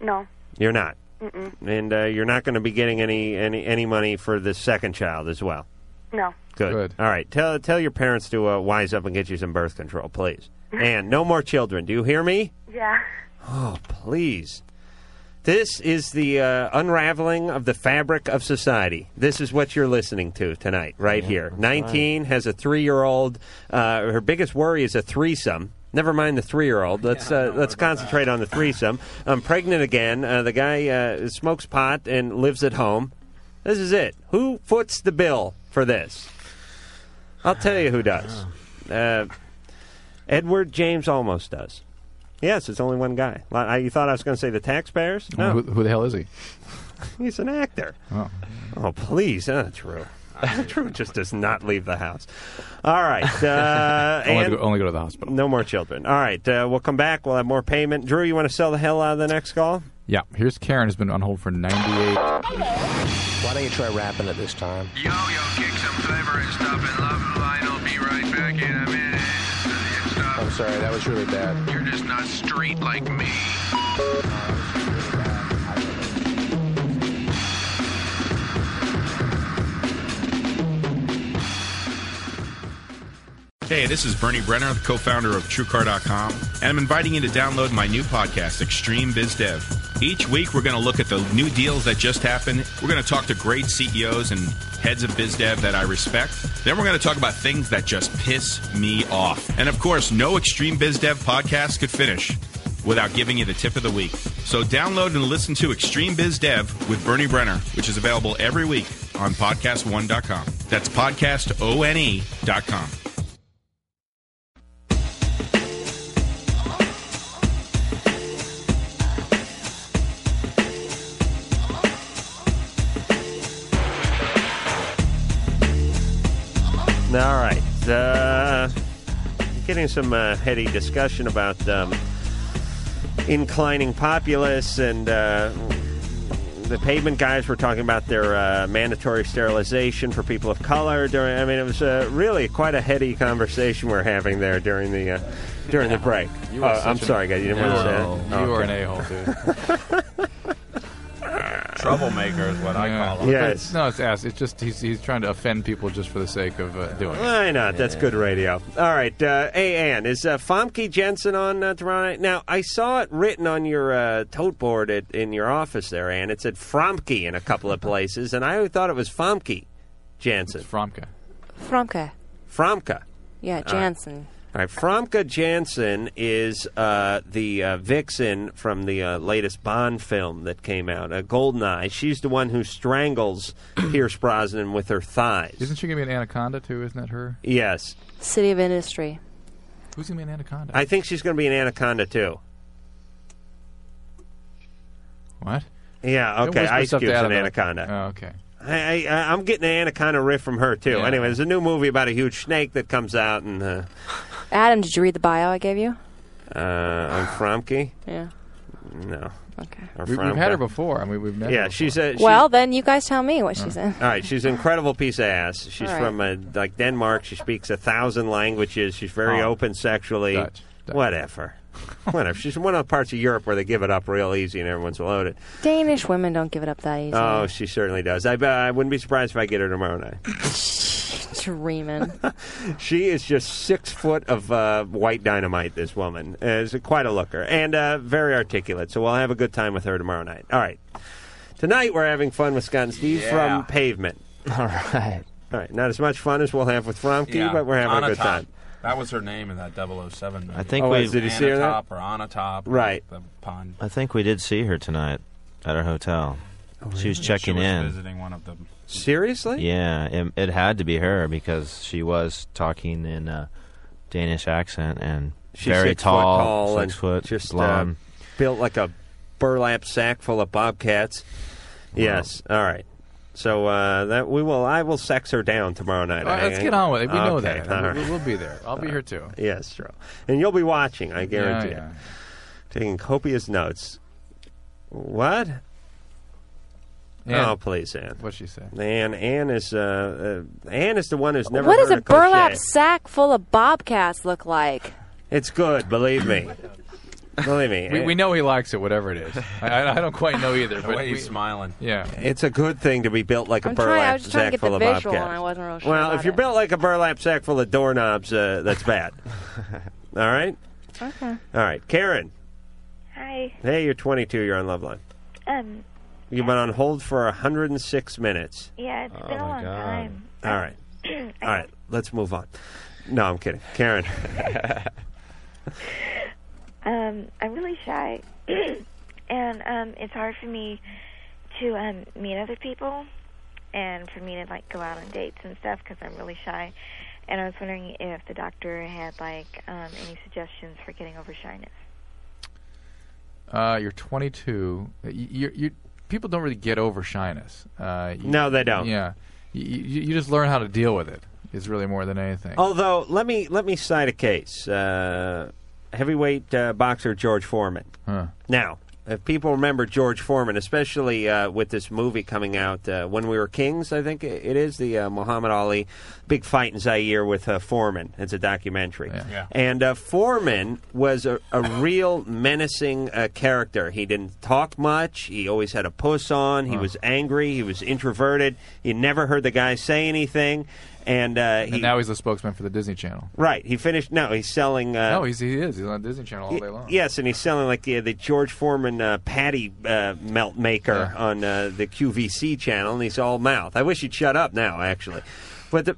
[SPEAKER 17] No.
[SPEAKER 9] You're not.
[SPEAKER 17] Mm-mm.
[SPEAKER 9] And uh, you're not going to be getting any, any any money for the second child as well.
[SPEAKER 17] No.
[SPEAKER 9] Good. All right. Tell tell your parents to uh, wise up and get you some birth control, please. And no more children. Do you hear me?
[SPEAKER 17] Yeah.
[SPEAKER 9] Oh, please. This is the uh, unraveling of the fabric of society. This is what you're listening to tonight, right here. 19 has a three year old. Uh, her biggest worry is a threesome. Never mind the three year old. Let's, uh, let's concentrate on the threesome. I'm pregnant again. Uh, the guy uh, smokes pot and lives at home. This is it. Who foots the bill for this? I'll tell you who does. Uh, Edward James almost does. Yes, it's only one guy. Li- I, you thought I was going to say the taxpayers? No,
[SPEAKER 10] Who, who the hell is he?
[SPEAKER 9] he's an actor.
[SPEAKER 10] Oh.
[SPEAKER 9] Oh, please, uh, Drew. Drew just does not leave the house. All right, uh,
[SPEAKER 10] Only
[SPEAKER 9] and
[SPEAKER 10] go- only go to the hospital.
[SPEAKER 9] No more children. All right, uh, we'll come back. We'll have more payment. Drew, you want to sell the hell out of the next call?
[SPEAKER 10] Yeah, here's Karen has been on hold for 98.
[SPEAKER 8] Why don't you try rapping it this time? I'm sorry, that was really bad.
[SPEAKER 4] You're just not straight like me.
[SPEAKER 15] Hey, this is Bernie Brenner, the co-founder of TrueCar.com, and I'm inviting you to download my new podcast, Extreme Biz Dev. Each week, we're going to look at the new deals that just happened. We're going to talk to great CEOs and heads of biz dev that I respect. Then we're going to talk about things that just piss me off. And of course, no Extreme Biz Dev podcast could finish without giving you the tip of the week. So download and listen to Extreme Biz Dev with Bernie Brenner, which is available every week on podcast1.com. That's E podcastone.com.
[SPEAKER 9] All right. Uh, getting some uh, heady discussion about um, inclining populace and uh, the pavement guys were talking about their uh, mandatory sterilization for people of color. During, I mean, it was uh, really quite a heady conversation we're having there during the uh, during the break.
[SPEAKER 10] You are
[SPEAKER 9] Oh,
[SPEAKER 10] such
[SPEAKER 9] I'm
[SPEAKER 10] a-
[SPEAKER 9] sorry, guys. You didn't want to
[SPEAKER 10] No.
[SPEAKER 9] say that.
[SPEAKER 10] You
[SPEAKER 9] Oh,
[SPEAKER 10] are
[SPEAKER 9] okay.
[SPEAKER 10] an a-hole, dude.
[SPEAKER 18] Troublemaker is what I call him.
[SPEAKER 9] Yes.
[SPEAKER 10] No, it's ass. It's just he's, he's trying to offend people just for the sake of uh, doing it.
[SPEAKER 9] Why not? That's good radio. All right, uh, hey Ann, is uh, Fomke Jensen on uh, tomorrow night? Now I saw it written on your uh, tote board at, in your office there, Ann. It said Fromke in a couple of places, and I thought it was Fomke Jensen.
[SPEAKER 10] Fromke.
[SPEAKER 20] Fromka.
[SPEAKER 9] Fromke.
[SPEAKER 20] Yeah,
[SPEAKER 9] All right.
[SPEAKER 20] Jansen.
[SPEAKER 9] All right. All right, Fromka Jansen is uh, the uh, vixen from the uh, latest Bond film that came out, uh, Goldeneye. She's the one who strangles Pierce Brosnan with her thighs.
[SPEAKER 10] Isn't she going to be an anaconda too? Isn't that her?
[SPEAKER 9] Yes.
[SPEAKER 20] City of Industry.
[SPEAKER 10] Who's going to be an anaconda?
[SPEAKER 9] I think she's going to be an anaconda too.
[SPEAKER 10] What?
[SPEAKER 9] Yeah.
[SPEAKER 10] Don't
[SPEAKER 9] Okay.
[SPEAKER 10] whisper
[SPEAKER 9] Ice
[SPEAKER 10] stuff
[SPEAKER 9] Cube's
[SPEAKER 10] to
[SPEAKER 9] an
[SPEAKER 10] Adam.
[SPEAKER 9] anaconda.
[SPEAKER 10] Oh, okay.
[SPEAKER 9] I, I, I'm getting an anaconda riff from her too.
[SPEAKER 10] Yeah.
[SPEAKER 9] Anyway, there's a new movie about a huge snake that comes out, and uh,
[SPEAKER 20] Adam, did you read the bio I gave you?
[SPEAKER 9] uh, I'm Fromke.
[SPEAKER 20] Yeah.
[SPEAKER 9] No. Okay.
[SPEAKER 10] We, have had her before. I mean, we've met. her
[SPEAKER 9] Yeah, she's a. She,
[SPEAKER 20] well, then you guys tell me what she's in.
[SPEAKER 9] All right, she's an incredible piece of ass. She's
[SPEAKER 20] All right.
[SPEAKER 9] from uh like Denmark. She speaks a thousand languages. She's very
[SPEAKER 10] Oh.
[SPEAKER 9] open sexually. Whatever. Whatever. She's one of the parts of Europe where they give it up real easy and everyone's loaded.
[SPEAKER 20] Danish women don't give it up that easy.
[SPEAKER 9] Oh, she certainly does. I, bet- I wouldn't be surprised if I get her tomorrow night.
[SPEAKER 20] Dreaming.
[SPEAKER 9] she is just six foot of uh, white dynamite. This woman is quite a looker and uh, very articulate. So we'll have a good time with her tomorrow night. All right. Tonight we're having fun with Scott and Steve
[SPEAKER 8] Yeah.
[SPEAKER 9] from Pavement.
[SPEAKER 8] All right.
[SPEAKER 9] All right. Not as much fun as we'll have with Fromke,
[SPEAKER 16] Yeah,
[SPEAKER 9] but we're having
[SPEAKER 16] Anna
[SPEAKER 9] a good
[SPEAKER 16] Top.
[SPEAKER 9] time.
[SPEAKER 16] That was her name in that 007 movie.
[SPEAKER 18] I think Oh, we- is- did you see her
[SPEAKER 16] Anna
[SPEAKER 18] there?
[SPEAKER 16] Top or Anna Top.
[SPEAKER 18] Right.
[SPEAKER 16] The pun.
[SPEAKER 18] I think we did see her tonight at our hotel. She was checking
[SPEAKER 16] she was
[SPEAKER 18] in.
[SPEAKER 16] visiting one of the
[SPEAKER 9] Oh, Seriously?
[SPEAKER 18] Yeah, it, it had to be her because she was talking in a Danish accent and
[SPEAKER 9] She's
[SPEAKER 18] very
[SPEAKER 9] six foot
[SPEAKER 18] tall,
[SPEAKER 9] tall and
[SPEAKER 18] six foot,
[SPEAKER 9] just, uh,
[SPEAKER 18] blonde.
[SPEAKER 9] built like a burlap sack full of bobcats. Yes. All right. So uh, that we will, I will sex her down tomorrow night.
[SPEAKER 10] All right,
[SPEAKER 9] I-
[SPEAKER 10] let's get on with it. We know
[SPEAKER 9] Okay,
[SPEAKER 10] that.
[SPEAKER 9] all
[SPEAKER 10] We-
[SPEAKER 9] right.
[SPEAKER 10] We'll be there. I'll be here too.
[SPEAKER 9] Yes, true. And you'll be watching, I guarantee
[SPEAKER 10] yeah.
[SPEAKER 9] it. Taking copious notes. What?
[SPEAKER 10] Ann.
[SPEAKER 9] oh, please, Ann.
[SPEAKER 10] What'd she say?
[SPEAKER 9] Ann, Ann is uh, uh, Ann is the one who's never.
[SPEAKER 20] what does
[SPEAKER 9] heard
[SPEAKER 20] a burlap
[SPEAKER 9] crochet.
[SPEAKER 20] sack full of bobcats look like?
[SPEAKER 9] It's good, believe me. believe me.
[SPEAKER 10] We, we know he likes it, whatever it is. I, I- I don't quite know either.
[SPEAKER 16] The
[SPEAKER 10] but
[SPEAKER 16] way
[SPEAKER 10] we,
[SPEAKER 16] he's smiling.
[SPEAKER 10] Yeah.
[SPEAKER 9] It's a good thing to be built like a
[SPEAKER 10] I'm
[SPEAKER 9] burlap
[SPEAKER 10] trying- I was
[SPEAKER 20] just trying to
[SPEAKER 9] sack
[SPEAKER 20] get
[SPEAKER 9] full
[SPEAKER 20] the
[SPEAKER 9] of
[SPEAKER 20] visual,
[SPEAKER 9] bobcats.
[SPEAKER 20] and I wasn't real sure
[SPEAKER 9] Well,
[SPEAKER 20] about
[SPEAKER 9] if you're built like a burlap sack full of doorknobs, uh, that's bad. All right,
[SPEAKER 2] Okay.
[SPEAKER 9] all right, Karen.
[SPEAKER 2] Hi.
[SPEAKER 9] Hey, you're 22. You're on Loveline.
[SPEAKER 2] Um.
[SPEAKER 9] You've been on hold for 106 minutes.
[SPEAKER 2] Yeah, it's been a long time.
[SPEAKER 9] All right,
[SPEAKER 2] I
[SPEAKER 9] all right. Let's move on. No, I'm kidding, Karen.
[SPEAKER 2] Um, I'm really shy, and um, it's hard for me to um, meet other people, and for me to like go out on dates and stuff because I'm really shy. And I was wondering if the doctor had like um, any suggestions for getting over shyness.
[SPEAKER 10] Uh, you're 22. Uh, y- You're, you're, people don't really get over shyness. Uh, y-
[SPEAKER 9] No, they don't.
[SPEAKER 10] Yeah. You, you, you just learn how to deal with it. Is really more than anything.
[SPEAKER 9] Although, let me let me cite a case: uh, heavyweight uh, boxer George Foreman.
[SPEAKER 10] Huh.
[SPEAKER 9] Now, if people remember George Foreman, especially uh, with this movie coming out, uh, When We Were Kings, I think it is, the uh, Muhammad Ali big fight in Zaire with uh, Foreman. It's a documentary.
[SPEAKER 8] Yeah.
[SPEAKER 9] And uh, Foreman was a, a real menacing uh, character. He didn't talk much. He always had a puss on. He was angry. He was introverted. You never heard the guy say anything. And, uh, he,
[SPEAKER 10] And now he's the spokesman for the Disney Channel.
[SPEAKER 9] right, he finished. No, he's selling. Uh,
[SPEAKER 10] no, he's, he is. He's on the Disney Channel all
[SPEAKER 9] Y-
[SPEAKER 10] day long.
[SPEAKER 9] Yes, and he's selling like uh, the George Foreman uh, patty uh, melt maker on uh, the QVC channel, and he's all mouth. I wish he'd shut up now, actually. But the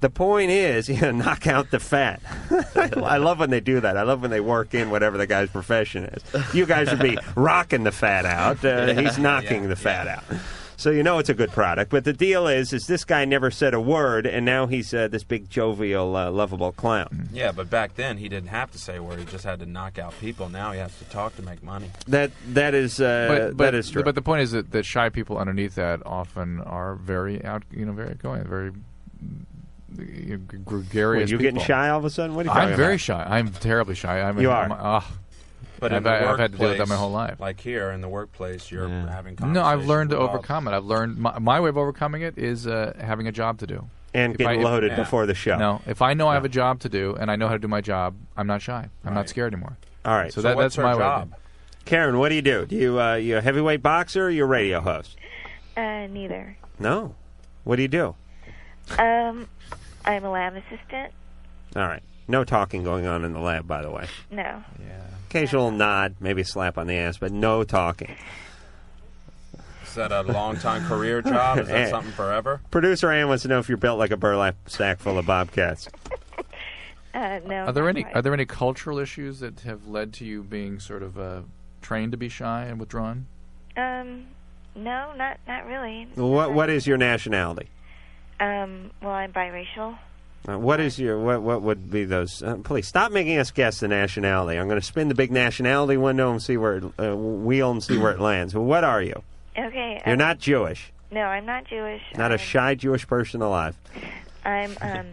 [SPEAKER 9] the point is, you know, knock out the fat. I love when they do that. I love when they work in whatever the guy's profession is. You guys would be rocking the fat out. Uh,
[SPEAKER 8] Yeah.
[SPEAKER 9] He's knocking
[SPEAKER 8] Yeah.
[SPEAKER 9] the fat out. So you know it's a good product, but the deal is, is this guy never said a word, and now he's uh, this big jovial, uh, lovable clown.
[SPEAKER 16] Yeah, but back then he didn't have to say a word. He just had to knock out people. Now he has to talk to make money.
[SPEAKER 9] That that is uh,
[SPEAKER 10] but, but,
[SPEAKER 9] that is true.
[SPEAKER 10] But the point is that, that shy people underneath that often are very out, you know, very outgoing, very you know, gr- gregarious.
[SPEAKER 9] Wait, you
[SPEAKER 10] people.
[SPEAKER 9] getting shy all of a sudden? What are you
[SPEAKER 10] I'm
[SPEAKER 9] talking
[SPEAKER 10] very
[SPEAKER 9] about?
[SPEAKER 10] shy. I'm terribly shy. I'm
[SPEAKER 9] You
[SPEAKER 10] I'm,
[SPEAKER 9] are.
[SPEAKER 10] ugh.
[SPEAKER 16] But in
[SPEAKER 10] I've,
[SPEAKER 16] the
[SPEAKER 10] I've had to deal with that
[SPEAKER 16] workplace,
[SPEAKER 10] my whole life.
[SPEAKER 16] Like here in the workplace, you're having conversations.
[SPEAKER 10] No, I've learned to
[SPEAKER 16] about-
[SPEAKER 10] overcome it. I've learned my, my way of overcoming it is uh, having a job to do
[SPEAKER 9] And
[SPEAKER 10] If
[SPEAKER 9] getting
[SPEAKER 10] if-
[SPEAKER 9] loaded before the show.
[SPEAKER 10] No, if I know I have a job to do and I know how to do my job, I'm not shy. I'm not scared anymore.
[SPEAKER 9] All right.
[SPEAKER 10] So, that, that's my way. of doing it.
[SPEAKER 9] Karen, what do you do? Do you uh, you a heavyweight boxer or you a radio host?
[SPEAKER 2] Uh, neither.
[SPEAKER 9] No. What do you do?
[SPEAKER 2] Um, I'm a lab assistant.
[SPEAKER 9] All right. No talking going on in the lab, by the way.
[SPEAKER 2] No.
[SPEAKER 9] Occasional nod, maybe slap on the ass, but no talking.
[SPEAKER 16] Is that a long time career job? Is that
[SPEAKER 9] Eh.
[SPEAKER 16] something forever?
[SPEAKER 9] Producer Ann wants to know if you're built like a burlap sack full of bobcats.
[SPEAKER 2] Uh, no.
[SPEAKER 10] Are there
[SPEAKER 2] not
[SPEAKER 10] any
[SPEAKER 2] quite.
[SPEAKER 10] are there any cultural issues that have led to you being sort of uh, trained to be shy and withdrawn?
[SPEAKER 2] Um, no, not not really.
[SPEAKER 9] What What is your nationality?
[SPEAKER 2] Um, well, I'm biracial.
[SPEAKER 9] Uh, what is your what? What would be those? Uh, please stop making us guess the nationality. I'm going to spin the big nationality window and see where it, uh, wheel and see where it lands. Well, what are you?
[SPEAKER 2] Okay.
[SPEAKER 9] You're
[SPEAKER 2] um,
[SPEAKER 9] not Jewish.
[SPEAKER 2] No, I'm not Jewish.
[SPEAKER 9] Not a shy Jewish person alive.
[SPEAKER 2] I'm um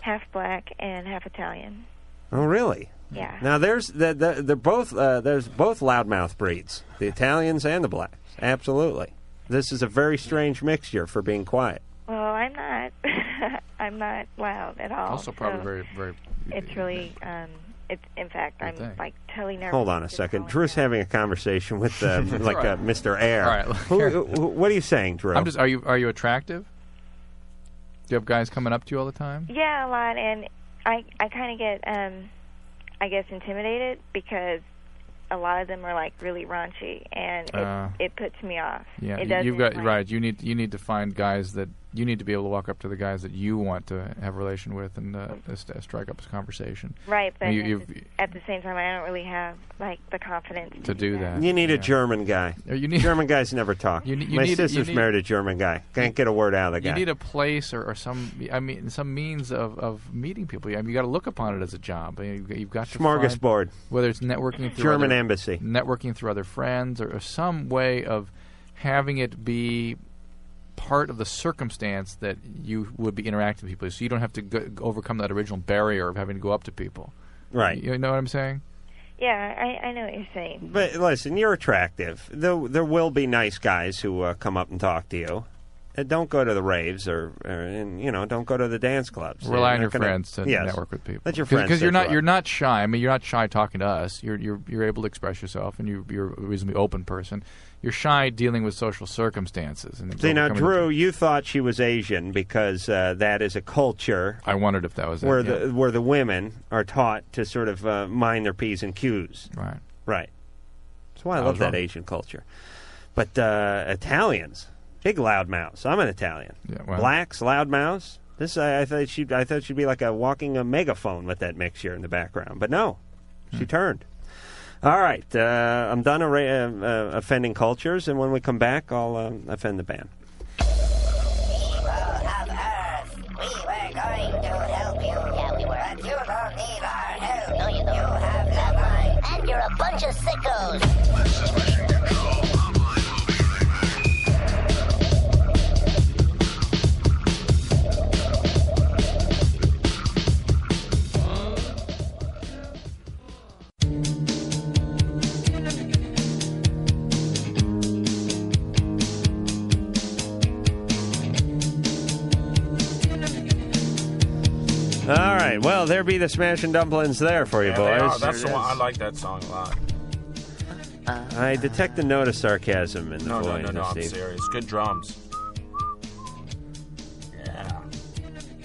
[SPEAKER 2] half black and half Italian.
[SPEAKER 9] Oh, really?
[SPEAKER 2] Yeah.
[SPEAKER 9] Now there's the, the, they're both uh, there's both loudmouth breeds, the Italians and the blacks. Absolutely. This is a very strange mixture for being quiet.
[SPEAKER 2] Well, I'm not. I'm not loud at all.
[SPEAKER 10] Also, probably
[SPEAKER 2] so
[SPEAKER 10] very very.
[SPEAKER 2] It's really um. It's in fact, I'm
[SPEAKER 10] think.
[SPEAKER 2] like totally nervous.
[SPEAKER 9] Hold on a second. Drew's having a conversation with uh,
[SPEAKER 10] That's
[SPEAKER 9] like uh,
[SPEAKER 10] right.
[SPEAKER 9] Mr. Air.
[SPEAKER 10] All right, look
[SPEAKER 9] Who-
[SPEAKER 10] here.
[SPEAKER 9] who- what are you saying, Drew?
[SPEAKER 10] I'm just. Are you are you attractive? Do you have guys coming up to you all the time?
[SPEAKER 2] Yeah, a lot, and I I kind of get um, I guess intimidated because a lot of them are like really raunchy, and it
[SPEAKER 10] Uh.
[SPEAKER 2] it puts me off.
[SPEAKER 10] Yeah,
[SPEAKER 2] it
[SPEAKER 10] you-
[SPEAKER 2] doesn't,
[SPEAKER 10] you've got
[SPEAKER 2] like-
[SPEAKER 10] right. You need you need to find guys that you need to be able to walk up to the guys that you want to have a relation with and uh, s- uh, strike up a conversation.
[SPEAKER 2] Right, but
[SPEAKER 10] you,
[SPEAKER 2] at,
[SPEAKER 10] you've,
[SPEAKER 2] the, at the same time, I don't really have like the confidence
[SPEAKER 10] to do that.
[SPEAKER 9] You need a German guy.
[SPEAKER 10] You need
[SPEAKER 9] German guys never talk.
[SPEAKER 10] you
[SPEAKER 9] My
[SPEAKER 10] need- you
[SPEAKER 9] sister's
[SPEAKER 10] need-
[SPEAKER 9] married a German guy. Can't get a word out of the
[SPEAKER 10] You
[SPEAKER 9] guy.
[SPEAKER 10] need a place or, or some I mean some means of, of meeting people. I mean you got to look upon it as a job. I mean, You've, you've got to find-
[SPEAKER 9] Smorgasbord.
[SPEAKER 10] whether it's networking through
[SPEAKER 9] German
[SPEAKER 10] other-
[SPEAKER 9] embassy,
[SPEAKER 10] networking through other friends, or, or some way of having it be part of the circumstance that you would be interacting with people, so you don't have to go, overcome that original barrier of having to go up to people.
[SPEAKER 9] Right.
[SPEAKER 10] You know what I'm saying?
[SPEAKER 2] Yeah, I I know what you're saying.
[SPEAKER 9] But listen, you're attractive. Though there will be nice guys who uh, come up and talk to you. Uh, don't go to the raves or, or and, you know, don't go to the dance clubs. They're
[SPEAKER 10] Rely on
[SPEAKER 9] not
[SPEAKER 10] your
[SPEAKER 9] gonna-
[SPEAKER 10] friends to
[SPEAKER 9] Yes.
[SPEAKER 10] network with people.
[SPEAKER 9] Let your friends
[SPEAKER 10] because you're
[SPEAKER 9] set
[SPEAKER 10] not
[SPEAKER 9] you up.
[SPEAKER 10] you're not shy. I mean, you're not shy talking to us. You're you're you're able to express yourself, and you, you're a reasonably open person. You're shy dealing with social circumstances. And
[SPEAKER 9] See now,
[SPEAKER 10] overcoming-
[SPEAKER 9] Drew, you thought she was Asian because uh, that is a culture.
[SPEAKER 10] I wondered if that was it,
[SPEAKER 9] where
[SPEAKER 10] yeah.
[SPEAKER 9] the where the women are taught to sort of uh, mind their p's and q's.
[SPEAKER 10] Right.
[SPEAKER 9] Right. That's why I,
[SPEAKER 10] I
[SPEAKER 9] love
[SPEAKER 10] was
[SPEAKER 9] that
[SPEAKER 10] wrong.
[SPEAKER 9] Asian culture. But uh, Italians, big loudmouths. I'm an Italian.
[SPEAKER 10] well-
[SPEAKER 9] Blacks, loudmouths. This I, I thought she I thought she'd be like a walking a megaphone with that mixture in the background, but no,
[SPEAKER 10] Hmm.
[SPEAKER 9] she turned. All right, uh, I'm done arra- uh, uh, offending cultures, and when we come back, I'll um, offend the band.
[SPEAKER 19] And you're a bunch of sickos.
[SPEAKER 9] All right, well, there be the smashing dumplings there for you,
[SPEAKER 16] Yeah, they
[SPEAKER 9] boys.
[SPEAKER 16] are. That's the one. I like that song a lot.
[SPEAKER 9] I detect a note of sarcasm in the
[SPEAKER 16] No, no,
[SPEAKER 9] voice
[SPEAKER 16] no, no.
[SPEAKER 9] of
[SPEAKER 16] I'm
[SPEAKER 9] Steve.
[SPEAKER 16] serious. Good drums. Yeah,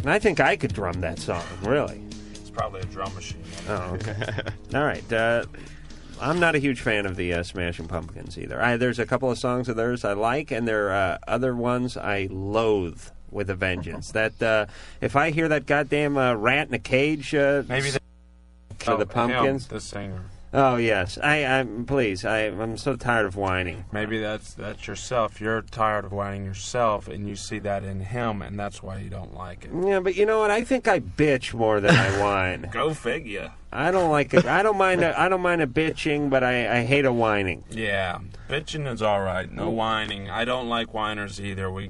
[SPEAKER 9] And I think I could drum that song, really.
[SPEAKER 16] it's probably a drum machine.
[SPEAKER 9] Oh, okay. All right. Uh, I'm not a huge fan of the uh, Smashing Pumpkins either. I, there's a couple of songs of theirs I like, and there are uh, other ones I loathe with a vengeance. that uh, if I hear that goddamn uh, rat in a cage, uh,
[SPEAKER 16] Maybe
[SPEAKER 9] s- for
[SPEAKER 16] Oh,
[SPEAKER 9] the pumpkins.
[SPEAKER 16] him, the singer.
[SPEAKER 9] Oh yes, I, I'm. Please, I, I'm so tired of whining.
[SPEAKER 16] Maybe that's that's yourself. You're tired of whining yourself, and you see that in him, and that's why you don't like it.
[SPEAKER 9] Yeah, but you know what? I think I bitch more than I whine.
[SPEAKER 16] Go figure.
[SPEAKER 9] I don't like it. I don't mind. A, I don't mind a bitching, but I, I hate a whining.
[SPEAKER 16] Yeah, bitching is all right. No whining. I don't like whiners either. We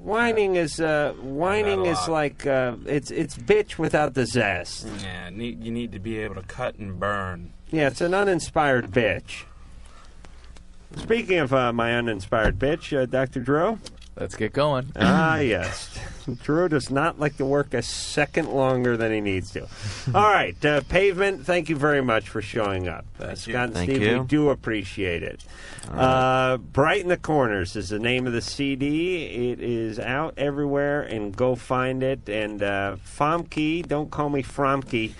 [SPEAKER 9] Whining is uh, whining
[SPEAKER 16] Not a
[SPEAKER 9] is
[SPEAKER 16] lot.
[SPEAKER 9] like uh, it's it's bitch without the zest.
[SPEAKER 16] yeah, need, you need to be able to cut and burn.
[SPEAKER 9] Yeah, it's an uninspired bitch. Speaking of uh, my uninspired bitch, uh, Doctor Drew.
[SPEAKER 10] Let's get going.
[SPEAKER 9] Ah, yes. Drew does not like to work a second longer than he needs to. All right, uh, Pavement, thank you very much for showing up. Uh, Scott and
[SPEAKER 21] Thank
[SPEAKER 9] Steve,
[SPEAKER 21] you.
[SPEAKER 9] we do appreciate it. Uh, Bright in the Corners is the name of the CD. It is out everywhere, and go find it. And uh, Fomke, don't call me Fromke,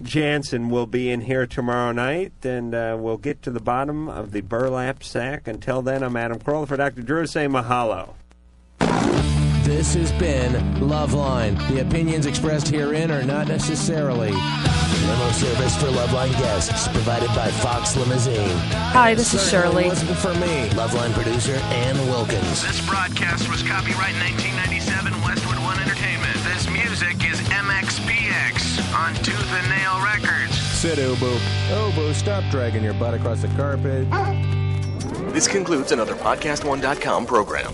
[SPEAKER 9] Jansen will be in here tomorrow night, and uh, we'll get to the bottom of the burlap sack. Until then, I'm Adam Kroll for Dr. Drew. Say mahalo.
[SPEAKER 8] This has been Loveline. The opinions expressed herein are not necessarily. Limo service for Loveline guests provided by Fox Limousine.
[SPEAKER 21] Hi, this is
[SPEAKER 8] Certainly
[SPEAKER 21] Shirley.
[SPEAKER 8] wasn't for me. Loveline producer Ann Wilkins.
[SPEAKER 4] This broadcast was copyright 1997 Westwood One Entertainment. This music is MXPX on Tooth and Nail Records.
[SPEAKER 8] Sit, Obo. Obo, stop dragging your butt across the carpet.
[SPEAKER 26] This concludes another PodcastOne.com program.